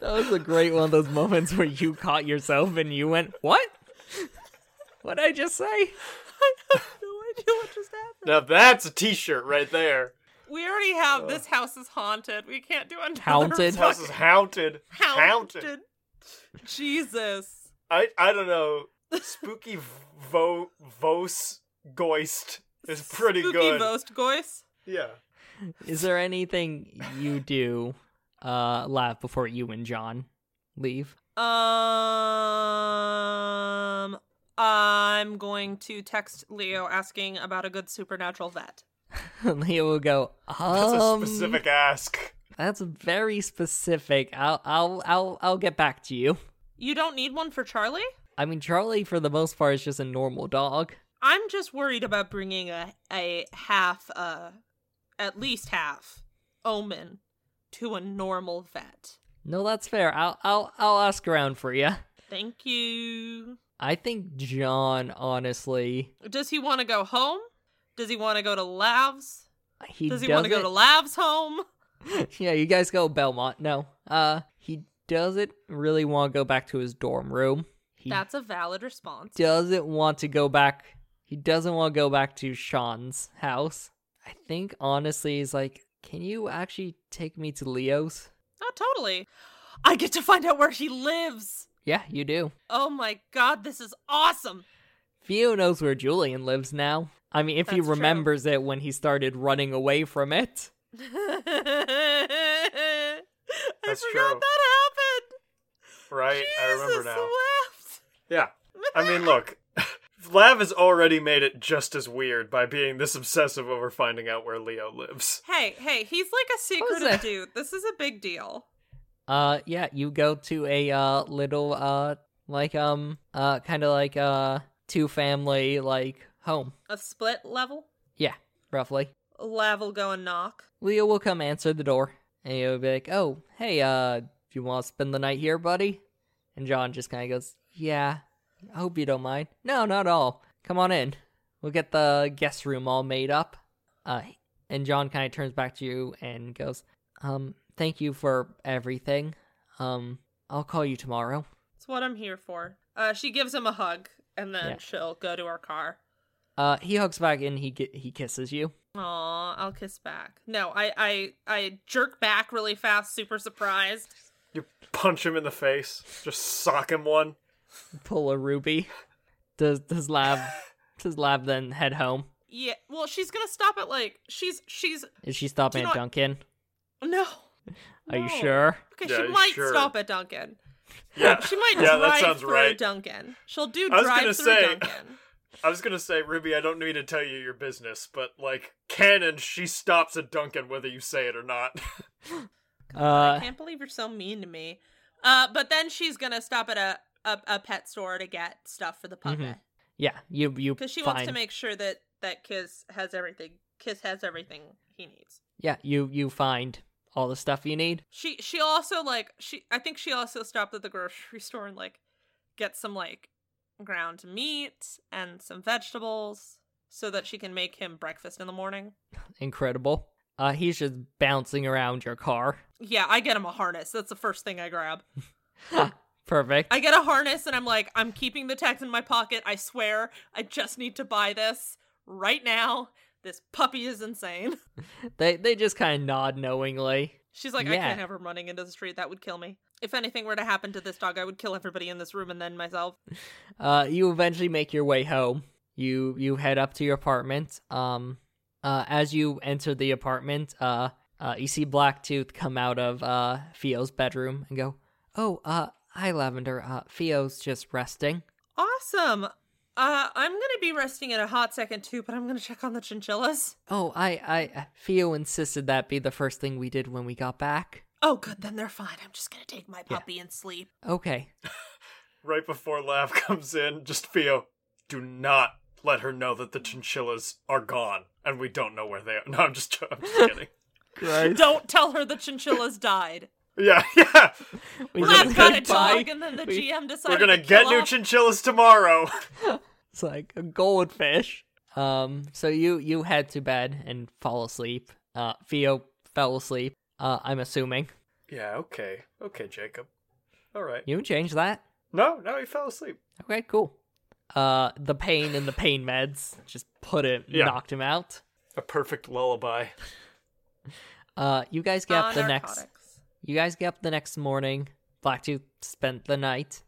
[SPEAKER 1] That was a great one of those moments where you caught yourself and you went, "What? what did I just say?"
[SPEAKER 3] I have no idea what just happened.
[SPEAKER 4] Now that's a T-shirt right there.
[SPEAKER 3] We already have this house is haunted. We can't do another
[SPEAKER 1] Haunted?
[SPEAKER 4] This house is haunted.
[SPEAKER 3] haunted. Jesus.
[SPEAKER 4] I I don't know. Spooky vo vos goist is pretty
[SPEAKER 3] Spooky
[SPEAKER 4] good.
[SPEAKER 3] Vost guys.
[SPEAKER 4] yeah.
[SPEAKER 1] Is there anything you do uh live before you and John leave?
[SPEAKER 3] Um, I'm going to text Leo asking about a good supernatural vet.
[SPEAKER 1] Leo will go,
[SPEAKER 4] That's
[SPEAKER 1] um,
[SPEAKER 4] a specific ask.
[SPEAKER 1] that's very specific. I'll, I'll, I'll, I'll get back to you.
[SPEAKER 3] You don't need one for Charlie?
[SPEAKER 1] I mean, Charlie, for the most part, is just a normal dog.
[SPEAKER 3] I'm just worried about bringing a a half uh at least half omen to a normal vet.
[SPEAKER 1] No, that's fair. I'll, I'll, I'll ask around for you.
[SPEAKER 3] Thank you.
[SPEAKER 1] I think John, honestly,
[SPEAKER 3] Does he want to go home? Does he want to go to Lav's?
[SPEAKER 1] he
[SPEAKER 3] Does he
[SPEAKER 1] does
[SPEAKER 3] want to go
[SPEAKER 1] it-
[SPEAKER 3] to Lav's home?
[SPEAKER 1] yeah, you guys go Belmont. No, uh, he doesn't really want to go back to his dorm room. He
[SPEAKER 3] That's a valid response.
[SPEAKER 1] doesn't want to go back. He doesn't want to go back to Sean's house. I think honestly, he's like, can you actually take me to Leo's?
[SPEAKER 3] Oh, totally. I get to find out where he lives.
[SPEAKER 1] Yeah, you do.
[SPEAKER 3] Oh my god, this is awesome.
[SPEAKER 1] Theo knows where Julian lives now. I mean, if he
[SPEAKER 3] That's true.
[SPEAKER 1] remembers it when he started running away from it.
[SPEAKER 3] I
[SPEAKER 4] That's
[SPEAKER 3] forgot
[SPEAKER 4] true.
[SPEAKER 3] that happened.
[SPEAKER 4] Right? I remember
[SPEAKER 3] Jesus
[SPEAKER 4] now.
[SPEAKER 3] left.
[SPEAKER 4] Yeah. I mean, look, Lav has already made it just as weird by being this obsessive over finding out where Leo lives.
[SPEAKER 3] Hey, hey, he's like a
[SPEAKER 1] was
[SPEAKER 3] secretive
[SPEAKER 1] that?
[SPEAKER 3] dude. This is a big deal.
[SPEAKER 1] Uh, yeah, you go to a uh little uh like um uh kind of like uh two family like home
[SPEAKER 3] A split level?
[SPEAKER 1] roughly.
[SPEAKER 3] Lav will go and knock.
[SPEAKER 1] Leo will come answer the door, and he'll be like, "Oh, hey, uh, do you want to spend the night here, buddy?" And John just kind of goes, "Yeah, I hope you don't mind." No, not at all. Come on in. We'll get the guest room all made up. Uh, and John kind of turns back to you and goes, "Um, thank you for everything. Um, I'll call you tomorrow."
[SPEAKER 3] It's what I'm here for. Uh, she gives him a hug, and then
[SPEAKER 1] Yeah.
[SPEAKER 3] she'll go to her car.
[SPEAKER 1] Uh, he hugs back and he ki- he kisses you.
[SPEAKER 3] Aw, I'll kiss back. No, I, I, I jerk back really fast, super surprised.
[SPEAKER 4] You punch him in the face, just sock him one.
[SPEAKER 1] Pull a ruby. Does does Lab does Lab then head home?
[SPEAKER 3] Yeah, well, she's gonna stop at like she's she's
[SPEAKER 1] Is she stopping
[SPEAKER 3] Do
[SPEAKER 1] at
[SPEAKER 3] not-
[SPEAKER 1] Duncan?
[SPEAKER 3] no.
[SPEAKER 1] Are you
[SPEAKER 3] No.
[SPEAKER 1] sure?
[SPEAKER 3] Okay,
[SPEAKER 4] Yeah,
[SPEAKER 3] she might
[SPEAKER 4] sure.
[SPEAKER 3] stop at Duncan.
[SPEAKER 4] Yeah.
[SPEAKER 3] She might
[SPEAKER 4] Yeah, that
[SPEAKER 3] drive
[SPEAKER 4] sounds
[SPEAKER 3] through
[SPEAKER 4] right.
[SPEAKER 3] Duncan. She'll do
[SPEAKER 4] I was
[SPEAKER 3] drive
[SPEAKER 4] gonna
[SPEAKER 3] through
[SPEAKER 4] say-
[SPEAKER 3] Duncan.
[SPEAKER 4] I was gonna say, Ruby, I don't need to tell you your business, but like, canon, she stops at Duncan whether you say it or not.
[SPEAKER 3] I
[SPEAKER 1] Uh,
[SPEAKER 3] can't believe you're so mean to me. Uh, but then she's gonna stop at a a, a pet store to get stuff for the puppet
[SPEAKER 1] Mhm. yeah, you you
[SPEAKER 3] because she
[SPEAKER 1] find
[SPEAKER 3] wants to make sure that that Kiss has everything. Kiss has everything he needs.
[SPEAKER 1] yeah you you find all the stuff you need.
[SPEAKER 3] She she also like she I think she also stopped at the grocery store and like get some like ground meat and some vegetables so that she can make him breakfast in the morning.
[SPEAKER 1] Incredible. Uh, he's just bouncing around your car.
[SPEAKER 3] Yeah, I get him a harness. That's the first thing I grab.
[SPEAKER 1] Perfect.
[SPEAKER 3] I get a harness and I'm like, I'm keeping the tags in my pocket. I swear, I just need to buy this right now. This puppy is insane.
[SPEAKER 1] They they just kind of nod knowingly.
[SPEAKER 3] She's like, I
[SPEAKER 1] Yeah.
[SPEAKER 3] can't have her running into the street. That would kill me. If anything were to happen to this dog, I would kill everybody in this room and then myself.
[SPEAKER 1] Uh, you eventually make your way home. You you head up to your apartment. Um, uh, as you enter the apartment, uh, uh, you see Blacktooth come out of uh Theo's bedroom and go, "Oh, uh, hi Lavender. Uh, Theo's just resting."
[SPEAKER 3] Awesome. Uh, I'm gonna be resting in a hot second too, but I'm gonna check on the chinchillas.
[SPEAKER 1] Oh, I, I, Theo insisted that be the first thing we did when we got back.
[SPEAKER 3] Oh, good, then they're fine. I'm just gonna take my puppy and sleep.
[SPEAKER 1] Okay.
[SPEAKER 4] right before Lav comes in, just Theo, do not let her know that the chinchillas are gone and we don't know where they are. No, I'm just, I'm just kidding.
[SPEAKER 1] Great.
[SPEAKER 3] Don't tell her the chinchillas died.
[SPEAKER 4] Yeah, yeah.
[SPEAKER 1] we
[SPEAKER 4] Laugh
[SPEAKER 1] just
[SPEAKER 3] Lab got a
[SPEAKER 1] get by.
[SPEAKER 3] dog, and then the
[SPEAKER 1] We-
[SPEAKER 3] GM decided
[SPEAKER 4] We're gonna
[SPEAKER 3] to
[SPEAKER 4] get
[SPEAKER 3] kill
[SPEAKER 4] new
[SPEAKER 3] off-
[SPEAKER 4] chinchillas tomorrow.
[SPEAKER 1] It's like a goldfish. Um, so you, you head to bed and fall asleep. Uh, Theo fell asleep. Uh, I'm assuming.
[SPEAKER 4] yeah, okay. Okay, Jacob. All right.
[SPEAKER 1] You change that?
[SPEAKER 4] No, no, he fell asleep.
[SPEAKER 1] Okay, cool. Uh, the pain and the pain meds just put it,
[SPEAKER 4] Yeah.
[SPEAKER 1] knocked him out.
[SPEAKER 4] A perfect lullaby.
[SPEAKER 1] Uh, you guys get up the next,
[SPEAKER 3] Non-narcotics.
[SPEAKER 1] you guys get up the next morning. Blacktooth spent the night.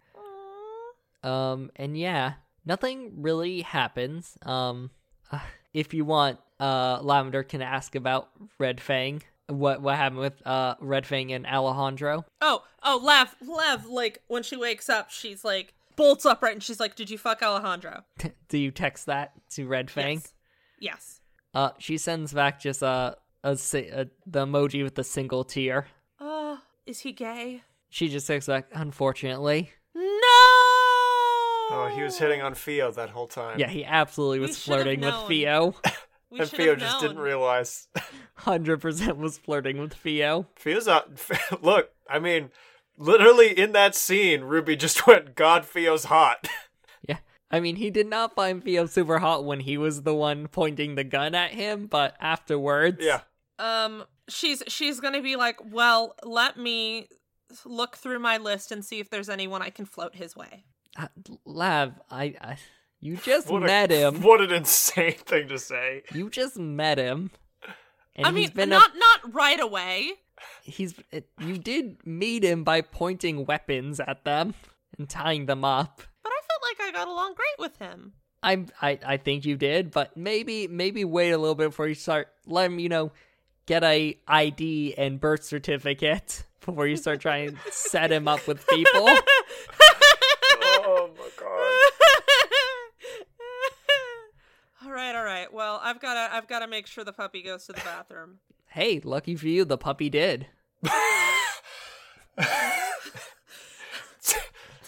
[SPEAKER 3] Aw.
[SPEAKER 1] Um, and yeah, nothing really happens. Um, if you want, uh, Lavender can ask about Red Fang. What what happened with uh Red Fang and Alejandro?
[SPEAKER 3] Oh, oh, Lev, Lev, like when she wakes up, she's like bolts upright and she's like, "Did you fuck Alejandro?"
[SPEAKER 1] Do you text that to Red Fang?
[SPEAKER 3] Yes. yes.
[SPEAKER 1] Uh, she sends back just a, a, si- a the emoji with the single tear.
[SPEAKER 3] Uh, is he gay?
[SPEAKER 1] She just sends back, unfortunately.
[SPEAKER 3] No.
[SPEAKER 4] Oh, he was hitting on Theo that whole time.
[SPEAKER 1] Yeah, he absolutely
[SPEAKER 3] We
[SPEAKER 1] was
[SPEAKER 3] should have
[SPEAKER 1] flirting with
[SPEAKER 3] known.
[SPEAKER 1] Theo.
[SPEAKER 3] We
[SPEAKER 4] and
[SPEAKER 3] should
[SPEAKER 4] Theo
[SPEAKER 3] have
[SPEAKER 4] just
[SPEAKER 3] known.
[SPEAKER 4] didn't realize.
[SPEAKER 1] 100% was flirting with Theo.
[SPEAKER 4] Theo's out. Look, I mean, literally in that scene, Ruby just went, "God, Theo's hot."
[SPEAKER 1] Yeah. I mean, he did not find Theo super hot when he was the one pointing the gun at him, but afterwards.
[SPEAKER 4] yeah,
[SPEAKER 3] um she's she's gonna be like well let me look through my list and see if there's anyone i can float his way
[SPEAKER 1] Uh, Lav, I, I you just
[SPEAKER 4] What a-
[SPEAKER 1] met him.
[SPEAKER 4] What an insane thing to say.
[SPEAKER 1] You just met him. And
[SPEAKER 3] i mean
[SPEAKER 1] he's been
[SPEAKER 3] not not right away
[SPEAKER 1] a, he's it- you did meet him by pointing weapons at them and tying them up.
[SPEAKER 3] but i felt like i got along great with him
[SPEAKER 1] I'm I, I think you did, but maybe maybe wait a little bit before you start let him, you know, get a ID and birth certificate before you start trying to set him up with people.
[SPEAKER 4] Oh my god.
[SPEAKER 3] all right all right well i've gotta i've gotta make sure the puppy goes to the bathroom
[SPEAKER 1] Hey, lucky for you, the puppy did.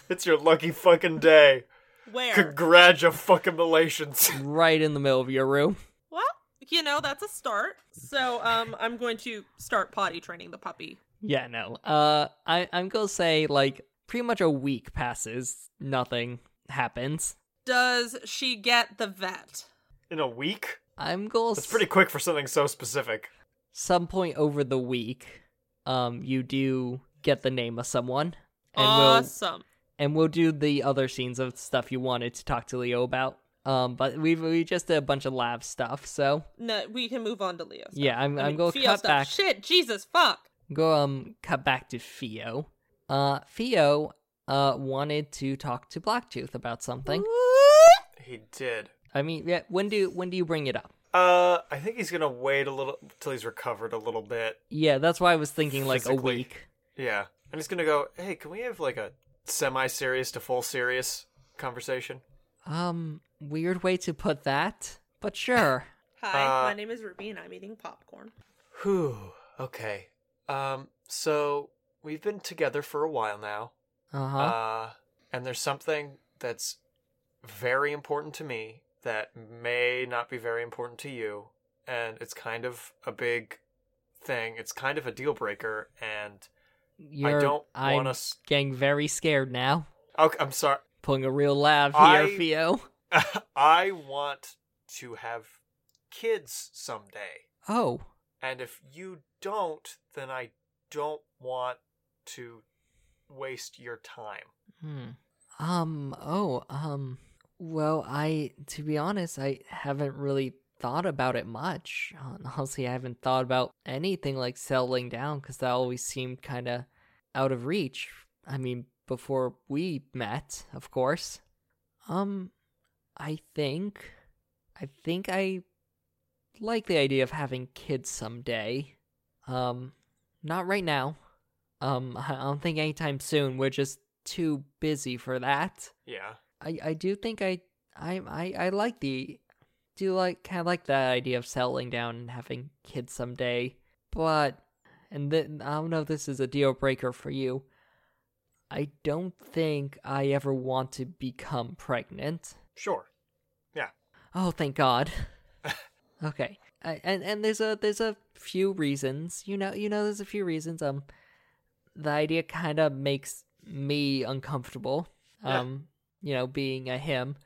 [SPEAKER 4] It's your lucky fucking day.
[SPEAKER 3] where
[SPEAKER 4] Congratulations.
[SPEAKER 1] Right in the middle of your room.
[SPEAKER 3] well you know that's a start so um i'm going to start potty training the puppy
[SPEAKER 1] Yeah, no. Uh I, I'm gonna say like pretty much a week passes, nothing happens.
[SPEAKER 3] does she get the vet
[SPEAKER 4] In a week?
[SPEAKER 1] I'm gonna
[SPEAKER 4] That's pretty quick for something so specific.
[SPEAKER 1] some point over the week, um, you do get the name of someone. And we'll
[SPEAKER 3] awesome
[SPEAKER 1] and we'll do the other scenes of stuff you wanted to talk to Leo about. Um, but we we just did a bunch of lab stuff, so
[SPEAKER 3] No, we can move on to Leo. Stuff.
[SPEAKER 1] yeah, I'm
[SPEAKER 3] I
[SPEAKER 1] I am i
[SPEAKER 3] mean,
[SPEAKER 1] am going to
[SPEAKER 3] Theo
[SPEAKER 1] cut
[SPEAKER 3] stuff.
[SPEAKER 1] back,
[SPEAKER 3] Shit, Jesus, fuck.
[SPEAKER 1] go um cut back to Theo. Uh, Theo uh wanted to talk to Blacktooth about something.
[SPEAKER 4] He did.
[SPEAKER 1] I mean, yeah, when do when do you bring it up?
[SPEAKER 4] Uh, I think he's gonna wait a little till he's recovered a little bit.
[SPEAKER 1] Yeah, that's why I was thinking like a
[SPEAKER 4] Physically.
[SPEAKER 1] week.
[SPEAKER 4] Yeah. I'm just gonna go, hey, can we have like a semi serious to full serious conversation?
[SPEAKER 1] Um, weird way to put that, but sure.
[SPEAKER 3] Hi,
[SPEAKER 4] Uh,
[SPEAKER 3] my name is Ruby, and I'm eating popcorn.
[SPEAKER 4] Whew. Okay. Um, so we've been together for a while now.
[SPEAKER 1] Uh-huh.
[SPEAKER 4] Uh, and there's something that's very important to me that may not be very important to you. And it's kind of a big thing. It's kind of a deal breaker. And
[SPEAKER 1] You're,
[SPEAKER 4] I don't
[SPEAKER 1] I'm
[SPEAKER 4] want us.
[SPEAKER 1] getting very scared now.
[SPEAKER 4] Okay, I'm sorry.
[SPEAKER 1] Pulling a real lav here,
[SPEAKER 4] I-
[SPEAKER 1] Theo.
[SPEAKER 4] I want to have kids someday.
[SPEAKER 1] Oh,
[SPEAKER 4] And if you don't, then I don't want to waste your time.
[SPEAKER 1] hmm. Um, oh, um, well, I, to be honest, I haven't really thought about it much. Hon- Honestly, I haven't thought about anything like settling down because that always seemed kind of out of reach. I mean, before we met, of course. Um, I think, I think I like the idea of having kids someday. Um, not right now. Um, I I don't think anytime soon. We're just too busy for that.
[SPEAKER 4] Yeah.
[SPEAKER 1] I I do think I I I, I like the do like kind of like that idea of settling down and having kids someday. But and then I don't know if this is a deal breaker for you. I don't think I ever want to become pregnant.
[SPEAKER 4] Sure.
[SPEAKER 1] Oh, thank God. okay, I, and and there's a there's a few reasons. You know, you know, there's a few reasons. Um, the idea kind of makes me uncomfortable.
[SPEAKER 4] Yeah.
[SPEAKER 1] Um, you know, being a him.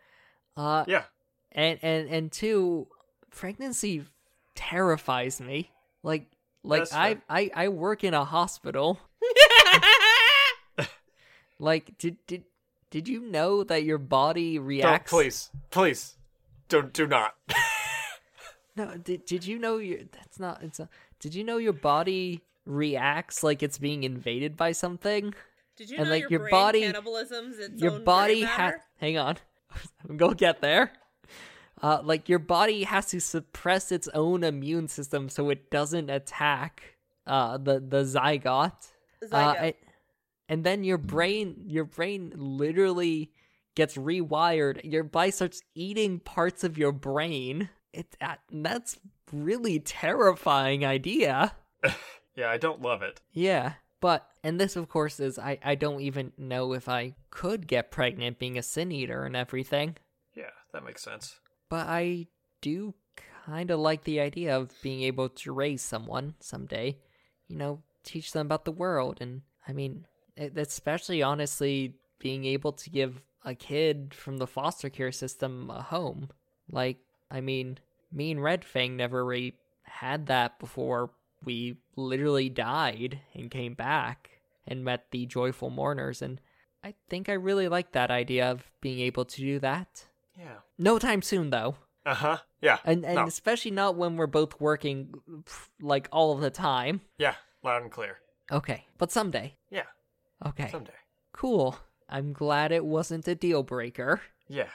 [SPEAKER 1] Uh,
[SPEAKER 4] Yeah.
[SPEAKER 1] and and and two, pregnancy terrifies me. Like like
[SPEAKER 4] That's
[SPEAKER 1] I
[SPEAKER 4] fair.
[SPEAKER 1] I I work in a hospital. Like did did did you know that your body reacts?
[SPEAKER 4] Don't please. Please. Don't do not.
[SPEAKER 1] No, did did you know your that's not it's a, did you know your body reacts like it's being invaded by something?
[SPEAKER 3] Did you
[SPEAKER 1] And,
[SPEAKER 3] know
[SPEAKER 1] like,
[SPEAKER 3] your,
[SPEAKER 1] your
[SPEAKER 3] brain
[SPEAKER 1] body-
[SPEAKER 3] cannibalism's its
[SPEAKER 1] your
[SPEAKER 3] own
[SPEAKER 1] body
[SPEAKER 3] brain
[SPEAKER 1] has
[SPEAKER 3] matter?
[SPEAKER 1] hang on. I'm gonna get there. Uh like your body has to suppress its own immune system so it doesn't attack uh the the zygote. Uh,
[SPEAKER 3] Zygote.
[SPEAKER 1] and, and then your brain your brain literally gets rewired. Your body starts eating parts of your brain it that, that's really terrifying idea.
[SPEAKER 4] Yeah, I don't love it.
[SPEAKER 1] Yeah. But and this of course is I I don't even know if I could get pregnant being a sin eater and everything,
[SPEAKER 4] Yeah, that makes sense.
[SPEAKER 1] but I do kind of like the idea of being able to raise someone someday, you know, teach them about the world and I mean, e- especially honestly being able to give a kid from the foster care system a home. Like, I mean, me and Red Fang never really had that before we literally died and came back and met the joyful mourners. And I think I really like that idea of being able to do that.
[SPEAKER 4] Yeah.
[SPEAKER 1] No time soon, though.
[SPEAKER 4] Uh huh. Yeah.
[SPEAKER 1] And, and
[SPEAKER 4] No.
[SPEAKER 1] especially not when we're both working pff, like all of the time.
[SPEAKER 4] Yeah. Loud and clear.
[SPEAKER 1] Okay. But someday.
[SPEAKER 4] Yeah.
[SPEAKER 1] Okay.
[SPEAKER 4] Someday.
[SPEAKER 1] Cool. I'm glad it wasn't a deal breaker.
[SPEAKER 4] Yeah.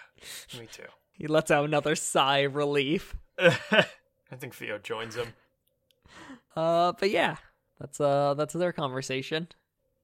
[SPEAKER 4] Me too.
[SPEAKER 1] He lets out another sigh of relief.
[SPEAKER 4] I think Theo joins him.
[SPEAKER 1] Uh, but yeah, that's uh, that's their conversation.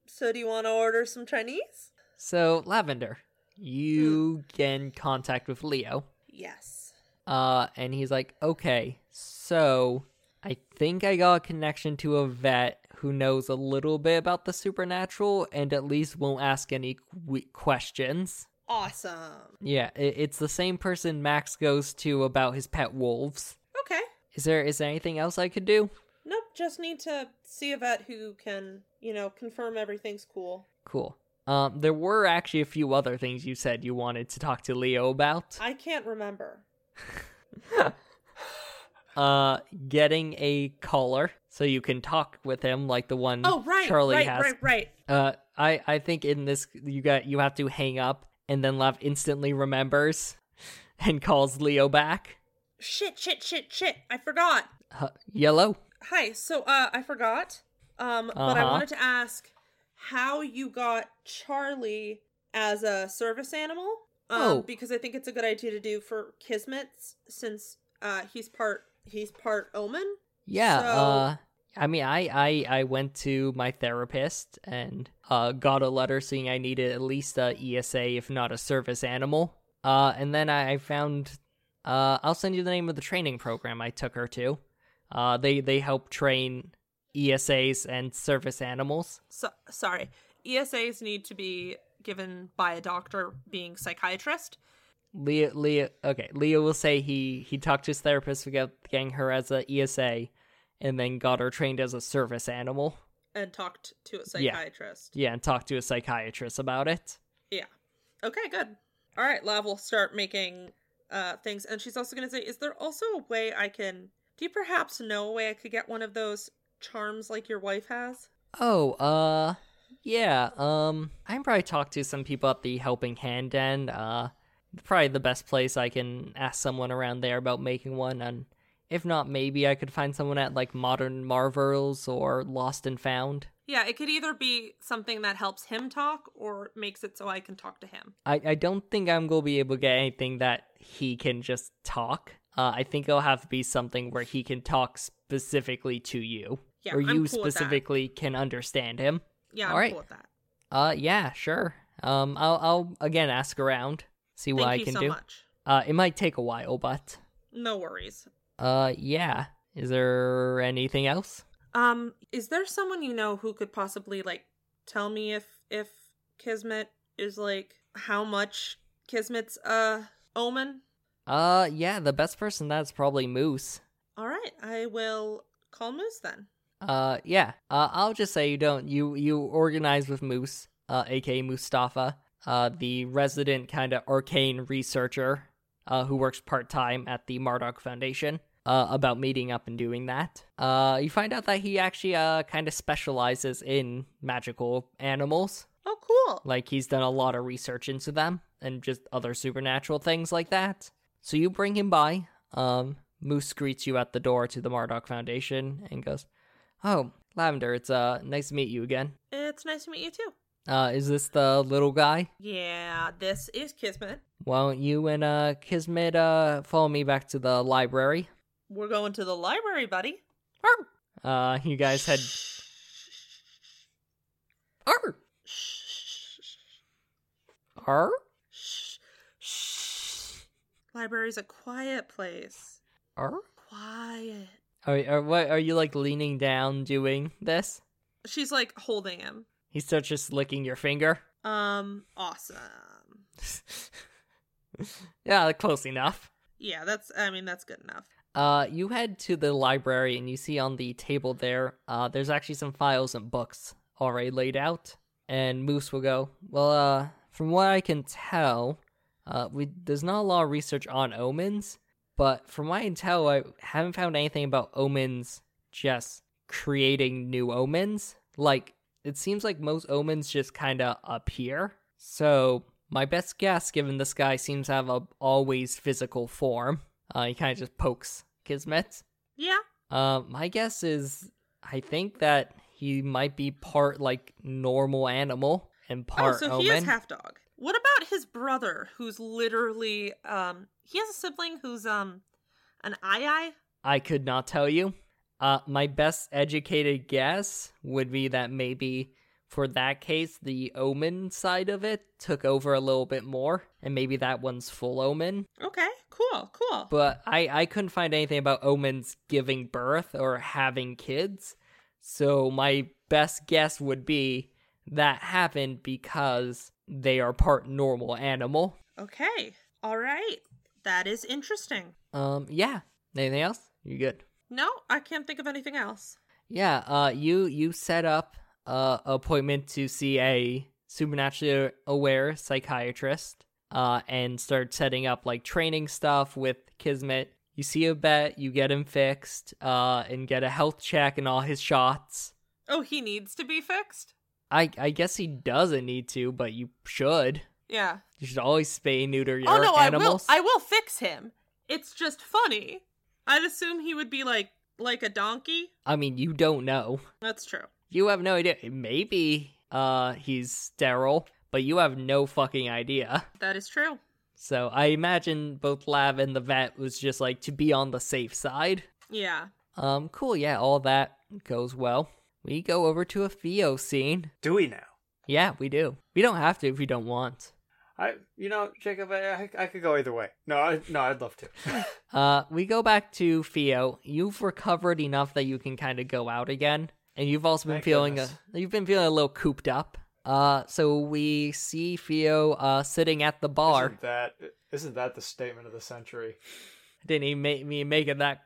[SPEAKER 3] So, do you want to order some Chinese?
[SPEAKER 1] So Lavender, you
[SPEAKER 4] Hmm.
[SPEAKER 1] get in contact with Leo,
[SPEAKER 3] Yes.
[SPEAKER 1] uh, and he's like, okay, so I think I got a connection to a vet who knows a little bit about the supernatural and at least won't ask any qu- questions.
[SPEAKER 3] Awesome.
[SPEAKER 1] Yeah, i it's the same person Max goes to about his pet wolves.
[SPEAKER 3] Okay.
[SPEAKER 1] Is there is there anything else I could do?
[SPEAKER 3] Nope, just need to see a vet who can, you know, confirm everything's cool.
[SPEAKER 1] Cool. Um, there were actually a few other things you said you wanted to talk to Leo about.
[SPEAKER 3] I can't remember.
[SPEAKER 1] Uh, getting a collar so you can talk with him, like the one
[SPEAKER 3] Oh, right.
[SPEAKER 1] Charlie
[SPEAKER 3] right,
[SPEAKER 1] has.
[SPEAKER 3] right, right.
[SPEAKER 1] Uh, I I think in this you got you have to hang up, and then Lav instantly remembers and calls Leo back.
[SPEAKER 3] Shit, shit, shit, shit. I forgot.
[SPEAKER 1] Uh, yellow.
[SPEAKER 3] Hi. So, uh, I forgot. Um, but I
[SPEAKER 1] Uh-huh.
[SPEAKER 3] wanted to ask how you got Charlie as a service animal. Um,
[SPEAKER 1] Oh.
[SPEAKER 3] because I think it's a good idea to do for Kismet's since uh he's part he's part omen.
[SPEAKER 1] Yeah.
[SPEAKER 3] So-
[SPEAKER 1] Uh, I mean, I, I I went to my therapist and uh, got a letter saying I needed at least a ESA, if not a service animal. Uh, and then I, I found. Uh, I'll send you the name of the training program I took her to. Uh, they they help train ESAs and service animals.
[SPEAKER 3] So, sorry. ESAs need to be given by a doctor being psychiatrist.
[SPEAKER 1] Leo, Leo, okay. Leo will say he he talked to his therapist about getting her as a ESA, and then got her trained as a service animal.
[SPEAKER 3] and talked to a
[SPEAKER 1] Yeah.
[SPEAKER 3] psychiatrist.
[SPEAKER 1] Yeah, and talked to a psychiatrist about it.
[SPEAKER 3] Yeah. Okay, good. All right, Lav will start making uh things and she's also going to say is there also a way I can do you perhaps know a way I could get one of those charms like your wife has?
[SPEAKER 1] Oh, uh, yeah. Um, I can probably talk to some people at the Helping Hand end. Uh, probably the best place I can ask someone around there about making one. And if not, maybe I could find someone at like Modern Marvels or Lost and Found.
[SPEAKER 3] Yeah, it could either be something that helps him talk or makes it so I can talk to him.
[SPEAKER 1] I, I don't think I'm gonna be able to get anything that he can just talk. Uh, I think it'll have to be something where he can talk specifically to you,
[SPEAKER 3] Yeah,
[SPEAKER 1] or
[SPEAKER 3] I'm
[SPEAKER 1] you
[SPEAKER 3] cool with that.
[SPEAKER 1] specifically can understand him.
[SPEAKER 3] Yeah, I'm
[SPEAKER 1] All right.
[SPEAKER 3] cool with that.
[SPEAKER 1] Uh, yeah, sure. Um, I'll, I'll again ask around, see what
[SPEAKER 3] Thank
[SPEAKER 1] I
[SPEAKER 3] you
[SPEAKER 1] can
[SPEAKER 3] so
[SPEAKER 1] do.
[SPEAKER 3] much.
[SPEAKER 1] Uh, it might take a while, but
[SPEAKER 3] No worries.
[SPEAKER 1] uh, yeah. Is there anything else?
[SPEAKER 3] Um, is there someone you know who could possibly like tell me if if Kismet is like how much Kismet's uh omen?
[SPEAKER 1] Uh, yeah. The best person that's probably Moose.
[SPEAKER 3] All right, I will call Moose then.
[SPEAKER 1] Uh, yeah. Uh, I'll just say you don't. You you organize with Moose, uh, aka Mustafa, uh, the resident kind of arcane researcher, uh, who works part time at the Marduk Foundation. Uh, about meeting up and doing that. Uh, you find out that he actually uh kind of specializes in magical animals.
[SPEAKER 3] Oh, cool.
[SPEAKER 1] Like he's done a lot of research into them and just other supernatural things like that. So you bring him by. Um, Moose greets you at the door to the Marduk Foundation and goes, "Oh, Lavender, it's uh nice to meet you again.
[SPEAKER 3] It's nice to meet you too.
[SPEAKER 1] Uh, is this the little guy?
[SPEAKER 3] Yeah, this is Kismet.
[SPEAKER 1] Why don't you and uh Kismet uh follow me back to the library?
[SPEAKER 3] We're going to the library, buddy.
[SPEAKER 1] Uh, you guys head. Arr! Arr!
[SPEAKER 3] Library's a quiet place.
[SPEAKER 1] Are
[SPEAKER 3] Quiet.
[SPEAKER 1] are, are what are you like leaning down doing this?
[SPEAKER 3] She's like holding him.
[SPEAKER 1] He starts just licking your finger.
[SPEAKER 3] Um, awesome.
[SPEAKER 1] yeah, close enough.
[SPEAKER 3] Yeah, that's. I mean, that's good enough.
[SPEAKER 1] Uh, you head to the library and you see on the table there, uh, there's actually some files and books already laid out. And Moose will go, Well, uh, from what I can tell, uh, we, there's not a lot of research on omens, but from what I can tell, I haven't found anything about omens just creating new omens. Like, it seems like most omens just kind of appear. So, my best guess, given this guy seems to have a always physical form, uh, he kind of just pokes Kismet.
[SPEAKER 3] Yeah.
[SPEAKER 1] Uh, my guess is I think that he might be part like normal animal and part
[SPEAKER 3] oh, so
[SPEAKER 1] omen.
[SPEAKER 3] he is half dog. What about his brother, who's literally um he has a sibling who's um an eye
[SPEAKER 1] I could not tell you. Uh, my best educated guess would be that maybe for that case, the omen side of it took over a little bit more, and maybe that one's full omen.
[SPEAKER 3] Okay, cool, cool.
[SPEAKER 1] but I, I couldn't find anything about omens giving birth or having kids. So my best guess would be that happened because they are part normal animal.
[SPEAKER 3] okay, all right. That is interesting.
[SPEAKER 1] Um, yeah. Anything else? You good?
[SPEAKER 3] No, I can't think of anything else.
[SPEAKER 1] Yeah. Uh, you you set up uh appointment to see a supernaturally aware psychiatrist. Uh, and start setting up like training stuff with Kismet. You see a bet, you get him fixed, uh, and get a health check and all his shots.
[SPEAKER 3] Oh, he needs to be fixed.
[SPEAKER 1] I I guess he doesn't need to, but you should.
[SPEAKER 3] Yeah.
[SPEAKER 1] You should always spay neuter your
[SPEAKER 3] oh no,
[SPEAKER 1] animals.
[SPEAKER 3] I will. I will fix him. It's just funny. I'd assume he would be like like a donkey.
[SPEAKER 1] I mean, you don't know.
[SPEAKER 3] That's true.
[SPEAKER 1] You have no idea. Maybe uh he's sterile, but you have no fucking idea.
[SPEAKER 3] That is true.
[SPEAKER 1] So I imagine both Lav and the vet was just like to be on the safe side.
[SPEAKER 3] Yeah.
[SPEAKER 1] Um, cool, yeah, all that goes well. We go over to a Theo scene.
[SPEAKER 2] Do we now?
[SPEAKER 1] Yeah, we do. We don't have to if we don't want.
[SPEAKER 4] I, you know, Jacob, I, I, I could go either way. No, I, no, I'd love to.
[SPEAKER 1] Uh, we go back to Theo. You've recovered enough that you can kind of go out again, and you've also been
[SPEAKER 4] Thank
[SPEAKER 1] feeling
[SPEAKER 4] goodness.
[SPEAKER 1] a you've been feeling a little cooped up. Uh, so we see Theo uh sitting at the bar.
[SPEAKER 4] Isn't that isn't that the statement of the century?
[SPEAKER 1] Didn't he make me make it that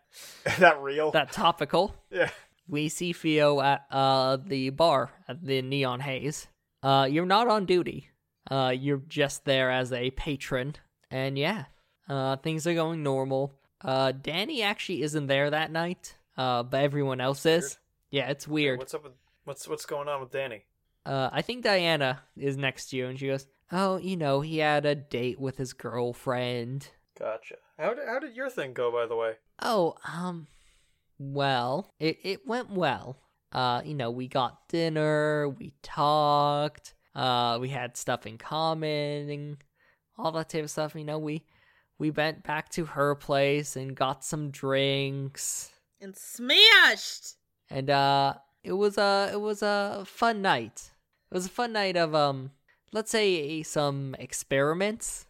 [SPEAKER 4] that real?
[SPEAKER 1] that topical?
[SPEAKER 4] yeah.
[SPEAKER 1] We see Theo at uh the bar at the Neon Haze. Uh, you're not on duty. Uh, you're just there as a patron, and yeah, uh, things are going normal. Uh, Danny actually isn't there that night. Uh, but everyone else is. Yeah, it's weird.
[SPEAKER 4] What's up with what's what's going on with Danny?
[SPEAKER 1] Uh, I think Diana is next to you, and she goes, "Oh, you know, he had a date with his girlfriend."
[SPEAKER 4] Gotcha. How did how did your thing go, by the way?
[SPEAKER 1] Oh, um, well, it, it went well. Uh, you know, we got dinner, we talked, uh, we had stuff in common, and all that type of stuff. You know, we we went back to her place and got some drinks,
[SPEAKER 3] And smashed.
[SPEAKER 1] and uh, it was a it was a fun night. It was a fun night of um, let's say some experiments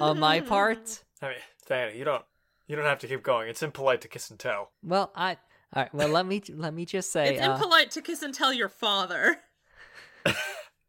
[SPEAKER 1] on my part.
[SPEAKER 4] I mean, Danny, you don't you don't have to keep going. It's impolite to kiss and tell.
[SPEAKER 1] Well, I all right. Well, let me let me just say
[SPEAKER 3] it's
[SPEAKER 1] uh,
[SPEAKER 3] impolite to kiss and tell your father.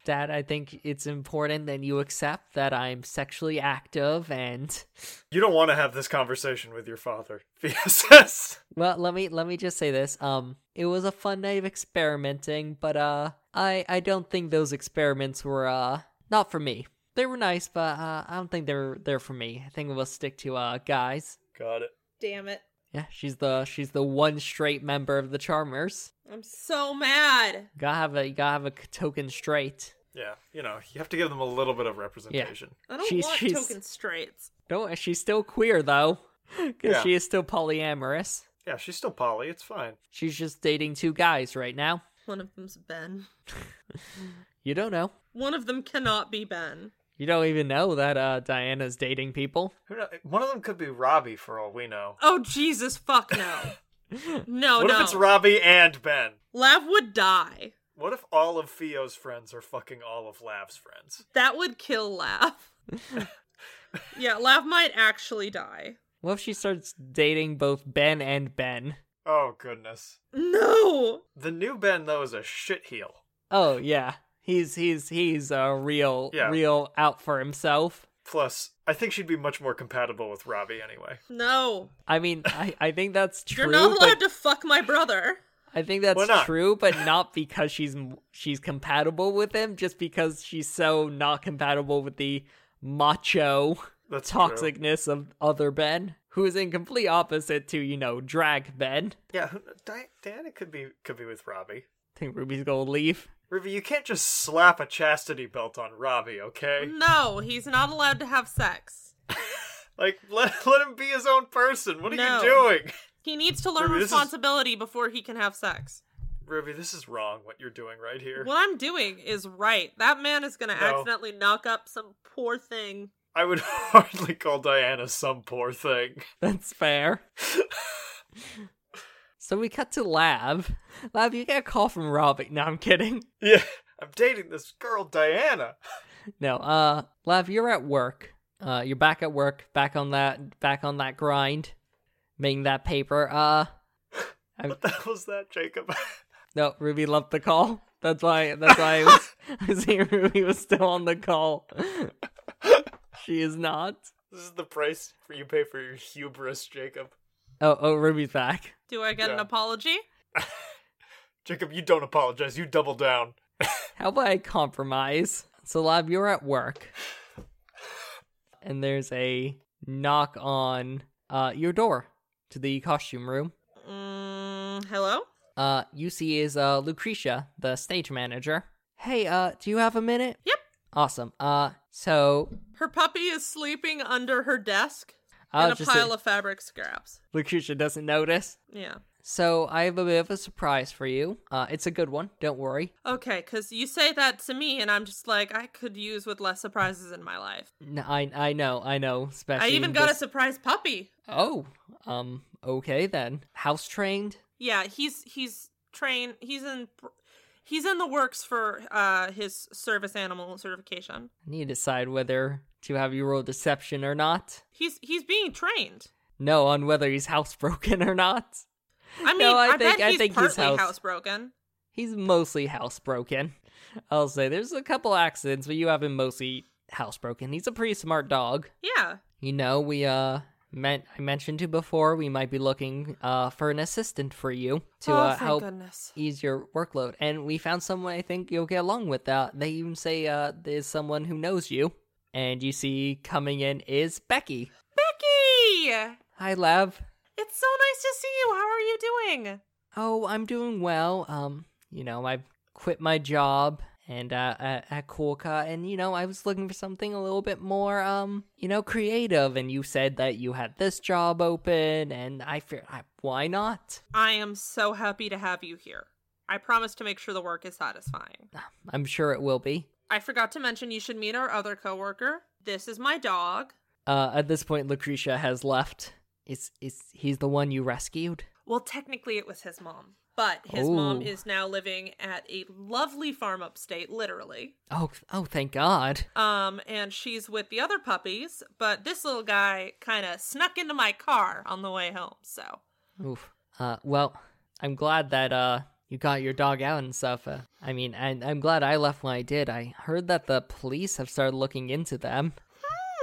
[SPEAKER 1] Dad, I think it's important that you accept that I'm sexually active and
[SPEAKER 4] You don't want to have this conversation with your father. VSS.
[SPEAKER 1] well, let me let me just say this. Um it was a fun night of experimenting, but uh I I don't think those experiments were uh not for me. They were nice, but uh, I don't think they're they're for me. I think we'll stick to uh guys.
[SPEAKER 4] Got it.
[SPEAKER 3] Damn it.
[SPEAKER 1] Yeah, she's the she's the one straight member of the Charmers.
[SPEAKER 3] I'm so mad.
[SPEAKER 1] Gotta have a you gotta have a token straight.
[SPEAKER 4] Yeah, you know, you have to give them a little bit of representation.
[SPEAKER 3] I don't
[SPEAKER 1] She's-
[SPEAKER 3] want
[SPEAKER 1] she's-
[SPEAKER 3] token straights.
[SPEAKER 1] Don't she's still queer though, because
[SPEAKER 4] Yeah.
[SPEAKER 1] she is still polyamorous.
[SPEAKER 4] Yeah, she's still Polly. It's fine.
[SPEAKER 1] She's just dating two guys right now.
[SPEAKER 3] One of them's Ben.
[SPEAKER 1] You don't know.
[SPEAKER 3] One of them cannot be Ben.
[SPEAKER 1] You don't even know that uh, Diana's dating people.
[SPEAKER 4] Who know, one of them could be Robbie for all we know.
[SPEAKER 3] Oh Jesus fuck no. No,
[SPEAKER 4] what
[SPEAKER 3] Oh, no.
[SPEAKER 4] if it's Robbie and Ben?
[SPEAKER 3] Lav would die.
[SPEAKER 4] What if all of Theo's friends are fucking all of Lav's friends?
[SPEAKER 3] That would kill Lav. yeah, Lav might actually die.
[SPEAKER 1] What if she starts dating both Ben and Ben?
[SPEAKER 4] Oh goodness.
[SPEAKER 3] No.
[SPEAKER 4] The new Ben though is a shit heel.
[SPEAKER 1] Oh yeah, he's he's he's a real
[SPEAKER 4] Yeah.
[SPEAKER 1] real out for himself.
[SPEAKER 4] Plus, I think she'd be much more compatible with Robbie anyway.
[SPEAKER 3] No.
[SPEAKER 1] I mean, I, I think that's true.
[SPEAKER 3] You're not allowed
[SPEAKER 1] but
[SPEAKER 3] to fuck my brother.
[SPEAKER 1] I think
[SPEAKER 4] Why
[SPEAKER 1] that's
[SPEAKER 4] not?
[SPEAKER 1] true, but not because she's she's compatible with him, just because she's so not compatible with the macho
[SPEAKER 4] That's true.
[SPEAKER 1] toxicness of other Ben, who is in complete opposite to you know drag Ben.
[SPEAKER 4] Yeah, who, Di- Diana could be could be with Robbie.
[SPEAKER 1] I think Ruby's gonna leave.
[SPEAKER 4] Ruby, you can't just slap a chastity belt on Robbie, okay?
[SPEAKER 3] No, he's not allowed to have sex.
[SPEAKER 4] Like let let him be his own person. What are
[SPEAKER 3] No.
[SPEAKER 4] you doing?
[SPEAKER 3] He needs to learn
[SPEAKER 4] Ruby, this is-
[SPEAKER 3] responsibility before he can have sex.
[SPEAKER 4] Ruby, this is wrong what you're doing right here.
[SPEAKER 3] What I'm doing is right. That man is going to
[SPEAKER 4] No.
[SPEAKER 3] accidentally knock up some poor thing.
[SPEAKER 4] I would hardly call Diana some poor thing.
[SPEAKER 1] That's fair. so we cut to Lab. Lab, you get a call from Robbie. No, I'm kidding.
[SPEAKER 4] Yeah, I'm dating this girl Diana.
[SPEAKER 1] No, uh, Lav, you're at work. Uh, you're back at work, back on that, back on that grind, making that paper. Uh,
[SPEAKER 4] What the hell was that, Jacob?
[SPEAKER 1] no, Ruby left the call. That's why. That's why I was, I was seeing Ruby was still on the call. she is not.
[SPEAKER 4] this is the price for you pay for your hubris, Jacob.
[SPEAKER 1] Oh, oh, Ruby's back.
[SPEAKER 3] Do I get an
[SPEAKER 4] Yeah.
[SPEAKER 3] apology?
[SPEAKER 4] Jacob, you don't apologize. You double down.
[SPEAKER 1] How about I compromise? So, Lav, you're at work, and there's a knock on uh your door to the costume room.
[SPEAKER 3] Mm, hello?
[SPEAKER 1] Uh, UC is uh Lucretia, the stage manager. Hey, uh, do you have a minute?
[SPEAKER 3] Yep.
[SPEAKER 1] Awesome. Uh, so
[SPEAKER 3] Her puppy is sleeping under her desk
[SPEAKER 1] uh,
[SPEAKER 3] in a
[SPEAKER 1] just
[SPEAKER 3] pile of fabric scraps.
[SPEAKER 1] Lucretia doesn't notice.
[SPEAKER 3] Yeah.
[SPEAKER 1] So I have a bit of a surprise for you. Uh, it's a good one. Don't worry.
[SPEAKER 3] Okay, because you say that to me, and I'm just like, I could use with less surprises in my life.
[SPEAKER 1] N- I I know. I know. Especially.
[SPEAKER 3] I even
[SPEAKER 1] in
[SPEAKER 3] got a
[SPEAKER 1] this-
[SPEAKER 3] surprise puppy.
[SPEAKER 1] Oh. Um. Okay then. House trained.
[SPEAKER 3] Yeah, he's he's trained. He's in he's in the works for uh his service animal certification.
[SPEAKER 1] I need to decide whether to have you roll deception or not.
[SPEAKER 3] He's he's being trained.
[SPEAKER 1] No, on whether he's housebroken or not.
[SPEAKER 3] I mean,
[SPEAKER 1] No, I
[SPEAKER 3] I,
[SPEAKER 1] think-
[SPEAKER 3] bet
[SPEAKER 1] I
[SPEAKER 3] he's
[SPEAKER 1] think he's
[SPEAKER 3] partly
[SPEAKER 1] house-
[SPEAKER 3] housebroken.
[SPEAKER 1] He's mostly housebroken. I'll say there's a couple accidents, but you have him mostly housebroken. He's a pretty smart dog.
[SPEAKER 3] Yeah,
[SPEAKER 1] You know, we uh meant I mentioned to before we might be looking uh for an assistant for you to
[SPEAKER 3] oh,
[SPEAKER 1] uh,
[SPEAKER 3] thank
[SPEAKER 1] help
[SPEAKER 3] goodness.
[SPEAKER 1] ease your workload. And we found someone I think you'll get along with. Uh, they even say uh there's someone who knows you. And you see coming in is Becky.
[SPEAKER 3] Becky,
[SPEAKER 1] Hi, Lev.
[SPEAKER 3] it's so nice to see you. How are you doing?
[SPEAKER 1] Oh, I'm doing well. Um, you know, I've quit my job and uh, at, at Corca, and you know, I was looking for something a little bit more, um, you know, creative. And you said that you had this job open, and I fear, I, why not?
[SPEAKER 3] I am so happy to have you here. I promise to make sure the work is satisfying.
[SPEAKER 1] I'm sure it will be.
[SPEAKER 3] I forgot to mention you should meet our other coworker. This is my dog.
[SPEAKER 1] Uh, at this point, Lucretia has left. Is is he's the one you rescued?
[SPEAKER 3] Well, technically it was his mom, but his mom
[SPEAKER 1] Ooh.
[SPEAKER 3] is now living at a lovely farm upstate, literally.
[SPEAKER 1] Oh, oh, thank God.
[SPEAKER 3] Um, and she's with the other puppies, but this little guy kind of snuck into my car on the way home. So,
[SPEAKER 1] Oof. Uh, well, I'm glad that uh you got your dog out and stuff. Uh, I mean, I, I'm glad I left when I did. I heard that the police have started looking into them.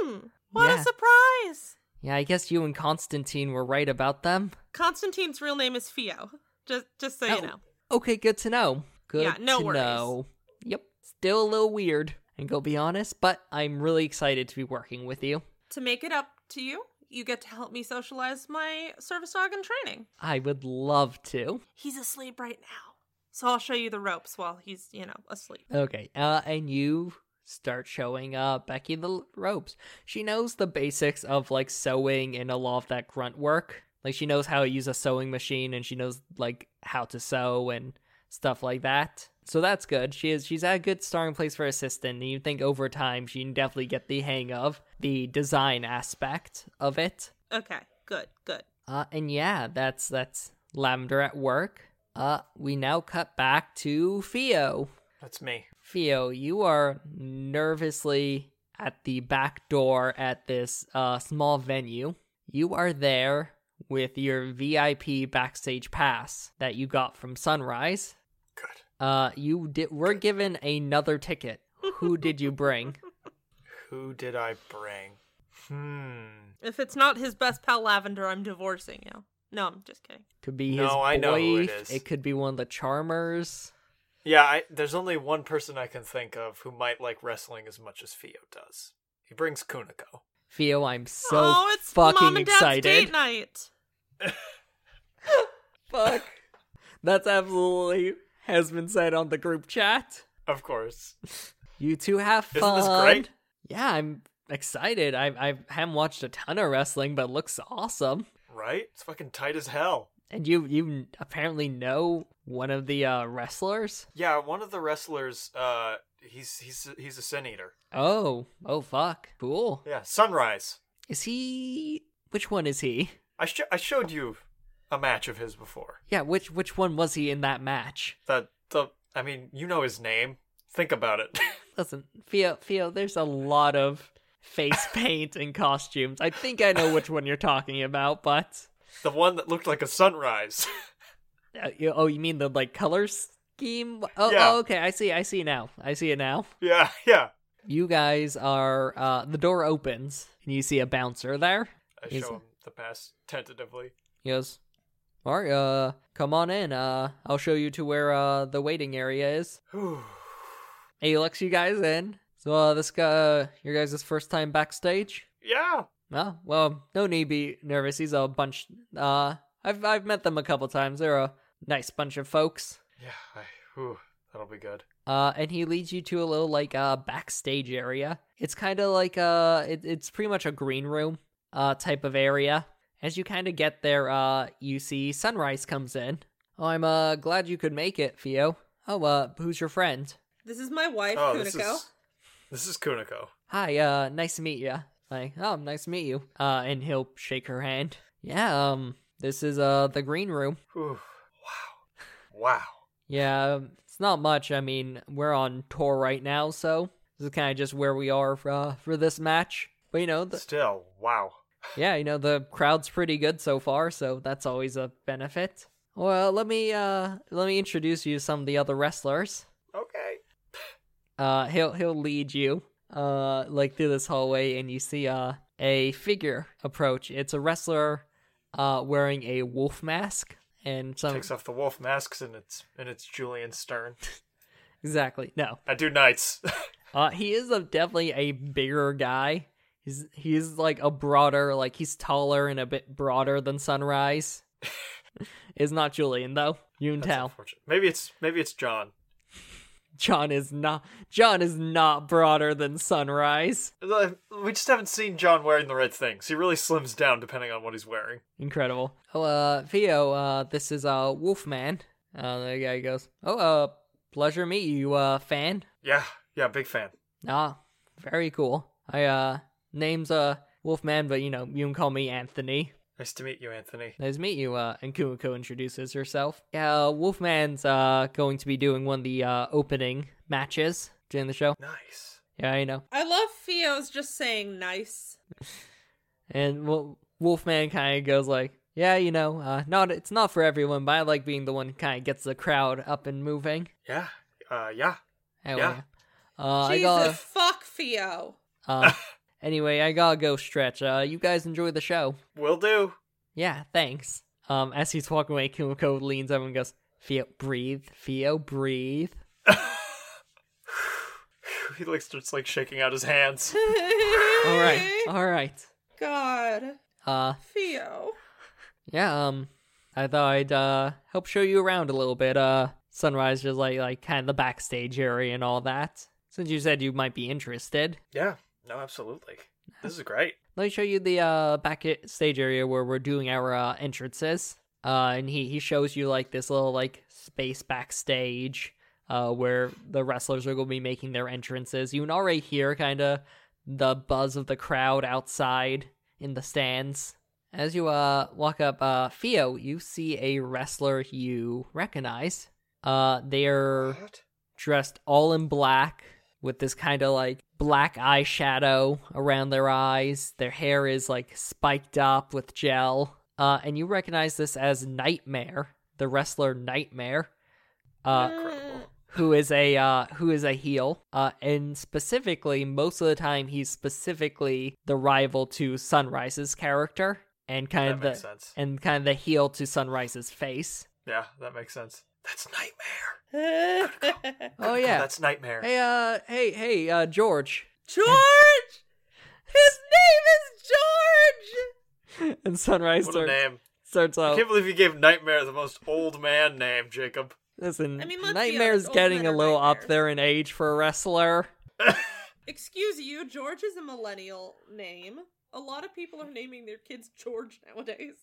[SPEAKER 3] hmm, what
[SPEAKER 1] Yeah.
[SPEAKER 3] a surprise!
[SPEAKER 1] Yeah, I guess you and Constantine were right about them.
[SPEAKER 3] Constantine's real name is Fio. Just, just so
[SPEAKER 1] Oh,
[SPEAKER 3] you know.
[SPEAKER 1] Okay, good to know. Good
[SPEAKER 3] Yeah, no
[SPEAKER 1] to
[SPEAKER 3] worries.
[SPEAKER 1] know. Yep, still a little weird, and go be honest, but I'm really excited to be working with you.
[SPEAKER 3] To make it up to you, you get to help me socialize my service dog in training.
[SPEAKER 1] I would love to.
[SPEAKER 3] He's asleep right now, so I'll show you the ropes while he's, you know, asleep.
[SPEAKER 1] Okay, uh, and you start showing uh Becky the l- ropes. She knows the basics of like sewing and a lot of that grunt work. Like she knows how to use a sewing machine and she knows like how to sew and stuff like that. So that's good. She is she's at a good starting place for assistant, and you think over time she can definitely get the hang of the design aspect of it.
[SPEAKER 3] Okay, good, good.
[SPEAKER 1] Uh, and yeah, that's that's Lavender at work. Uh, we now cut back to Theo.
[SPEAKER 4] That's me.
[SPEAKER 1] Theo, you are nervously at the back door at this uh, small venue. you are there with your VIP backstage pass that you got from Sunrise.
[SPEAKER 4] Good.
[SPEAKER 1] Uh, you di- were given another ticket. Who did you bring?
[SPEAKER 4] Who did I bring? Hmm.
[SPEAKER 3] If it's not his best pal Lavender, I'm divorcing you. No, I'm just kidding.
[SPEAKER 1] Could be his
[SPEAKER 4] No, I know who it
[SPEAKER 1] boy.
[SPEAKER 4] is.
[SPEAKER 1] It could be one of the charmers.
[SPEAKER 4] Yeah, I, there's only one person I can think of who might like wrestling as much as Fio does. He brings Kuniko.
[SPEAKER 1] Theo, I'm so
[SPEAKER 3] oh, it's
[SPEAKER 1] fucking
[SPEAKER 3] mom and dad's
[SPEAKER 1] excited.
[SPEAKER 3] date night.
[SPEAKER 1] Fuck. That's absolutely has been said on the group chat.
[SPEAKER 4] Of course.
[SPEAKER 1] You two have
[SPEAKER 4] Isn't
[SPEAKER 1] fun.
[SPEAKER 4] this great?
[SPEAKER 1] Yeah, I'm excited. I I haven't watched a ton of wrestling, but it looks awesome.
[SPEAKER 4] Right? It's fucking tight as hell.
[SPEAKER 1] And you you apparently know one of the uh, wrestlers.
[SPEAKER 4] Yeah, one of the wrestlers, uh, he's he's he's a sin eater.
[SPEAKER 1] Oh, oh fuck, cool.
[SPEAKER 4] Yeah, Sunrise.
[SPEAKER 1] Is he? Which one is he?
[SPEAKER 4] I sh- I showed you a match of his before.
[SPEAKER 1] Yeah, which which one was he in that match?
[SPEAKER 4] The the I mean, you know his name. Think about it.
[SPEAKER 1] Listen, Theo, Theo, there's a lot of face paint and costumes. I think I know which one you're talking about, but
[SPEAKER 4] the one that looked like a sunrise.
[SPEAKER 1] Uh, you- oh, you mean the like color scheme? Oh,
[SPEAKER 4] Yeah.
[SPEAKER 1] oh, okay, I see, I see now, I see it now.
[SPEAKER 4] yeah, yeah.
[SPEAKER 1] You guys are uh, the door opens and you see a bouncer there.
[SPEAKER 4] I
[SPEAKER 1] Is-
[SPEAKER 4] show him the pass tentatively.
[SPEAKER 1] He goes, "Mario, uh, come on in. Uh, I'll show you to where uh the waiting area is."
[SPEAKER 4] Whew.
[SPEAKER 1] And he lets you guys in. So uh, this guy, uh, your guys' first time backstage.
[SPEAKER 4] yeah.
[SPEAKER 1] Oh, well, no need be nervous. He's a bunch. Uh, I've I've met them a couple times. They're a nice bunch of folks.
[SPEAKER 4] Yeah, I, whew, that'll be good.
[SPEAKER 1] Uh, and he leads you to a little like uh backstage area. It's kind of like uh, it, it's pretty much a green room uh type of area. As you kind of get there, uh, you see sunrise comes in. Oh, I'm uh glad you could make it, Theo. Oh, uh, who's your friend?
[SPEAKER 3] This is my wife,
[SPEAKER 4] Oh,
[SPEAKER 3] Kuniko.
[SPEAKER 4] this is this is Kuniko.
[SPEAKER 1] Hi, uh, nice to meet you. Like, oh, nice to meet you. Uh, and he'll shake her hand. Yeah, um, this is uh the green room.
[SPEAKER 4] Whew. Wow. Wow.
[SPEAKER 1] Yeah, um, it's not much. I mean, we're on tour right now, so this is kind of just where we are for, uh, for this match. But you know, the,
[SPEAKER 4] Still, wow.
[SPEAKER 1] yeah, you know, the crowd's pretty good so far, so that's always a benefit. Well, let me uh let me introduce you to some of the other wrestlers.
[SPEAKER 4] Okay.
[SPEAKER 1] Uh he'll he'll lead you uh like through this hallway and you see uh a figure approach. It's a wrestler uh wearing a wolf mask and some
[SPEAKER 4] Takes off the wolf masks and it's and it's Julian Stern.
[SPEAKER 1] exactly. No.
[SPEAKER 4] I do knights.
[SPEAKER 1] Uh, he is a, definitely a bigger guy. He's he's like a broader, like he's taller and a bit broader than Sunrise. is not Julian though. You can
[SPEAKER 4] That's
[SPEAKER 1] tell.
[SPEAKER 4] unfortunate. Maybe it's maybe it's John.
[SPEAKER 1] John is not John is not broader than Sunrise.
[SPEAKER 4] Uh, We just haven't seen John wearing the red things. He really slims down depending on what he's wearing.
[SPEAKER 1] Incredible. Oh, uh, Theo, uh, this is uh Wolfman. Uh, the guy goes, oh, uh, pleasure to meet you, uh, fan.
[SPEAKER 4] Yeah, yeah, big fan.
[SPEAKER 1] Ah, very cool. I uh, name's uh Wolfman, but you know you can call me Anthony.
[SPEAKER 4] Nice to meet you, Anthony.
[SPEAKER 1] Nice to meet you. Uh, and Kumiko introduces herself. Yeah, uh, Wolfman's uh, going to be doing one of the uh, opening matches during the show.
[SPEAKER 4] Nice.
[SPEAKER 1] Yeah, I know.
[SPEAKER 3] I love Fio's just saying nice.
[SPEAKER 1] And Wo- Wolfman kind of goes like, "Yeah, you know, uh, not it's not for everyone, but I like being the one who kind of gets the crowd up and moving."
[SPEAKER 4] Yeah, uh, yeah.
[SPEAKER 1] Anyway,
[SPEAKER 4] Yeah.
[SPEAKER 1] uh, I
[SPEAKER 3] Jesus,
[SPEAKER 1] got
[SPEAKER 3] fuck Fio.
[SPEAKER 1] uh, anyway, I gotta go stretch. Uh, you guys enjoy the show.
[SPEAKER 4] Will do.
[SPEAKER 1] Yeah, thanks. Um, as he's walking away, Kumiko leans over and goes, "Theo, breathe, Theo, breathe."
[SPEAKER 4] He like starts like shaking out his hands.
[SPEAKER 1] All right, Uh-huh. all right.
[SPEAKER 3] God,
[SPEAKER 1] Uh,
[SPEAKER 3] Fio.
[SPEAKER 1] Yeah, um, I thought I'd uh help show you around a little bit. Uh, Sunrise just like like kind of the backstage area and all that. Since you said you might be interested,
[SPEAKER 4] Yeah. No, absolutely. This is great.
[SPEAKER 1] let me show you the uh backstage area where we're doing our uh, entrances. Uh, and he he shows you like this little like space backstage, uh, where the wrestlers are gonna be making their entrances. You can already hear kind of the buzz of the crowd outside in the stands. As you uh walk up, uh, Theo, you see a wrestler you recognize. Uh, they're dressed all in black. with this kind of like black eye shadow around their eyes. Their hair is like spiked up with gel. Uh, and you recognize this as Nightmare, the wrestler Nightmare, uh,
[SPEAKER 4] Incredible.
[SPEAKER 1] who is a uh, who is a heel. Uh, and specifically, most of the time, he's specifically the rival to Sunrise's character, and kind of
[SPEAKER 4] That makes
[SPEAKER 1] the
[SPEAKER 4] sense.
[SPEAKER 1] and kind of the heel to Sunrise's face.
[SPEAKER 4] Yeah, that makes sense. That's nightmare.
[SPEAKER 1] Oh
[SPEAKER 4] God,
[SPEAKER 1] yeah.
[SPEAKER 4] that's nightmare.
[SPEAKER 1] Hey, uh, hey, hey, uh, George.
[SPEAKER 3] George! His name is George!
[SPEAKER 1] and Sunrise
[SPEAKER 4] what a
[SPEAKER 1] starts
[SPEAKER 4] name!
[SPEAKER 1] starts
[SPEAKER 4] I
[SPEAKER 1] out.
[SPEAKER 4] can't believe you gave nightmare the most old man name, Jacob.
[SPEAKER 1] Listen,
[SPEAKER 3] I mean, let's be
[SPEAKER 1] Nightmare's
[SPEAKER 3] honest, old
[SPEAKER 1] getting
[SPEAKER 3] men
[SPEAKER 1] a
[SPEAKER 3] are
[SPEAKER 1] little up
[SPEAKER 3] nightmares.
[SPEAKER 1] there in age for a wrestler.
[SPEAKER 3] Excuse you, George is a millennial name. A lot of people are naming their kids George nowadays.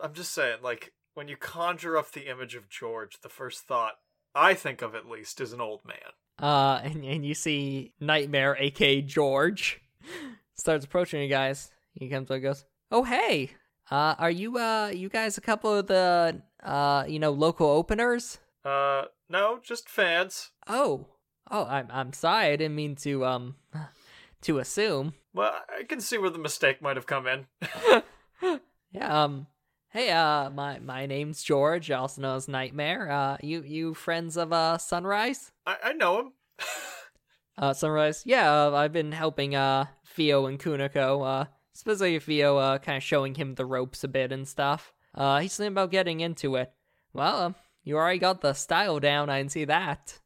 [SPEAKER 4] I'm just saying, like when you conjure up the image of George, the first thought I think of at least is an old man.
[SPEAKER 1] Uh, and and you see Nightmare, aka George, starts approaching you guys. He comes up and goes, "Oh hey, uh, are you uh you guys a couple of the uh you know local openers?
[SPEAKER 4] Uh, no, just fans.
[SPEAKER 1] Oh, oh, I'm I'm sorry, I didn't mean to um to assume.
[SPEAKER 4] Well, I can see where the mistake might have come in.
[SPEAKER 1] Yeah. Um. Hey. Uh. My my name's George, also known as Nightmare. Uh. You you friends of uh Sunrise?
[SPEAKER 4] I, I know him.
[SPEAKER 1] Uh. Sunrise. Yeah. Uh, I've been helping uh Theo and Kuniko. Uh. Specifically Theo. Uh. Kind of showing him the ropes a bit and stuff. Uh. He's thinking about getting into it. Well. Um, you already got the style down. I can see that.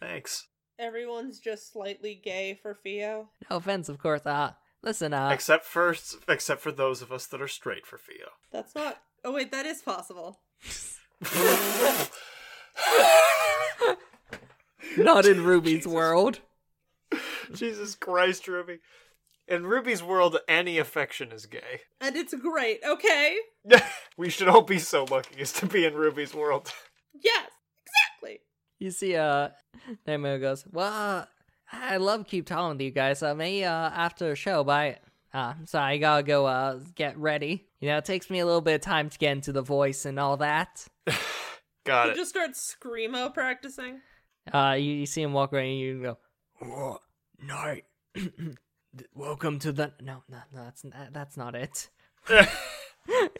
[SPEAKER 4] Thanks.
[SPEAKER 3] Everyone's just slightly gay for Theo.
[SPEAKER 1] No offense, of course. Uh. Listen. Uh.
[SPEAKER 4] except for except for those of us that are straight for Theo.
[SPEAKER 3] That's not. Oh, wait, that is possible.
[SPEAKER 1] Not in Ruby's world.
[SPEAKER 4] Jesus Christ, Ruby. In Ruby's world, any affection is gay.
[SPEAKER 3] And it's great, okay?
[SPEAKER 4] we should all be so lucky as to be in Ruby's world.
[SPEAKER 3] Yes, exactly!
[SPEAKER 1] You see, uh, Nightmare goes, Well, uh, I love keep talking to you guys. Uh, maybe, uh, after the show, but I, uh, I'm sorry, I gotta go, uh, get ready. You know, it takes me a little bit of time to get into the voice and all that.
[SPEAKER 4] Got
[SPEAKER 3] You
[SPEAKER 4] it.
[SPEAKER 3] just start screamo practicing.
[SPEAKER 1] Uh, you, you see him walk around and you go, What? No. Welcome to the. No, no, no, that's, not, that's not it.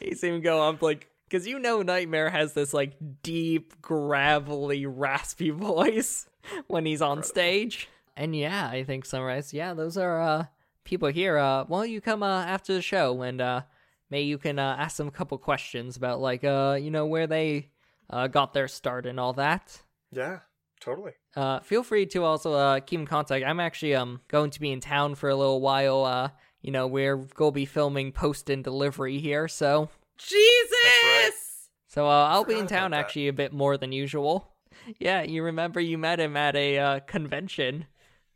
[SPEAKER 1] you see him go up, like, because you know Nightmare has this, like, deep, gravelly, raspy voice when he's on stage. And yeah, I think Sunrise, yeah, those are uh, people here. Uh, why don't you come uh, after the show and uh, maybe you can uh, ask them a couple questions about, like, uh, you know, where they uh, got their start and all that.
[SPEAKER 4] yeah, totally.
[SPEAKER 1] Uh, feel free to also uh, keep in contact. I'm actually um going to be in town for a little while. Uh, you know we're gonna be filming post and delivery here, so
[SPEAKER 3] Jesus!
[SPEAKER 4] right.
[SPEAKER 1] so uh, I'll be in
[SPEAKER 4] Forgot
[SPEAKER 1] town
[SPEAKER 4] about that.
[SPEAKER 1] actually a bit more than usual. Yeah, you remember you met him at a uh, convention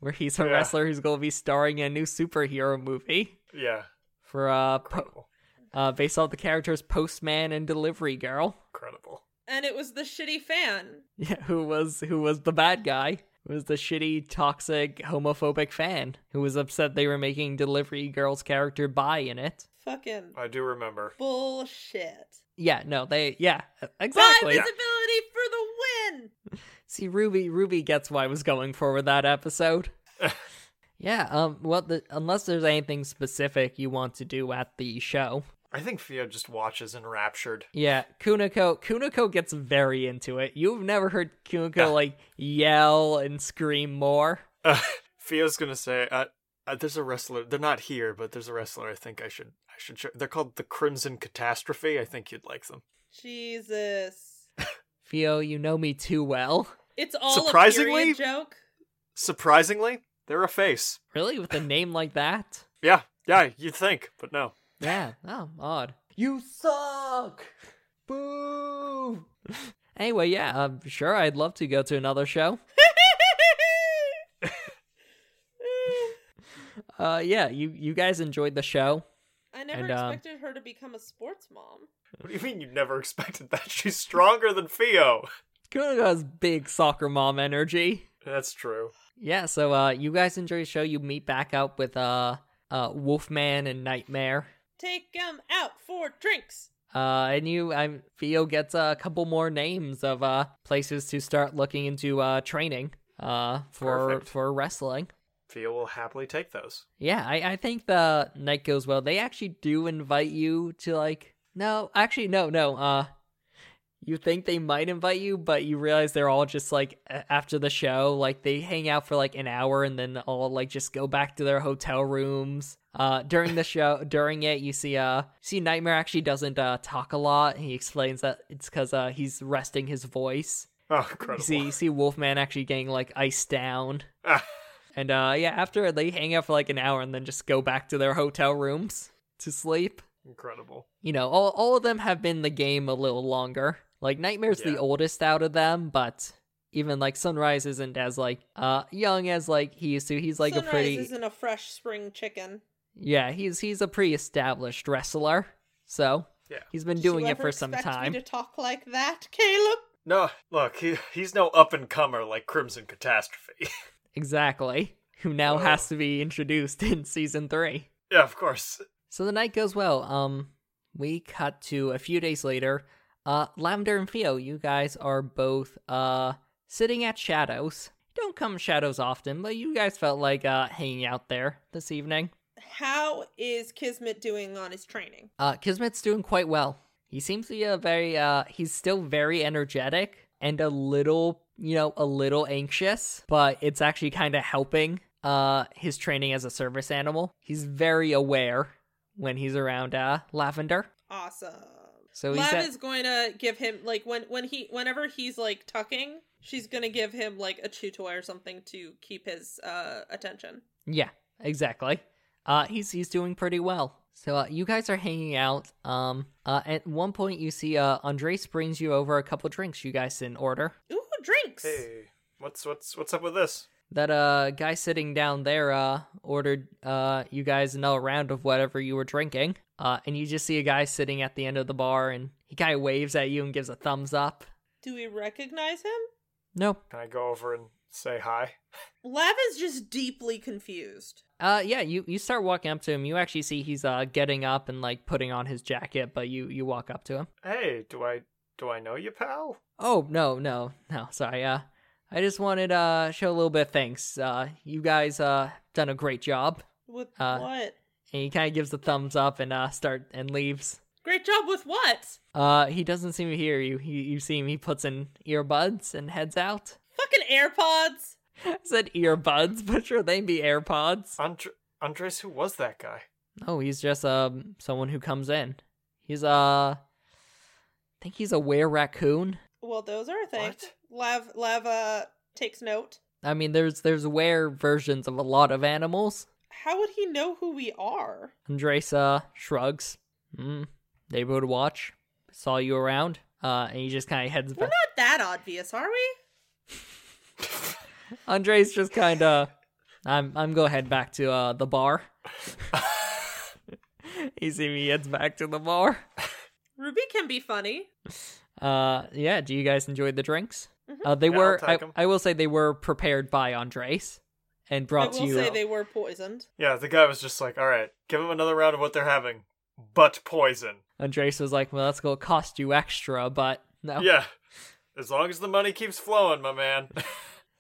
[SPEAKER 1] where he's a
[SPEAKER 4] Yeah.
[SPEAKER 1] wrestler who's gonna be starring in a new superhero movie
[SPEAKER 4] Yeah,
[SPEAKER 1] for uh, po-
[SPEAKER 4] incredible.
[SPEAKER 1] uh based off the characters Postman and Delivery Girl.
[SPEAKER 4] Incredible.
[SPEAKER 3] And it was the shitty fan.
[SPEAKER 1] Yeah, who was who was the bad guy? Who was the shitty, toxic, homophobic fan who was upset they were making Delivery Girl's character bi in it?
[SPEAKER 3] Fucking
[SPEAKER 4] I do remember.
[SPEAKER 3] bullshit.
[SPEAKER 1] Yeah, no, they yeah, e-, exactly.
[SPEAKER 3] High visibility for the win!
[SPEAKER 1] See, Ruby, Ruby gets what I was going for with that episode. yeah, um, well, the, unless there's anything specific you want to do at the show,
[SPEAKER 4] I think Theo just watches enraptured.
[SPEAKER 1] Yeah, Kuniko Kuniko gets very into it. You've never heard Kuniko
[SPEAKER 4] Yeah.
[SPEAKER 1] like yell and scream more.
[SPEAKER 4] Uh, Theo's gonna say, uh, uh, "There's a wrestler. They're not here, but there's a wrestler. I think I should. I should. Show. They're called the Crimson Catastrophe. I think you'd like them.
[SPEAKER 3] Jesus.
[SPEAKER 1] Theo, you know me too well.
[SPEAKER 3] It's all
[SPEAKER 4] Surprisingly-
[SPEAKER 3] a period joke.
[SPEAKER 4] Surprisingly, they're a face.
[SPEAKER 1] Really, with a name like that?
[SPEAKER 4] Yeah, yeah. You'd think, but no.
[SPEAKER 1] Yeah. Oh, odd. You suck. Boo. Anyway, yeah. I'm sure I'd love to go to another show. Uh, yeah. You you guys enjoyed the show.
[SPEAKER 3] I never
[SPEAKER 1] And, um,
[SPEAKER 3] expected her to become a sports mom.
[SPEAKER 4] What do you mean you never expected that? She's stronger than Theo.
[SPEAKER 1] Kuniko has big soccer mom energy.
[SPEAKER 4] That's true.
[SPEAKER 1] Yeah, so uh you guys enjoy the show. You meet back up with uh uh Wolfman and Nightmare.
[SPEAKER 3] Take them out for drinks.
[SPEAKER 1] Uh and you I'm Theo gets a couple more names of uh places to start looking into uh training. uh, for
[SPEAKER 4] Perfect.
[SPEAKER 1] for wrestling.
[SPEAKER 4] Fia will happily take those.
[SPEAKER 1] Yeah, I, I think the night goes well. They actually do invite you to like no, actually no, no. Uh you think they might invite you, but you realize they're all just like a- after the show, like they hang out for like an hour and then all like just go back to their hotel rooms. Uh during the show, during it, you see uh see Nightmare actually doesn't uh talk a lot. He explains that it's cuz uh he's resting his voice.
[SPEAKER 4] Oh, incredible.
[SPEAKER 1] You see you see Wolfman actually getting like iced down.
[SPEAKER 4] Ah,
[SPEAKER 1] And uh yeah, after they hang out for like an hour and then just go back to their hotel rooms to sleep.
[SPEAKER 4] incredible.
[SPEAKER 1] You know, all all of them have been the game a little longer. Like Nightmare's the
[SPEAKER 4] Yeah.
[SPEAKER 1] oldest out of them, but even like Sunrise isn't as like uh young as like he used to. He's like
[SPEAKER 3] Sunrise
[SPEAKER 1] a pretty
[SPEAKER 3] isn't a fresh spring chicken.
[SPEAKER 1] Yeah, he's he's a pretty established wrestler. So
[SPEAKER 4] Yeah.
[SPEAKER 1] he's been
[SPEAKER 3] Did
[SPEAKER 1] doing it
[SPEAKER 3] you ever
[SPEAKER 1] for some
[SPEAKER 3] expect me
[SPEAKER 1] time.
[SPEAKER 3] to talk like that, Caleb.
[SPEAKER 4] No, look, he, he's no up and comer like Crimson Catastrophe.
[SPEAKER 1] Exactly. Who now
[SPEAKER 4] Whoa.
[SPEAKER 1] has to be introduced in season three.
[SPEAKER 4] yeah, of course.
[SPEAKER 1] So the night goes well. Um, we cut to a few days later. Uh, Lavender and Theo, you guys are both uh sitting at Shadows. Don't come Shadows often, but you guys felt like uh hanging out there this evening.
[SPEAKER 3] How is Kismet doing on his training?
[SPEAKER 1] Uh, Kismet's doing quite well. He seems to be a very uh he's still very energetic and a little you know a little anxious, but it's actually kind of helping uh his training as a service animal. He's very aware when he's around uh Lavender.
[SPEAKER 3] Awesome.
[SPEAKER 1] So he's
[SPEAKER 3] Lav
[SPEAKER 1] at-
[SPEAKER 3] is going to give him like when when he whenever he's like tucking, she's going to give him like a chew toy or something to keep his uh attention.
[SPEAKER 1] Yeah, exactly. Uh, he's he's doing pretty well. So uh, you guys are hanging out. Um, uh, at one point you see uh, Andres brings you over a couple drinks. You guys in order.
[SPEAKER 3] Ooh, drinks.
[SPEAKER 4] Hey, what's what's what's up with this?
[SPEAKER 1] That uh guy sitting down there uh ordered uh you guys another round of whatever you were drinking. Uh, and you just see a guy sitting at the end of the bar, and he kind of waves at you and gives a thumbs up.
[SPEAKER 3] Do we recognize him?
[SPEAKER 1] Nope.
[SPEAKER 4] Can I go over and say hi?
[SPEAKER 3] Lav is just deeply confused.
[SPEAKER 1] Uh, yeah. You you start walking up to him. You actually see he's uh getting up and like putting on his jacket, but you you walk up to him.
[SPEAKER 4] Hey, do I do I know you, pal?
[SPEAKER 1] Oh no, no, no. Sorry. Uh, I just wanted uh show a little bit of thanks. Uh, you guys uh done a great job.
[SPEAKER 3] With
[SPEAKER 1] Uh,
[SPEAKER 3] what?
[SPEAKER 1] And he kind of gives a thumbs up and uh start and leaves.
[SPEAKER 3] Great job with what?
[SPEAKER 1] Uh, he doesn't seem to hear you. He, you see him. He puts in earbuds and heads out.
[SPEAKER 3] Fucking AirPods.
[SPEAKER 1] I said earbuds, but sure they be AirPods.
[SPEAKER 4] Andre- Andres, who was that guy?
[SPEAKER 1] Oh, he's just um someone who comes in. He's uh, I think he's a were raccoon.
[SPEAKER 3] Well, those are a thing. Lav Lav uh, takes note.
[SPEAKER 1] I mean, there's there's were versions of a lot of animals.
[SPEAKER 3] How would he know who we are?
[SPEAKER 1] Andresa shrugs. Mm, neighborhood watch. Saw you around. Uh, and he just kind of heads
[SPEAKER 3] We're
[SPEAKER 1] back.
[SPEAKER 3] not that obvious, are we?
[SPEAKER 1] Andres just kind of. I'm I'm gonna head back to uh the bar. you see me heads back to the bar.
[SPEAKER 3] Ruby can be funny.
[SPEAKER 1] Uh, yeah. Do you guys enjoy the drinks?
[SPEAKER 3] Mhm.
[SPEAKER 1] Uh, they
[SPEAKER 4] Yeah, I'll
[SPEAKER 1] were. I,
[SPEAKER 4] take 'em.
[SPEAKER 1] I will say they were prepared by Andres and
[SPEAKER 3] I
[SPEAKER 1] brought to
[SPEAKER 3] will
[SPEAKER 1] you.
[SPEAKER 3] say they were poisoned.
[SPEAKER 4] Yeah, the guy was just like, all right, give him another round of what they're having, but poison.
[SPEAKER 1] Andres was like, "Well, that's gonna cost you extra," but no.
[SPEAKER 4] Yeah, as long as the money keeps flowing, my man.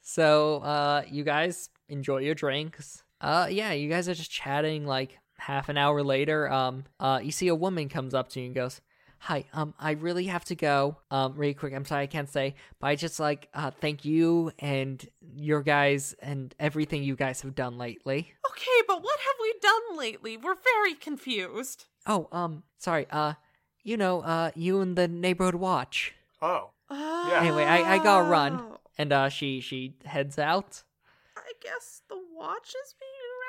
[SPEAKER 1] So, uh, you guys enjoy your drinks. Uh, yeah, you guys are just chatting. Like half an hour later, um, uh, you see a woman comes up to you and goes, "Hi, um, I really have to go. Um, really quick. I'm sorry I can't stay, but I just like uh, thank you and your guys and everything you guys have done lately.
[SPEAKER 3] Okay, but what have we done lately? We're very confused.
[SPEAKER 1] Oh, um, sorry. Uh, you know, uh, you and the neighborhood watch.
[SPEAKER 4] oh,
[SPEAKER 3] Yeah.
[SPEAKER 1] Anyway, I I gotta run. And uh, she she heads out.
[SPEAKER 3] Oh, I guess the watch is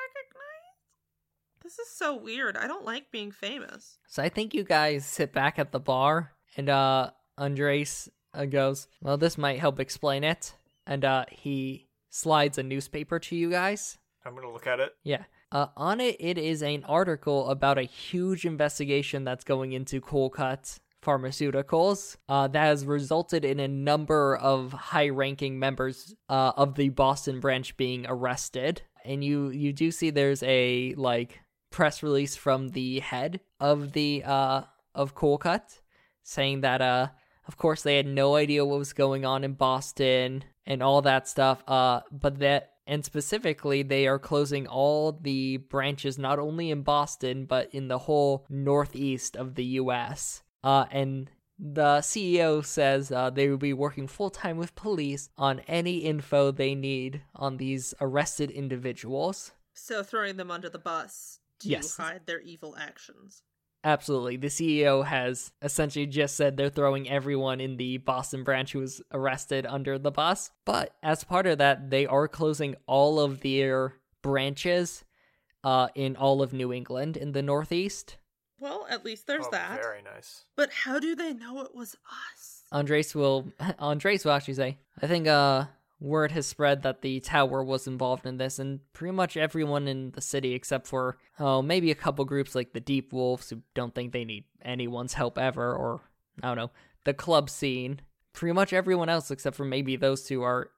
[SPEAKER 3] being recognized. This is so weird. I don't like being famous.
[SPEAKER 1] So I think you guys sit back at the bar, and uh, Andres uh, goes, "Well, this might help explain it." And uh, he slides a newspaper to you guys.
[SPEAKER 4] I'm gonna look at it.
[SPEAKER 1] Yeah. Uh, on it, it is an article about a huge investigation that's going into Colcut Pharmaceuticals uh, that has resulted in a number of high-ranking members uh, of the Boston branch being arrested. And you you do see there's a like press release from the head of the uh, of Colcut saying that uh of course they had no idea what was going on in Boston. and all that stuff. Uh, but that and specifically, they are closing all the branches not only in Boston but in the whole northeast of the U.S. Uh, and the CEO says uh, they will be working full time with police on any info they need on these arrested individuals.
[SPEAKER 3] So throwing them under the bus to
[SPEAKER 1] Yes.
[SPEAKER 3] hide their evil actions.
[SPEAKER 1] Absolutely. The CEO has essentially just said they're throwing everyone in the Boston branch who was arrested under the bus. But as part of that, they are closing all of their branches uh, in all of New England in the Northeast.
[SPEAKER 3] Well, at least there's
[SPEAKER 4] Oh,
[SPEAKER 3] that.
[SPEAKER 4] Very nice.
[SPEAKER 3] But how do they know it was us?
[SPEAKER 1] Andres will Andres will actually say, I think uh word has spread that the tower was involved in this and pretty much everyone in the city except for oh maybe a couple groups like the Deep Wolves who don't think they need anyone's help ever or I don't know, the club scene. Pretty much everyone else except for maybe those two are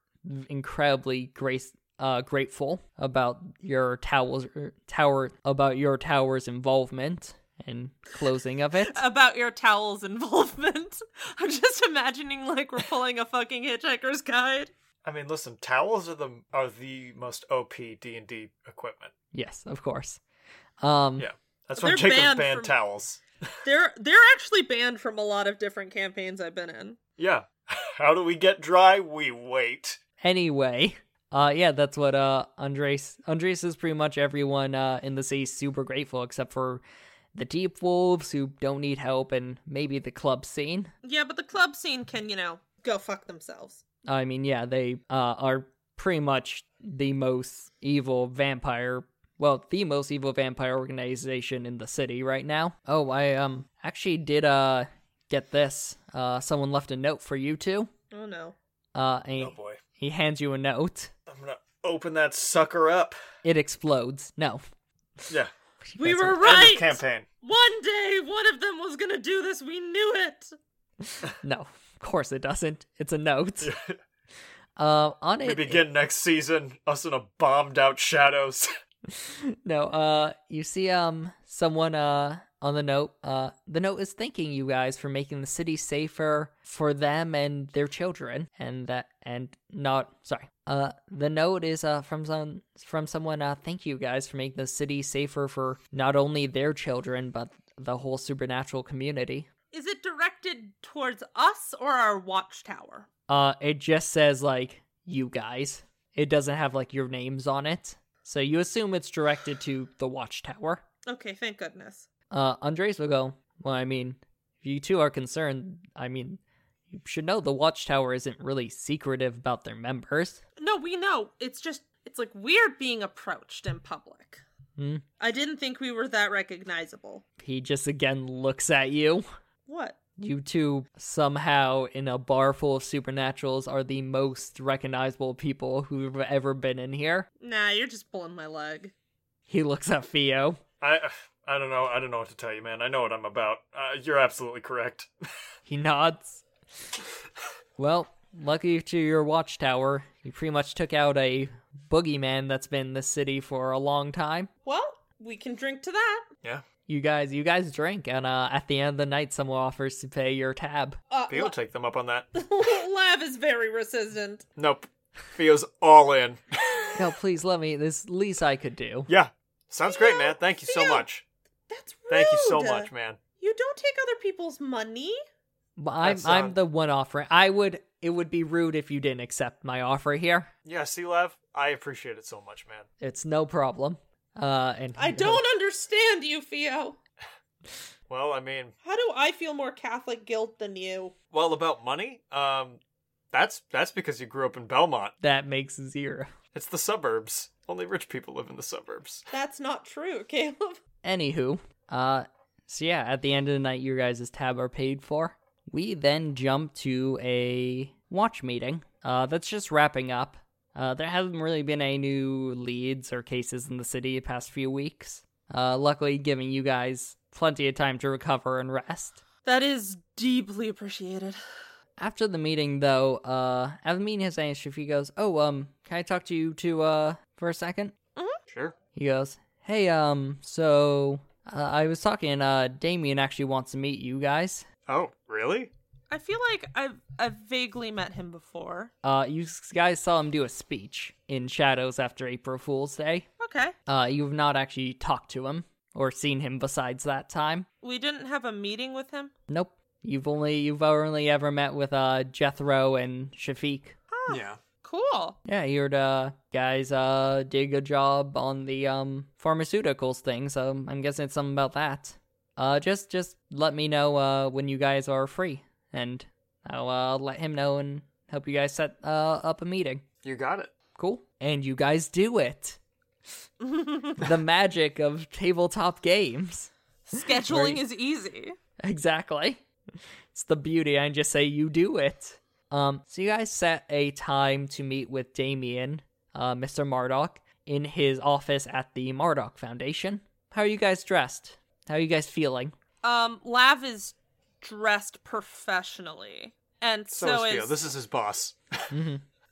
[SPEAKER 1] incredibly grace uh grateful about your towers tower about your tower's involvement and closing of it.
[SPEAKER 3] About your towel's involvement. I'm just imagining like we're pulling a fucking hitchhiker's guide.
[SPEAKER 4] I mean, listen, towels are the are the most OP D and D equipment.
[SPEAKER 1] yes, of course. Um
[SPEAKER 4] Yeah, that's
[SPEAKER 3] Mm-hmm. They're
[SPEAKER 4] why Jacob
[SPEAKER 3] banned
[SPEAKER 4] banned,
[SPEAKER 3] from-
[SPEAKER 4] towels.
[SPEAKER 3] They're they're actually banned from a lot of different campaigns I've been in.
[SPEAKER 4] Yeah. How do we get dry? We wait.
[SPEAKER 1] anyway uh yeah that's what uh andres andres is pretty much everyone uh in the city super grateful except for the deep wolves who don't need help and maybe the club scene
[SPEAKER 3] Yeah, but the club scene can, you know, go fuck themselves.
[SPEAKER 1] i mean yeah they uh are pretty much the most evil vampire well the most evil vampire organization in the city right now oh i um actually did uh get this uh someone left a note for you two
[SPEAKER 3] Oh no.
[SPEAKER 1] uh and
[SPEAKER 4] Oh boy,
[SPEAKER 1] he hands you a note
[SPEAKER 4] I'm gonna open that sucker up.
[SPEAKER 1] it explodes no
[SPEAKER 4] Yeah.
[SPEAKER 3] We
[SPEAKER 1] That's
[SPEAKER 3] were
[SPEAKER 1] what-
[SPEAKER 3] right.
[SPEAKER 4] End of campaign.
[SPEAKER 3] One day one of them was going to do this. We knew it.
[SPEAKER 1] No, of course it doesn't. It's a note. uh, on
[SPEAKER 4] We
[SPEAKER 1] it,
[SPEAKER 4] begin next season. Us in a bombed out shadows.
[SPEAKER 1] no. Uh, you see, um, someone uh on the note. Uh, the note is thanking you guys for making the city safer for them and their children, and that and not sorry. Uh, the note is uh from some from someone. Uh, thank you guys for making the city safer for not only their children but the whole supernatural community.
[SPEAKER 3] Is it directed towards us or our watchtower?
[SPEAKER 1] Uh, it just says like you guys. It doesn't have like your names on it, so you assume it's directed to the watchtower.
[SPEAKER 3] Okay, thank goodness.
[SPEAKER 1] Uh, Andres will go. Well, I mean, if you two are concerned, I mean, you should know the watchtower isn't really secretive about their members.
[SPEAKER 3] No, we know. It's just it's like weird being approached in public.
[SPEAKER 1] Hmm.
[SPEAKER 3] I didn't think we were that recognizable.
[SPEAKER 1] He just again looks at you.
[SPEAKER 3] What?
[SPEAKER 1] You two somehow in a bar full of supernaturals are the most recognizable people who've ever been in here.
[SPEAKER 3] Nah, you're just pulling my leg.
[SPEAKER 1] He looks at Theo.
[SPEAKER 4] I I don't know. I don't know what to tell you, man. I know what I'm about. Uh, you're absolutely correct.
[SPEAKER 1] He nods. Well, lucky to your watchtower, you pretty much took out a boogeyman that's been in the city for a long time.
[SPEAKER 3] Well, we can drink to that.
[SPEAKER 4] Yeah.
[SPEAKER 1] You guys, you guys drink, and uh, at the end of the night, someone offers to pay your tab.
[SPEAKER 3] Uh,
[SPEAKER 4] Theo take them up on that.
[SPEAKER 3] La- Lav is very resistant.
[SPEAKER 4] Nope. Theo's all in.
[SPEAKER 1] No, please let me. This least I could do.
[SPEAKER 4] Yeah. Sounds great,
[SPEAKER 3] Theo,
[SPEAKER 4] man. Thank you so
[SPEAKER 3] Theo.
[SPEAKER 4] much.
[SPEAKER 3] That's rude.
[SPEAKER 4] Thank you so much, man.
[SPEAKER 3] You don't take other people's money.
[SPEAKER 1] But I'm
[SPEAKER 4] That's, uh,
[SPEAKER 1] I'm the one offering. I would. It would be rude if you didn't accept my offer here.
[SPEAKER 4] Yeah, see, Lev, I appreciate it so much, man.
[SPEAKER 1] It's no problem. Uh, and
[SPEAKER 3] I don't understand you, Theo.
[SPEAKER 4] Well, I mean,
[SPEAKER 3] How do I feel more Catholic guilt than you?
[SPEAKER 4] well, about money, um, that's that's because you grew up in Belmont.
[SPEAKER 1] That makes zero.
[SPEAKER 4] It's the suburbs. Only rich people live in the suburbs.
[SPEAKER 3] That's not true, Caleb.
[SPEAKER 1] Anywho, uh, so yeah, at the end of the night, your guys' tab are paid for. We then jump to a watch meeting. Uh, that's just wrapping up. Uh, there hasn't really been any new leads or cases in the city the past few weeks. Uh, luckily, giving you guys plenty of time to recover and rest.
[SPEAKER 3] That is deeply appreciated.
[SPEAKER 1] After the meeting, though, uh, as the meeting has finished, if he goes, "Oh, um, can I talk to you two, uh, for a second?
[SPEAKER 4] Sure.
[SPEAKER 1] He goes, "Hey, um, so uh, I was talking. Uh, Damien actually wants to meet you guys.
[SPEAKER 4] Oh, really?
[SPEAKER 3] I feel like I've I've vaguely met him before.
[SPEAKER 1] Uh, you s- guys saw him do a speech in Shadows after April Fool's Day.
[SPEAKER 3] Okay.
[SPEAKER 1] Uh, you've not actually talked to him or seen him besides that time.
[SPEAKER 3] We didn't have a meeting with him.
[SPEAKER 1] Nope. You've only you've only ever met with uh Jethro and Shafiq.
[SPEAKER 4] Ah.
[SPEAKER 2] Yeah.
[SPEAKER 3] Cool.
[SPEAKER 1] Yeah, you heard uh guys uh did a job on the um pharmaceuticals thing, so I'm guessing it's something about that. Uh just just let me know uh when you guys are free and I'll uh let him know and help you guys set uh up a meeting.
[SPEAKER 2] You got it.
[SPEAKER 1] Cool. And you guys do it. the magic of tabletop games.
[SPEAKER 3] Scheduling is easy.
[SPEAKER 1] Exactly. It's the beauty. I just say you do it. Um, so you guys set a time to meet with Damien, uh, Mr. Mardok, in his office at the Mardok Foundation. How are you guys dressed? How are you guys feeling?
[SPEAKER 3] Um, Lav is dressed professionally, and
[SPEAKER 4] So, is
[SPEAKER 3] so, is
[SPEAKER 4] Theo. This is his boss.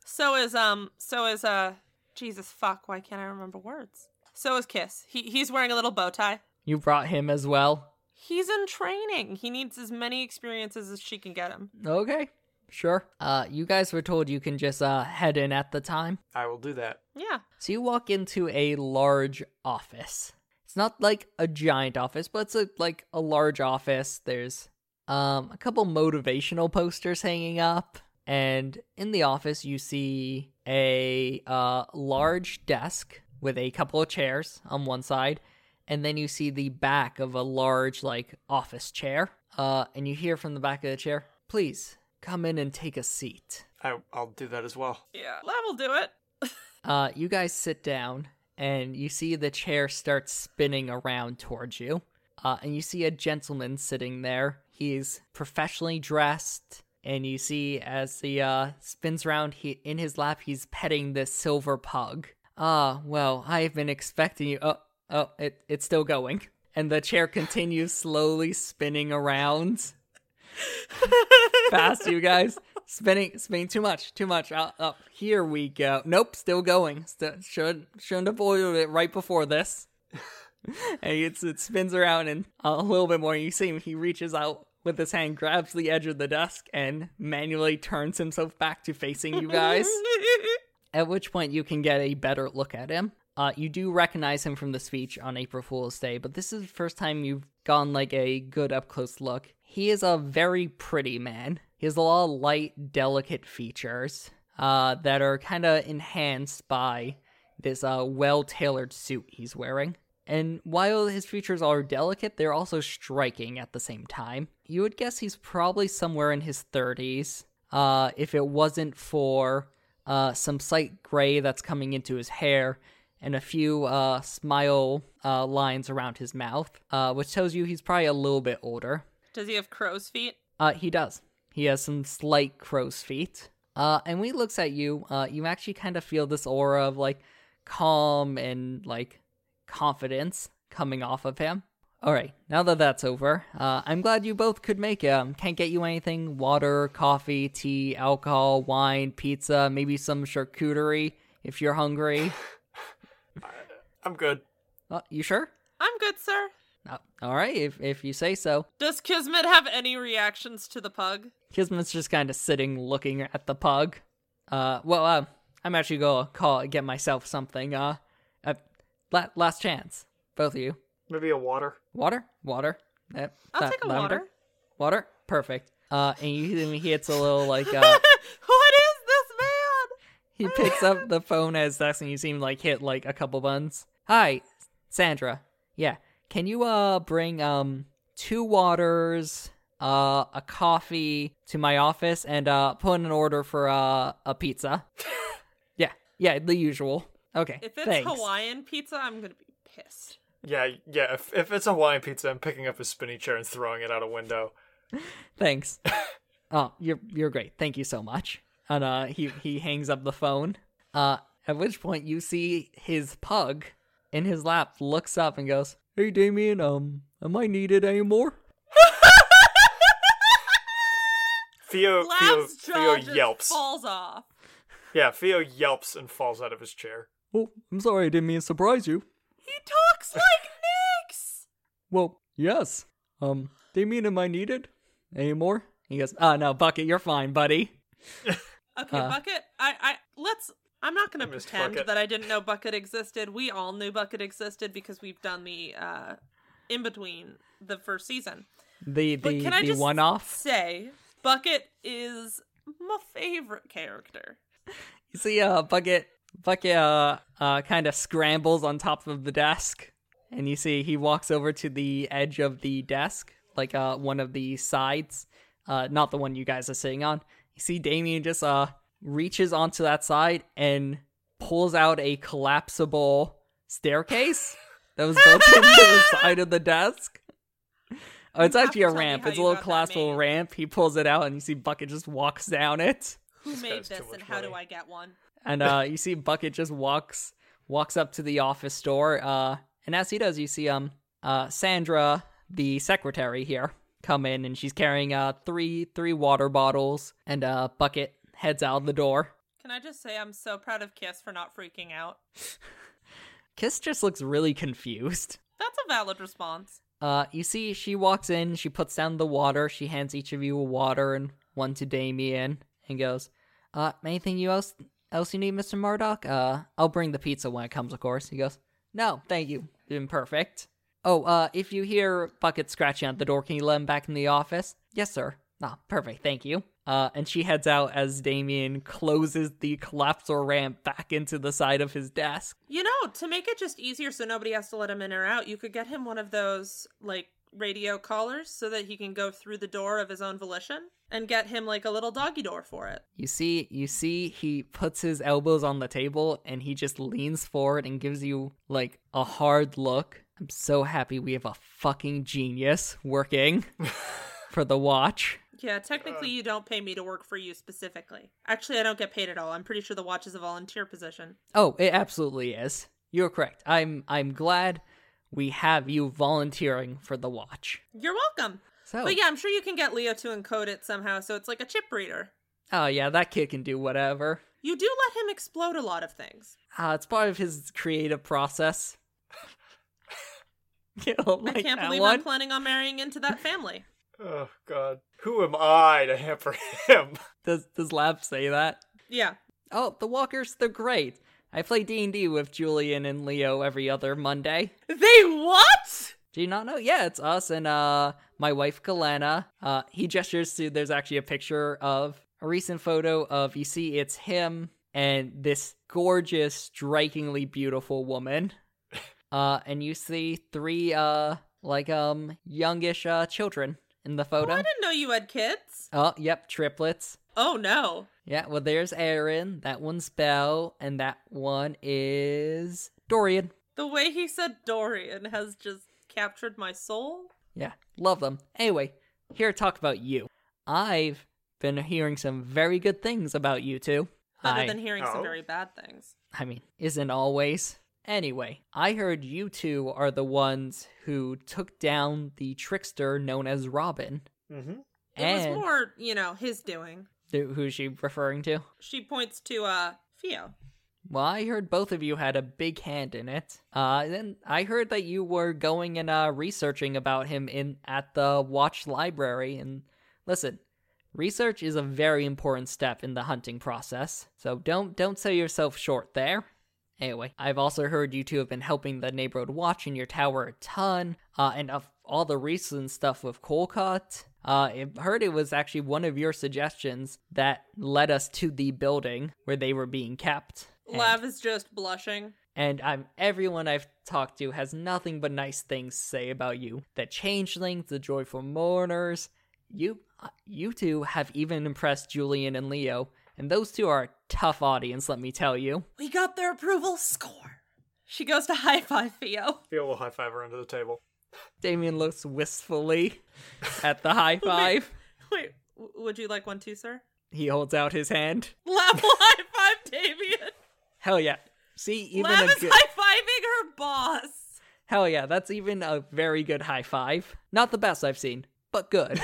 [SPEAKER 3] so is um so is uh Jesus fuck. Why can't I remember words? So is Kiss. He he's wearing a little bow tie.
[SPEAKER 1] You brought him as well.
[SPEAKER 3] He's in training. He needs as many experiences as she can get him.
[SPEAKER 1] Okay, sure. Uh, you guys were told you can just uh head in at the time.
[SPEAKER 4] I will do that.
[SPEAKER 3] Yeah.
[SPEAKER 1] So you walk into a large office. It's not like a giant office, but it's a, like a large office. There's um, a couple motivational posters hanging up, and in the office you see a uh, large desk with a couple of chairs on one side, and then you see the back of a large like office chair. Uh, and you hear from the back of the chair, "Please come in and take a seat."
[SPEAKER 4] I, I'll do that as well.
[SPEAKER 3] Yeah. Lav will do it.
[SPEAKER 1] Uh, you guys sit down, and you see the chair start spinning around towards you. Uh, and you see a gentleman sitting there. He's professionally dressed, and you see as the uh, spins around he in his lap, he's petting this silver pug. Ah, well, I've been expecting you. Oh, oh, it, it's still going. And the chair continues slowly spinning around fast, you guys. Spinning, spinning too much, too much. Up, up. Here we go. Nope, still going. Still, should shouldn't have oiled it right before this. and it's, it spins around and uh, a little bit more. You see him. He reaches out with his hand, grabs the edge of the desk, and manually turns himself back to facing you guys. at which point you can get a better look at him. Uh, you do recognize him from the speech on April Fool's Day, but this is the first time you've gone like a good up close look. He is a very pretty man. He has a lot of light, delicate features uh, that are kind of enhanced by this uh, well tailored suit he's wearing. And while his features are delicate, they're also striking at the same time. You would guess he's probably somewhere in his 30s uh, if it wasn't for uh, some slight gray that's coming into his hair and a few uh, smile uh, lines around his mouth, uh, which tells you he's probably a little bit older.
[SPEAKER 3] Does he have crow's feet?
[SPEAKER 1] Uh, he does. He has some slight crow's feet. Uh, and when he looks at you, uh, you actually kind of feel this aura of like calm and like confidence coming off of him. All right, now that that's over, uh, I'm glad you both could make it. Um, can't get you anything water, coffee, tea, alcohol, wine, pizza, maybe some charcuterie if you're hungry.
[SPEAKER 4] I'm good.
[SPEAKER 1] Uh, you sure?
[SPEAKER 3] I'm good, sir.
[SPEAKER 1] Uh, all right, if, if you say so.
[SPEAKER 3] Does Kismet have any reactions to the pug?
[SPEAKER 1] Kismet's just kind of sitting looking at the pug. Uh, well, uh, I'm actually gonna call get myself something. Uh, uh la- last chance, both of you.
[SPEAKER 4] Maybe a water.
[SPEAKER 1] Water, water. Uh,
[SPEAKER 3] I'll
[SPEAKER 1] la-
[SPEAKER 3] take a
[SPEAKER 1] lavender?
[SPEAKER 3] water.
[SPEAKER 1] Water, perfect. Uh, and you, then he hits a little like uh,
[SPEAKER 3] what is this man?
[SPEAKER 1] he picks up the phone as that's and you seem like hit like a couple buttons. Hi, Sandra. Yeah, can you uh bring um two waters, uh a coffee to my office and uh put in an order for uh a pizza? yeah, yeah, the usual. Okay,
[SPEAKER 3] If it's
[SPEAKER 1] thanks.
[SPEAKER 3] Hawaiian pizza, I'm gonna be pissed.
[SPEAKER 4] Yeah, yeah. If, if it's a Hawaiian pizza, I'm picking up his spinny chair and throwing it out a window.
[SPEAKER 1] Thanks. oh, you're you're great. Thank you so much. And uh, he he hangs up the phone. Uh, at which point you see his pug in his lap looks up and goes, "Hey, Damien, um, am I needed anymore?"
[SPEAKER 4] Theo, Theo,
[SPEAKER 3] Lab's jaw
[SPEAKER 4] Theo
[SPEAKER 3] just
[SPEAKER 4] yelps.
[SPEAKER 3] falls off.
[SPEAKER 4] Yeah, Theo yelps and falls out of his chair.
[SPEAKER 1] Well, "Oh, I'm sorry, I didn't mean to surprise you.
[SPEAKER 3] He talks like Nix.
[SPEAKER 1] Well, yes. Um, Damien, am I needed anymore? He goes, "Oh no, Bucket, you're fine, buddy."
[SPEAKER 3] Okay,
[SPEAKER 1] Uh.
[SPEAKER 3] Bucket. I, I let's. I'm not going
[SPEAKER 4] I
[SPEAKER 3] to
[SPEAKER 4] missed
[SPEAKER 3] pretend
[SPEAKER 4] Bucket.
[SPEAKER 3] that I didn't know Bucket existed. We all knew Bucket existed because we've done the uh, in between the first season.
[SPEAKER 1] The
[SPEAKER 3] But
[SPEAKER 1] the
[SPEAKER 3] can I
[SPEAKER 1] the
[SPEAKER 3] just
[SPEAKER 1] one off.
[SPEAKER 3] Say, Bucket is my favorite character.
[SPEAKER 1] You see, uh, Bucket Bucket uh, uh kind of scrambles on top of the desk, and you see he walks over to the edge of the desk, like uh one of the sides, uh not the one you guys are sitting on. You see Damien just uh reaches onto that side and pulls out a collapsible staircase that was built into the side of the desk. Oh, it's
[SPEAKER 3] You have
[SPEAKER 1] actually
[SPEAKER 3] to
[SPEAKER 1] a
[SPEAKER 3] tell me
[SPEAKER 1] ramp.
[SPEAKER 3] how
[SPEAKER 1] It's a
[SPEAKER 3] you
[SPEAKER 1] little
[SPEAKER 3] got that
[SPEAKER 1] collapsible
[SPEAKER 3] made.
[SPEAKER 1] ramp. He pulls it out, and you see Bucket just walks down it
[SPEAKER 3] Who made
[SPEAKER 4] guy's too
[SPEAKER 3] this,
[SPEAKER 4] much
[SPEAKER 3] and how do
[SPEAKER 4] money.
[SPEAKER 3] I get one?
[SPEAKER 1] and uh, you see Bucket just walks walks up to the office door, uh, and as he does, you see um uh, Sandra, the secretary here, come in, and she's carrying uh three three water bottles, and uh Bucket heads out the door.
[SPEAKER 3] Can I just say I'm so proud of Kiss for not freaking out?
[SPEAKER 1] Kiss just looks really confused.
[SPEAKER 3] That's a valid response.
[SPEAKER 1] Uh, you see, she walks in, she puts down the water, she hands each of you a water and one to Damien, and goes, "Uh, anything you else else you need, Mister Murdoch? Uh, I'll bring the pizza when it comes, of course." He goes, "No, thank you. Been perfect." Oh, uh, if you hear Bucket scratching at the door, can you let him back in the office? Yes, sir. Ah, perfect. Thank you. Uh, and she heads out as Damien closes the collapsor ramp back into the side of his desk.
[SPEAKER 3] You know, to make it just easier so nobody has to let him in or out, you could get him one of those, like, radio collars so that he can go through the door of his own volition and get him, like, a little doggy door for it.
[SPEAKER 1] You see, you see, he puts his elbows on the table and he just leans forward and gives you like a hard look. I'm so happy we have a fucking genius working for the watch.
[SPEAKER 3] Yeah, technically, you don't pay me to work for you specifically. Actually, I don't get paid at all. I'm pretty sure the watch is a volunteer position.
[SPEAKER 1] Oh, it absolutely is. You're correct. I'm I'm glad we have you volunteering for the watch.
[SPEAKER 3] You're welcome.
[SPEAKER 1] So,
[SPEAKER 3] But yeah, I'm sure you can get Leo to encode it somehow so it's like a chip reader.
[SPEAKER 1] oh yeah, that kid can do whatever.
[SPEAKER 3] You do let him explode a lot of things.
[SPEAKER 1] Uh, it's part of his creative process. You don't
[SPEAKER 3] I
[SPEAKER 1] like
[SPEAKER 3] can't
[SPEAKER 1] that
[SPEAKER 3] believe
[SPEAKER 1] one?
[SPEAKER 3] I'm planning on marrying into that family.
[SPEAKER 4] Oh God, who am I to hamper him?
[SPEAKER 1] Does does Lab say that?
[SPEAKER 3] yeah.
[SPEAKER 1] Oh, the walkers, they're great. I play D&D with Julian and Leo every other Monday.
[SPEAKER 3] They what?
[SPEAKER 1] Do you not know? Yeah, it's us and uh my wife Galena. Uh he gestures to there's actually a picture of a recent photo of you see it's him and this gorgeous, strikingly beautiful woman. Uh and you see three uh like um youngish uh children in the
[SPEAKER 3] Well, Oh, I
[SPEAKER 1] photo.
[SPEAKER 3] didn't know you had kids.
[SPEAKER 1] Oh, yep, triplets.
[SPEAKER 3] Oh no.
[SPEAKER 1] Yeah, well, there's Aaron. That one's Belle, and that one is Dorian.
[SPEAKER 3] The way he said Dorian has just captured my soul.
[SPEAKER 1] Yeah, love them. Anyway, here to talk about you. I've been hearing some very good things about you two.
[SPEAKER 3] Other
[SPEAKER 1] I,
[SPEAKER 3] than hearing some
[SPEAKER 4] Oh.
[SPEAKER 3] very bad things.
[SPEAKER 1] I mean, isn't always. Anyway, I heard you two are the ones who took down the trickster known as Robin.
[SPEAKER 4] Mm-hmm.
[SPEAKER 3] It
[SPEAKER 1] and
[SPEAKER 3] was more, you know, his doing.
[SPEAKER 1] Th- who's she referring to?
[SPEAKER 3] She points to uh Theo.
[SPEAKER 1] Well, I heard both of you had a big hand in it. Uh, then I heard that you were going and uh, researching about him in at the Watch Library. And listen, research is a very important step in the hunting process. So don't don't sell yourself short there. Anyway, I've also heard you two have been helping the neighborhood watch in your tower a ton, uh, and of all the recent stuff with Colcott. Uh, I heard it was actually one of your suggestions that led us to the building where they were being kept. And-
[SPEAKER 3] Lav is just blushing.
[SPEAKER 1] and I'm everyone I've talked to has nothing but nice things to say about you. The changelings, the joyful mourners, you you two have even impressed Julian and Leo, and those two are a tough audience, let me tell you.
[SPEAKER 3] We got their approval score. She goes to high five Theo.
[SPEAKER 4] Theo will high five her under the table.
[SPEAKER 1] Damien looks wistfully at the high five.
[SPEAKER 3] Wait, w- would you like one too, sir?
[SPEAKER 1] He holds out his hand.
[SPEAKER 3] Lav will high five Damien.
[SPEAKER 1] Hell yeah. See, even
[SPEAKER 3] Lav
[SPEAKER 1] a
[SPEAKER 3] is
[SPEAKER 1] good
[SPEAKER 3] high fiving her boss.
[SPEAKER 1] Hell yeah, that's even a very good high five. Not the best I've seen, but good.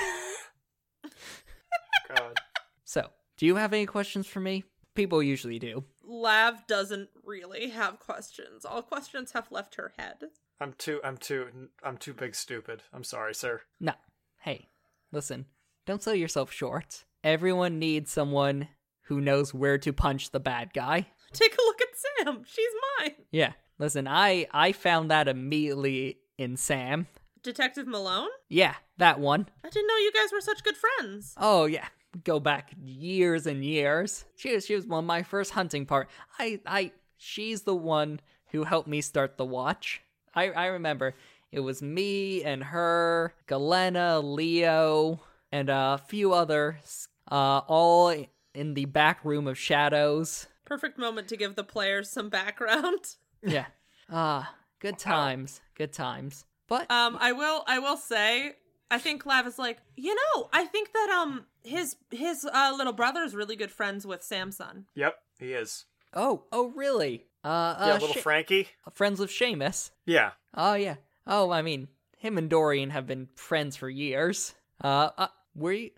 [SPEAKER 4] God,
[SPEAKER 1] so, do you have any questions for me? People usually do.
[SPEAKER 3] Lav doesn't really have questions. All questions have left her head.
[SPEAKER 4] I'm too, I'm too, I'm too big stupid. I'm sorry, sir.
[SPEAKER 1] No. Hey, listen. Don't sell yourself short. Everyone needs someone who knows where to punch the bad guy.
[SPEAKER 3] Take a look at Sam. She's mine.
[SPEAKER 1] Yeah. Listen, I I found that immediately in Sam.
[SPEAKER 3] Detective Malone?
[SPEAKER 1] Yeah, that one.
[SPEAKER 3] I didn't know you guys were such good friends.
[SPEAKER 1] Oh yeah, go back years and years. She was she was one of my first hunting part. I I she's the one who helped me start the watch. I I remember it was me and her, Galena, Leo, and a few others, uh, all in the back room of shadows.
[SPEAKER 3] Perfect moment to give the players some background.
[SPEAKER 1] Yeah, ah, good times, good times. But
[SPEAKER 3] Um, I will I will say I think Lav is like, you know, I think that um his his uh, little brother is really good friends with Samson.
[SPEAKER 4] Yep, he is.
[SPEAKER 1] oh oh really? Uh, uh
[SPEAKER 4] yeah, little
[SPEAKER 1] Sha-
[SPEAKER 4] Frankie.
[SPEAKER 1] friends with Seamus.
[SPEAKER 4] Yeah,
[SPEAKER 1] Oh yeah. Oh, I mean, him and Dorian have been friends for years. Uh, uh were you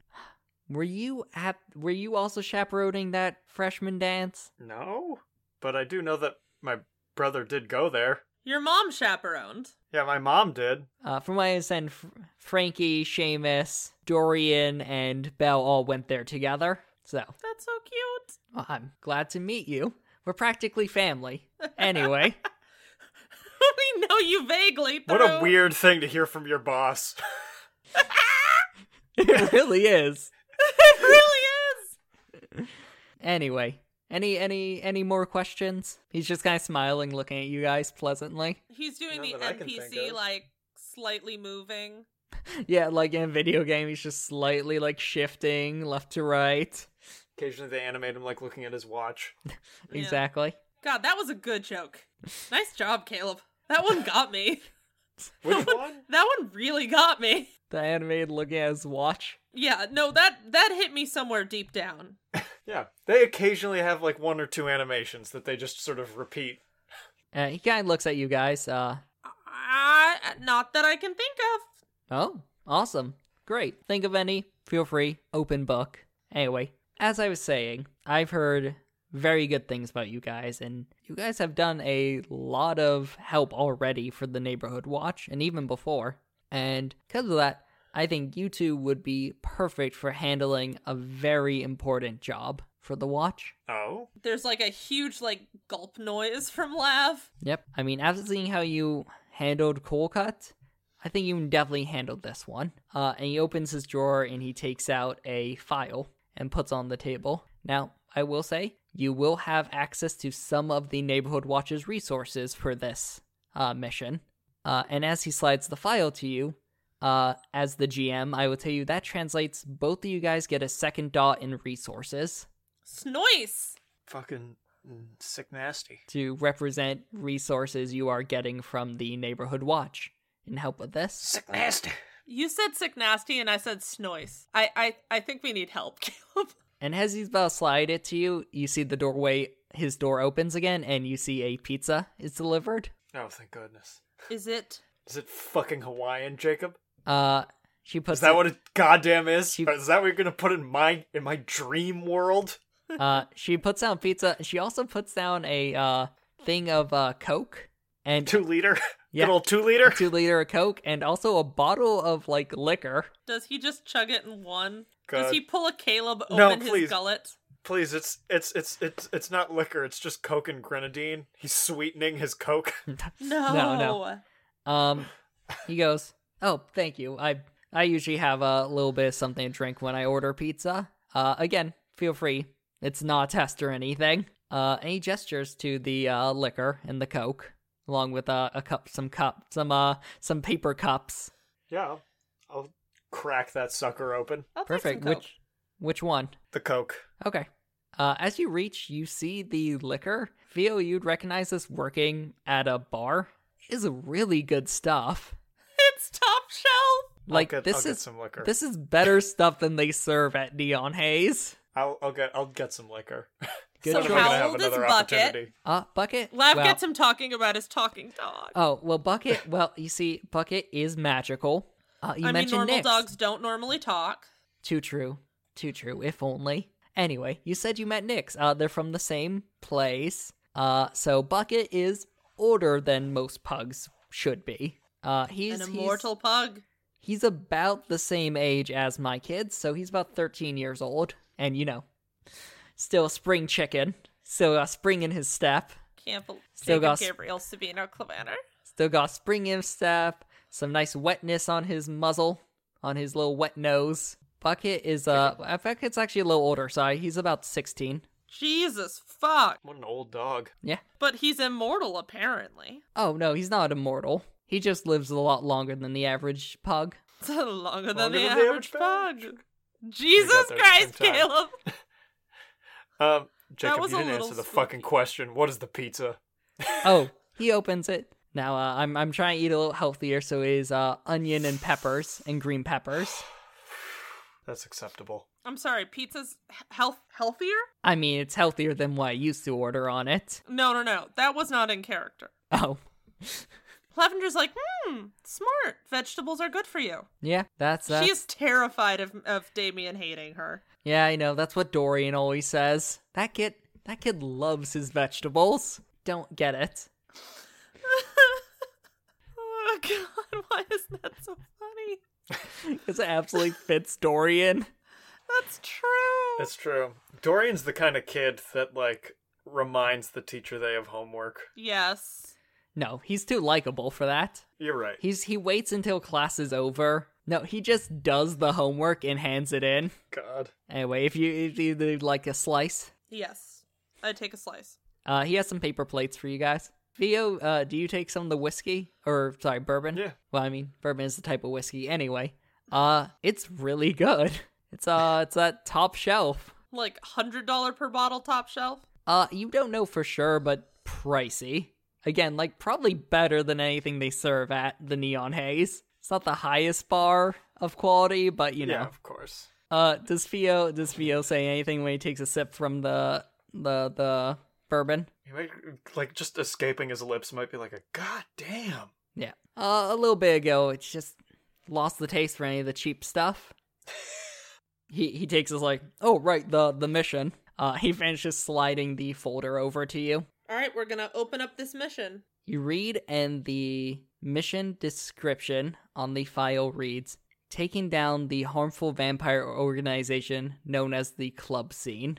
[SPEAKER 1] were you at were you also chaperoning that freshman dance?
[SPEAKER 4] no, but I do know that my brother did go there.
[SPEAKER 3] Your mom chaperoned.
[SPEAKER 4] Yeah, my mom did.
[SPEAKER 1] Uh, from what I understand, Fr- Frankie, Seamus, Dorian, and Belle all went there together. So
[SPEAKER 3] That's so cute.
[SPEAKER 1] well, I'm glad to meet you. We're practically family. Anyway,
[SPEAKER 3] we know you vaguely. Through.
[SPEAKER 4] What a weird thing to hear from your boss.
[SPEAKER 1] it really is.
[SPEAKER 3] it really is.
[SPEAKER 1] Anyway, any any any more questions? He's just kind of smiling, looking at you guys pleasantly.
[SPEAKER 3] He's doing
[SPEAKER 4] None
[SPEAKER 3] the
[SPEAKER 4] that I can think
[SPEAKER 3] NPC
[SPEAKER 4] of.
[SPEAKER 3] like slightly moving.
[SPEAKER 1] Yeah, like in a video game, he's just slightly like shifting left to right.
[SPEAKER 4] Occasionally they animate him like looking at his watch.
[SPEAKER 3] Yeah.
[SPEAKER 1] Exactly.
[SPEAKER 3] God, that was a good joke. Nice job, Caleb. That one got me.
[SPEAKER 4] Which one?
[SPEAKER 3] That one really got me.
[SPEAKER 1] The animated looking at his watch.
[SPEAKER 3] Yeah, no, that that hit me somewhere deep down.
[SPEAKER 4] Yeah, they occasionally have like one or two animations that they just sort of repeat.
[SPEAKER 1] Uh, he kind of looks at you guys. Uh,
[SPEAKER 3] I, not that I can think of.
[SPEAKER 1] oh, awesome. Great. Think of any. Feel free. Open book. Anyway, as I was saying, I've heard very good things about you guys, and you guys have done a lot of help already for the Neighborhood Watch, and even before. And because of that, I think you two would be perfect for handling a very important job for the watch.
[SPEAKER 4] Oh,
[SPEAKER 3] There's like a huge like gulp noise from Lav.
[SPEAKER 1] Yep. I mean, after seeing how you handled Cool Cut, I think you definitely handled this one. Uh, and he opens his drawer and he takes out a file and puts on the table. Now, I will say you will have access to some of the Neighborhood Watch's resources for this uh, mission. Uh, and as he slides the file to you, uh, as the GM, I will tell you that translates both of you guys get a second dot in resources.
[SPEAKER 3] Snoise.
[SPEAKER 4] fucking mm, sick nasty.
[SPEAKER 1] to represent resources you are getting from the neighborhood watch and help with this.
[SPEAKER 4] Sick nasty.
[SPEAKER 3] You said sick nasty and I said snoise. I I I think we need help, Caleb.
[SPEAKER 1] And as he's about to slide it to you, you see the doorway, his door opens again, and you see a pizza is delivered.
[SPEAKER 4] Oh, thank goodness.
[SPEAKER 3] Is it
[SPEAKER 4] Is it fucking Hawaiian, Jacob?
[SPEAKER 1] Uh, she puts
[SPEAKER 4] Is that what it goddamn is?
[SPEAKER 1] She-
[SPEAKER 4] Or Is that what you're gonna put in my in my dream world?
[SPEAKER 1] uh, she puts down pizza. She also puts down a uh thing of uh Coke and
[SPEAKER 4] Two liter,
[SPEAKER 1] Yeah.
[SPEAKER 4] good old two liter.
[SPEAKER 1] two liter of Coke, and also a bottle of like liquor.
[SPEAKER 3] does he just chug it in one? Does
[SPEAKER 4] God.
[SPEAKER 3] he pull a Caleb open
[SPEAKER 4] No,
[SPEAKER 3] his
[SPEAKER 4] please.
[SPEAKER 3] gullet?
[SPEAKER 4] Please, it's it's it's it's it's not liquor. It's just Coke and grenadine. He's sweetening his Coke.
[SPEAKER 3] No.
[SPEAKER 1] No, no. Um, he goes, "Oh, thank you. I I usually have a little bit of something to drink when I order pizza. Uh, again, feel free. It's not a test or anything. Uh, and he gestures to the uh, liquor and the coke, along with uh, a cup, some cup, some uh, some paper cups.
[SPEAKER 4] Yeah, I'll- I'll crack that sucker open.
[SPEAKER 3] I'll take some
[SPEAKER 1] Perfect.
[SPEAKER 3] Coke.
[SPEAKER 1] Which which one?
[SPEAKER 4] The Coke.
[SPEAKER 1] Okay. Uh, as you reach, you see the liquor. Theo, you'd recognize this working at a bar. It Is really good stuff.
[SPEAKER 3] It's top shelf.
[SPEAKER 1] Like
[SPEAKER 4] I'll get,
[SPEAKER 1] this
[SPEAKER 4] I'll
[SPEAKER 1] is
[SPEAKER 4] get some liquor.
[SPEAKER 1] This is better stuff than they serve at Neon Haze.
[SPEAKER 4] I'll, I'll get I'll get some liquor.
[SPEAKER 1] Good
[SPEAKER 4] When am I
[SPEAKER 3] So
[SPEAKER 1] choice.
[SPEAKER 4] gonna
[SPEAKER 3] how
[SPEAKER 4] have
[SPEAKER 3] old is
[SPEAKER 4] another
[SPEAKER 3] Bucket?
[SPEAKER 4] opportunity?
[SPEAKER 1] Uh, Bucket.
[SPEAKER 3] Lav
[SPEAKER 1] well,
[SPEAKER 3] gets him talking about his talking dog.
[SPEAKER 1] Oh well, Bucket. Well, you see, Bucket is magical. Uh, you
[SPEAKER 3] I mean,
[SPEAKER 1] mentioned
[SPEAKER 3] normal
[SPEAKER 1] Nyx.
[SPEAKER 3] dogs don't normally talk.
[SPEAKER 1] Too true. Too true. If only. Anyway, you said you met Nyx. Uh, they're from the same place. Uh, so Bucket is older than most pugs should be. Uh, he's
[SPEAKER 3] An
[SPEAKER 1] he's-
[SPEAKER 3] immortal pug.
[SPEAKER 1] He's about the same age as my kids, so he's about 13 years old. And, you know, still a spring chicken, still got spring in his step,
[SPEAKER 3] Can't believe
[SPEAKER 1] Still got s-
[SPEAKER 3] Gabriel Sabino Clavanner.
[SPEAKER 1] still got spring in his step, some nice wetness on his muzzle, on his little wet nose. Bucket is, uh, Bucket's actually a little older, sorry. He's about 16.
[SPEAKER 3] Jesus fuck.
[SPEAKER 4] What an old dog.
[SPEAKER 1] Yeah.
[SPEAKER 3] But he's immortal, apparently.
[SPEAKER 1] Oh, no, he's not immortal. He just lives a lot longer than the average pug.
[SPEAKER 3] Longer than
[SPEAKER 4] Longer
[SPEAKER 3] the
[SPEAKER 4] than the
[SPEAKER 3] average
[SPEAKER 4] average
[SPEAKER 3] pug.
[SPEAKER 4] pug.
[SPEAKER 3] Jesus
[SPEAKER 4] there at the
[SPEAKER 3] Christ,
[SPEAKER 4] same time.
[SPEAKER 3] Caleb.
[SPEAKER 4] Um, Jacob,
[SPEAKER 3] was
[SPEAKER 4] you
[SPEAKER 3] a
[SPEAKER 4] didn't
[SPEAKER 3] little
[SPEAKER 4] answer the
[SPEAKER 3] spooky.
[SPEAKER 4] fucking question. What is the pizza?
[SPEAKER 1] Oh, he opens it. Now uh, I'm I'm trying to eat a little healthier, so it is uh, onion and peppers and green peppers.
[SPEAKER 4] That's acceptable.
[SPEAKER 3] I'm sorry, pizza's he- health healthier?
[SPEAKER 1] I mean, it's healthier than what I used to order on it.
[SPEAKER 3] No, no, no. That was not in character.
[SPEAKER 1] Oh,
[SPEAKER 3] Lavender's like, hmm, smart. Vegetables are good for you.
[SPEAKER 1] yeah, that's that.
[SPEAKER 3] She is terrified of of Damien hating her.
[SPEAKER 1] Yeah, I know. That's what Dorian always says. That kid, that kid loves his vegetables. Don't get it.
[SPEAKER 3] oh god, why is that so funny?
[SPEAKER 1] Because it absolutely fits Dorian.
[SPEAKER 3] That's true.
[SPEAKER 4] That's true. Dorian's the kind of kid that, like, reminds the teacher they have homework.
[SPEAKER 3] yes.
[SPEAKER 1] No, he's too likable for that.
[SPEAKER 4] You're right.
[SPEAKER 1] He's he waits until class is over. No, he just does the homework and hands it in.
[SPEAKER 4] God.
[SPEAKER 1] Anyway, if you if you'd like a slice,
[SPEAKER 3] Yes. I take a slice.
[SPEAKER 1] Uh, he has some paper plates for you guys. Theo, uh, do you take some of the whiskey or sorry, bourbon?
[SPEAKER 4] Yeah.
[SPEAKER 1] Well, I mean, bourbon is the type of whiskey anyway. Uh, it's really good. It's uh, it's that top shelf.
[SPEAKER 3] Like hundred dollar per bottle top shelf.
[SPEAKER 1] Uh, you don't know for sure, but pricey. Again, like probably better than anything they serve at the Neon Haze. It's not the highest bar of quality, but you know.
[SPEAKER 4] Yeah, of course.
[SPEAKER 1] Uh, does Theo does Theo say anything when he takes a sip from the the the bourbon?
[SPEAKER 4] He might, like, just escaping his lips might be like a god damn.
[SPEAKER 1] Yeah. Uh, a little bit ago, it's just lost the taste for any of the cheap stuff. he he takes us like, oh right, the the mission. Uh, he finishes sliding the folder over to you.
[SPEAKER 3] Alright, we're gonna open up this mission.
[SPEAKER 1] You read, and the mission description on the file reads: taking down the harmful vampire organization known as the Club Scene.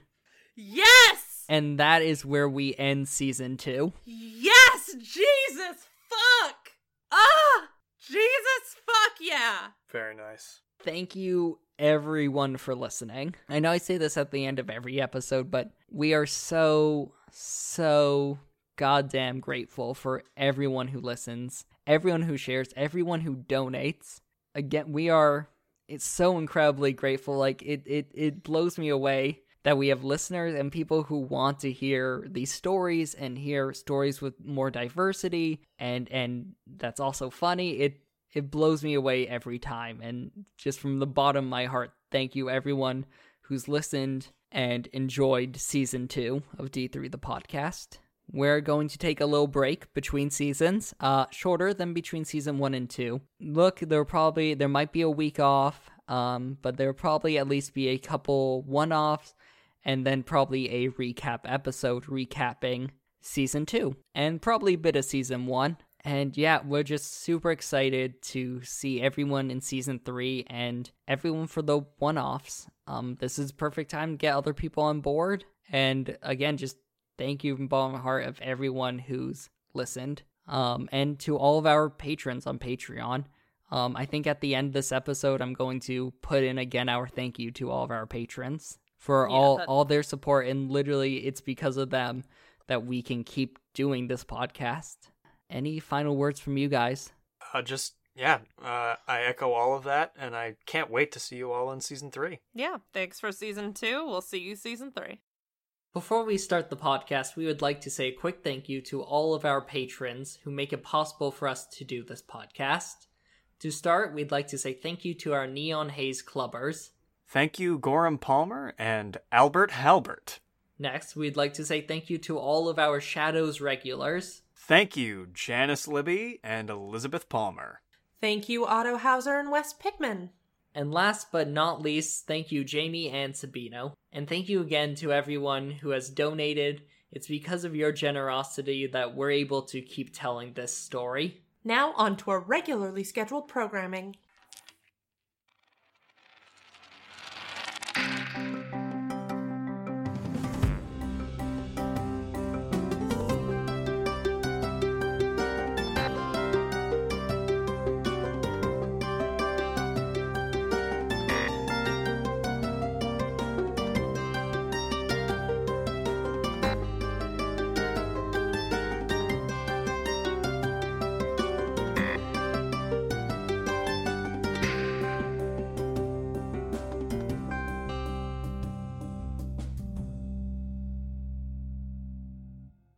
[SPEAKER 3] Yes!
[SPEAKER 1] And that is where we end season two.
[SPEAKER 3] Yes! Jesus fuck! Ah! Jesus fuck yeah!
[SPEAKER 4] Very nice.
[SPEAKER 1] Thank you, everyone, for listening. I know I say this at the end of every episode, but we are so, so goddamn grateful for everyone who listens, everyone who shares, everyone who donates. Again, we are it's so incredibly grateful. Like it, it, it blows me away that we have listeners and people who want to hear these stories and hear stories with more diversity and and that's also funny. It it blows me away every time. And just from the bottom of my heart, thank you everyone who's listened and enjoyed season two of D3 the podcast. We're going to take a little break between seasons, uh, shorter than between season one and two. Look, there probably there might be a week off, um, but there'll probably at least be a couple one-offs, and then probably a recap episode recapping season two, and probably a bit of season one. And yeah, we're just super excited to see everyone in season three and everyone for the one-offs. Um, this is perfect time to get other people on board, and again, just thank you from the bottom of my heart of everyone who's listened um, and to all of our patrons on patreon um, i think at the end of this episode i'm going to put in again our thank you to all of our patrons for
[SPEAKER 3] Yeah,
[SPEAKER 1] all
[SPEAKER 3] that-
[SPEAKER 1] all their support and literally it's because of them that we can keep doing this podcast any final words from you guys
[SPEAKER 4] Uh, just yeah, uh, I echo all of that, and I can't wait to see you all in season three.
[SPEAKER 3] Yeah, thanks for season two. We'll see you season three.
[SPEAKER 1] Before we start the podcast, we would like to say a quick thank you to all of our patrons who make it possible for us to do this podcast. To start, we'd like to say thank you to our Neon Haze Clubbers.
[SPEAKER 2] Thank you, Gorham Palmer and Albert Halbert.
[SPEAKER 1] Next, we'd like to say thank you to all of our Shadows regulars.
[SPEAKER 2] Thank you, Janice Libby and Elizabeth Palmer.
[SPEAKER 5] Thank you, Otto Hauser and Wes Pickman.
[SPEAKER 1] And last but not least, thank you, Jamie and Sabino. And thank you again to everyone who has donated. It's because of your generosity that we're able to keep telling this story.
[SPEAKER 5] Now on to our regularly scheduled programming.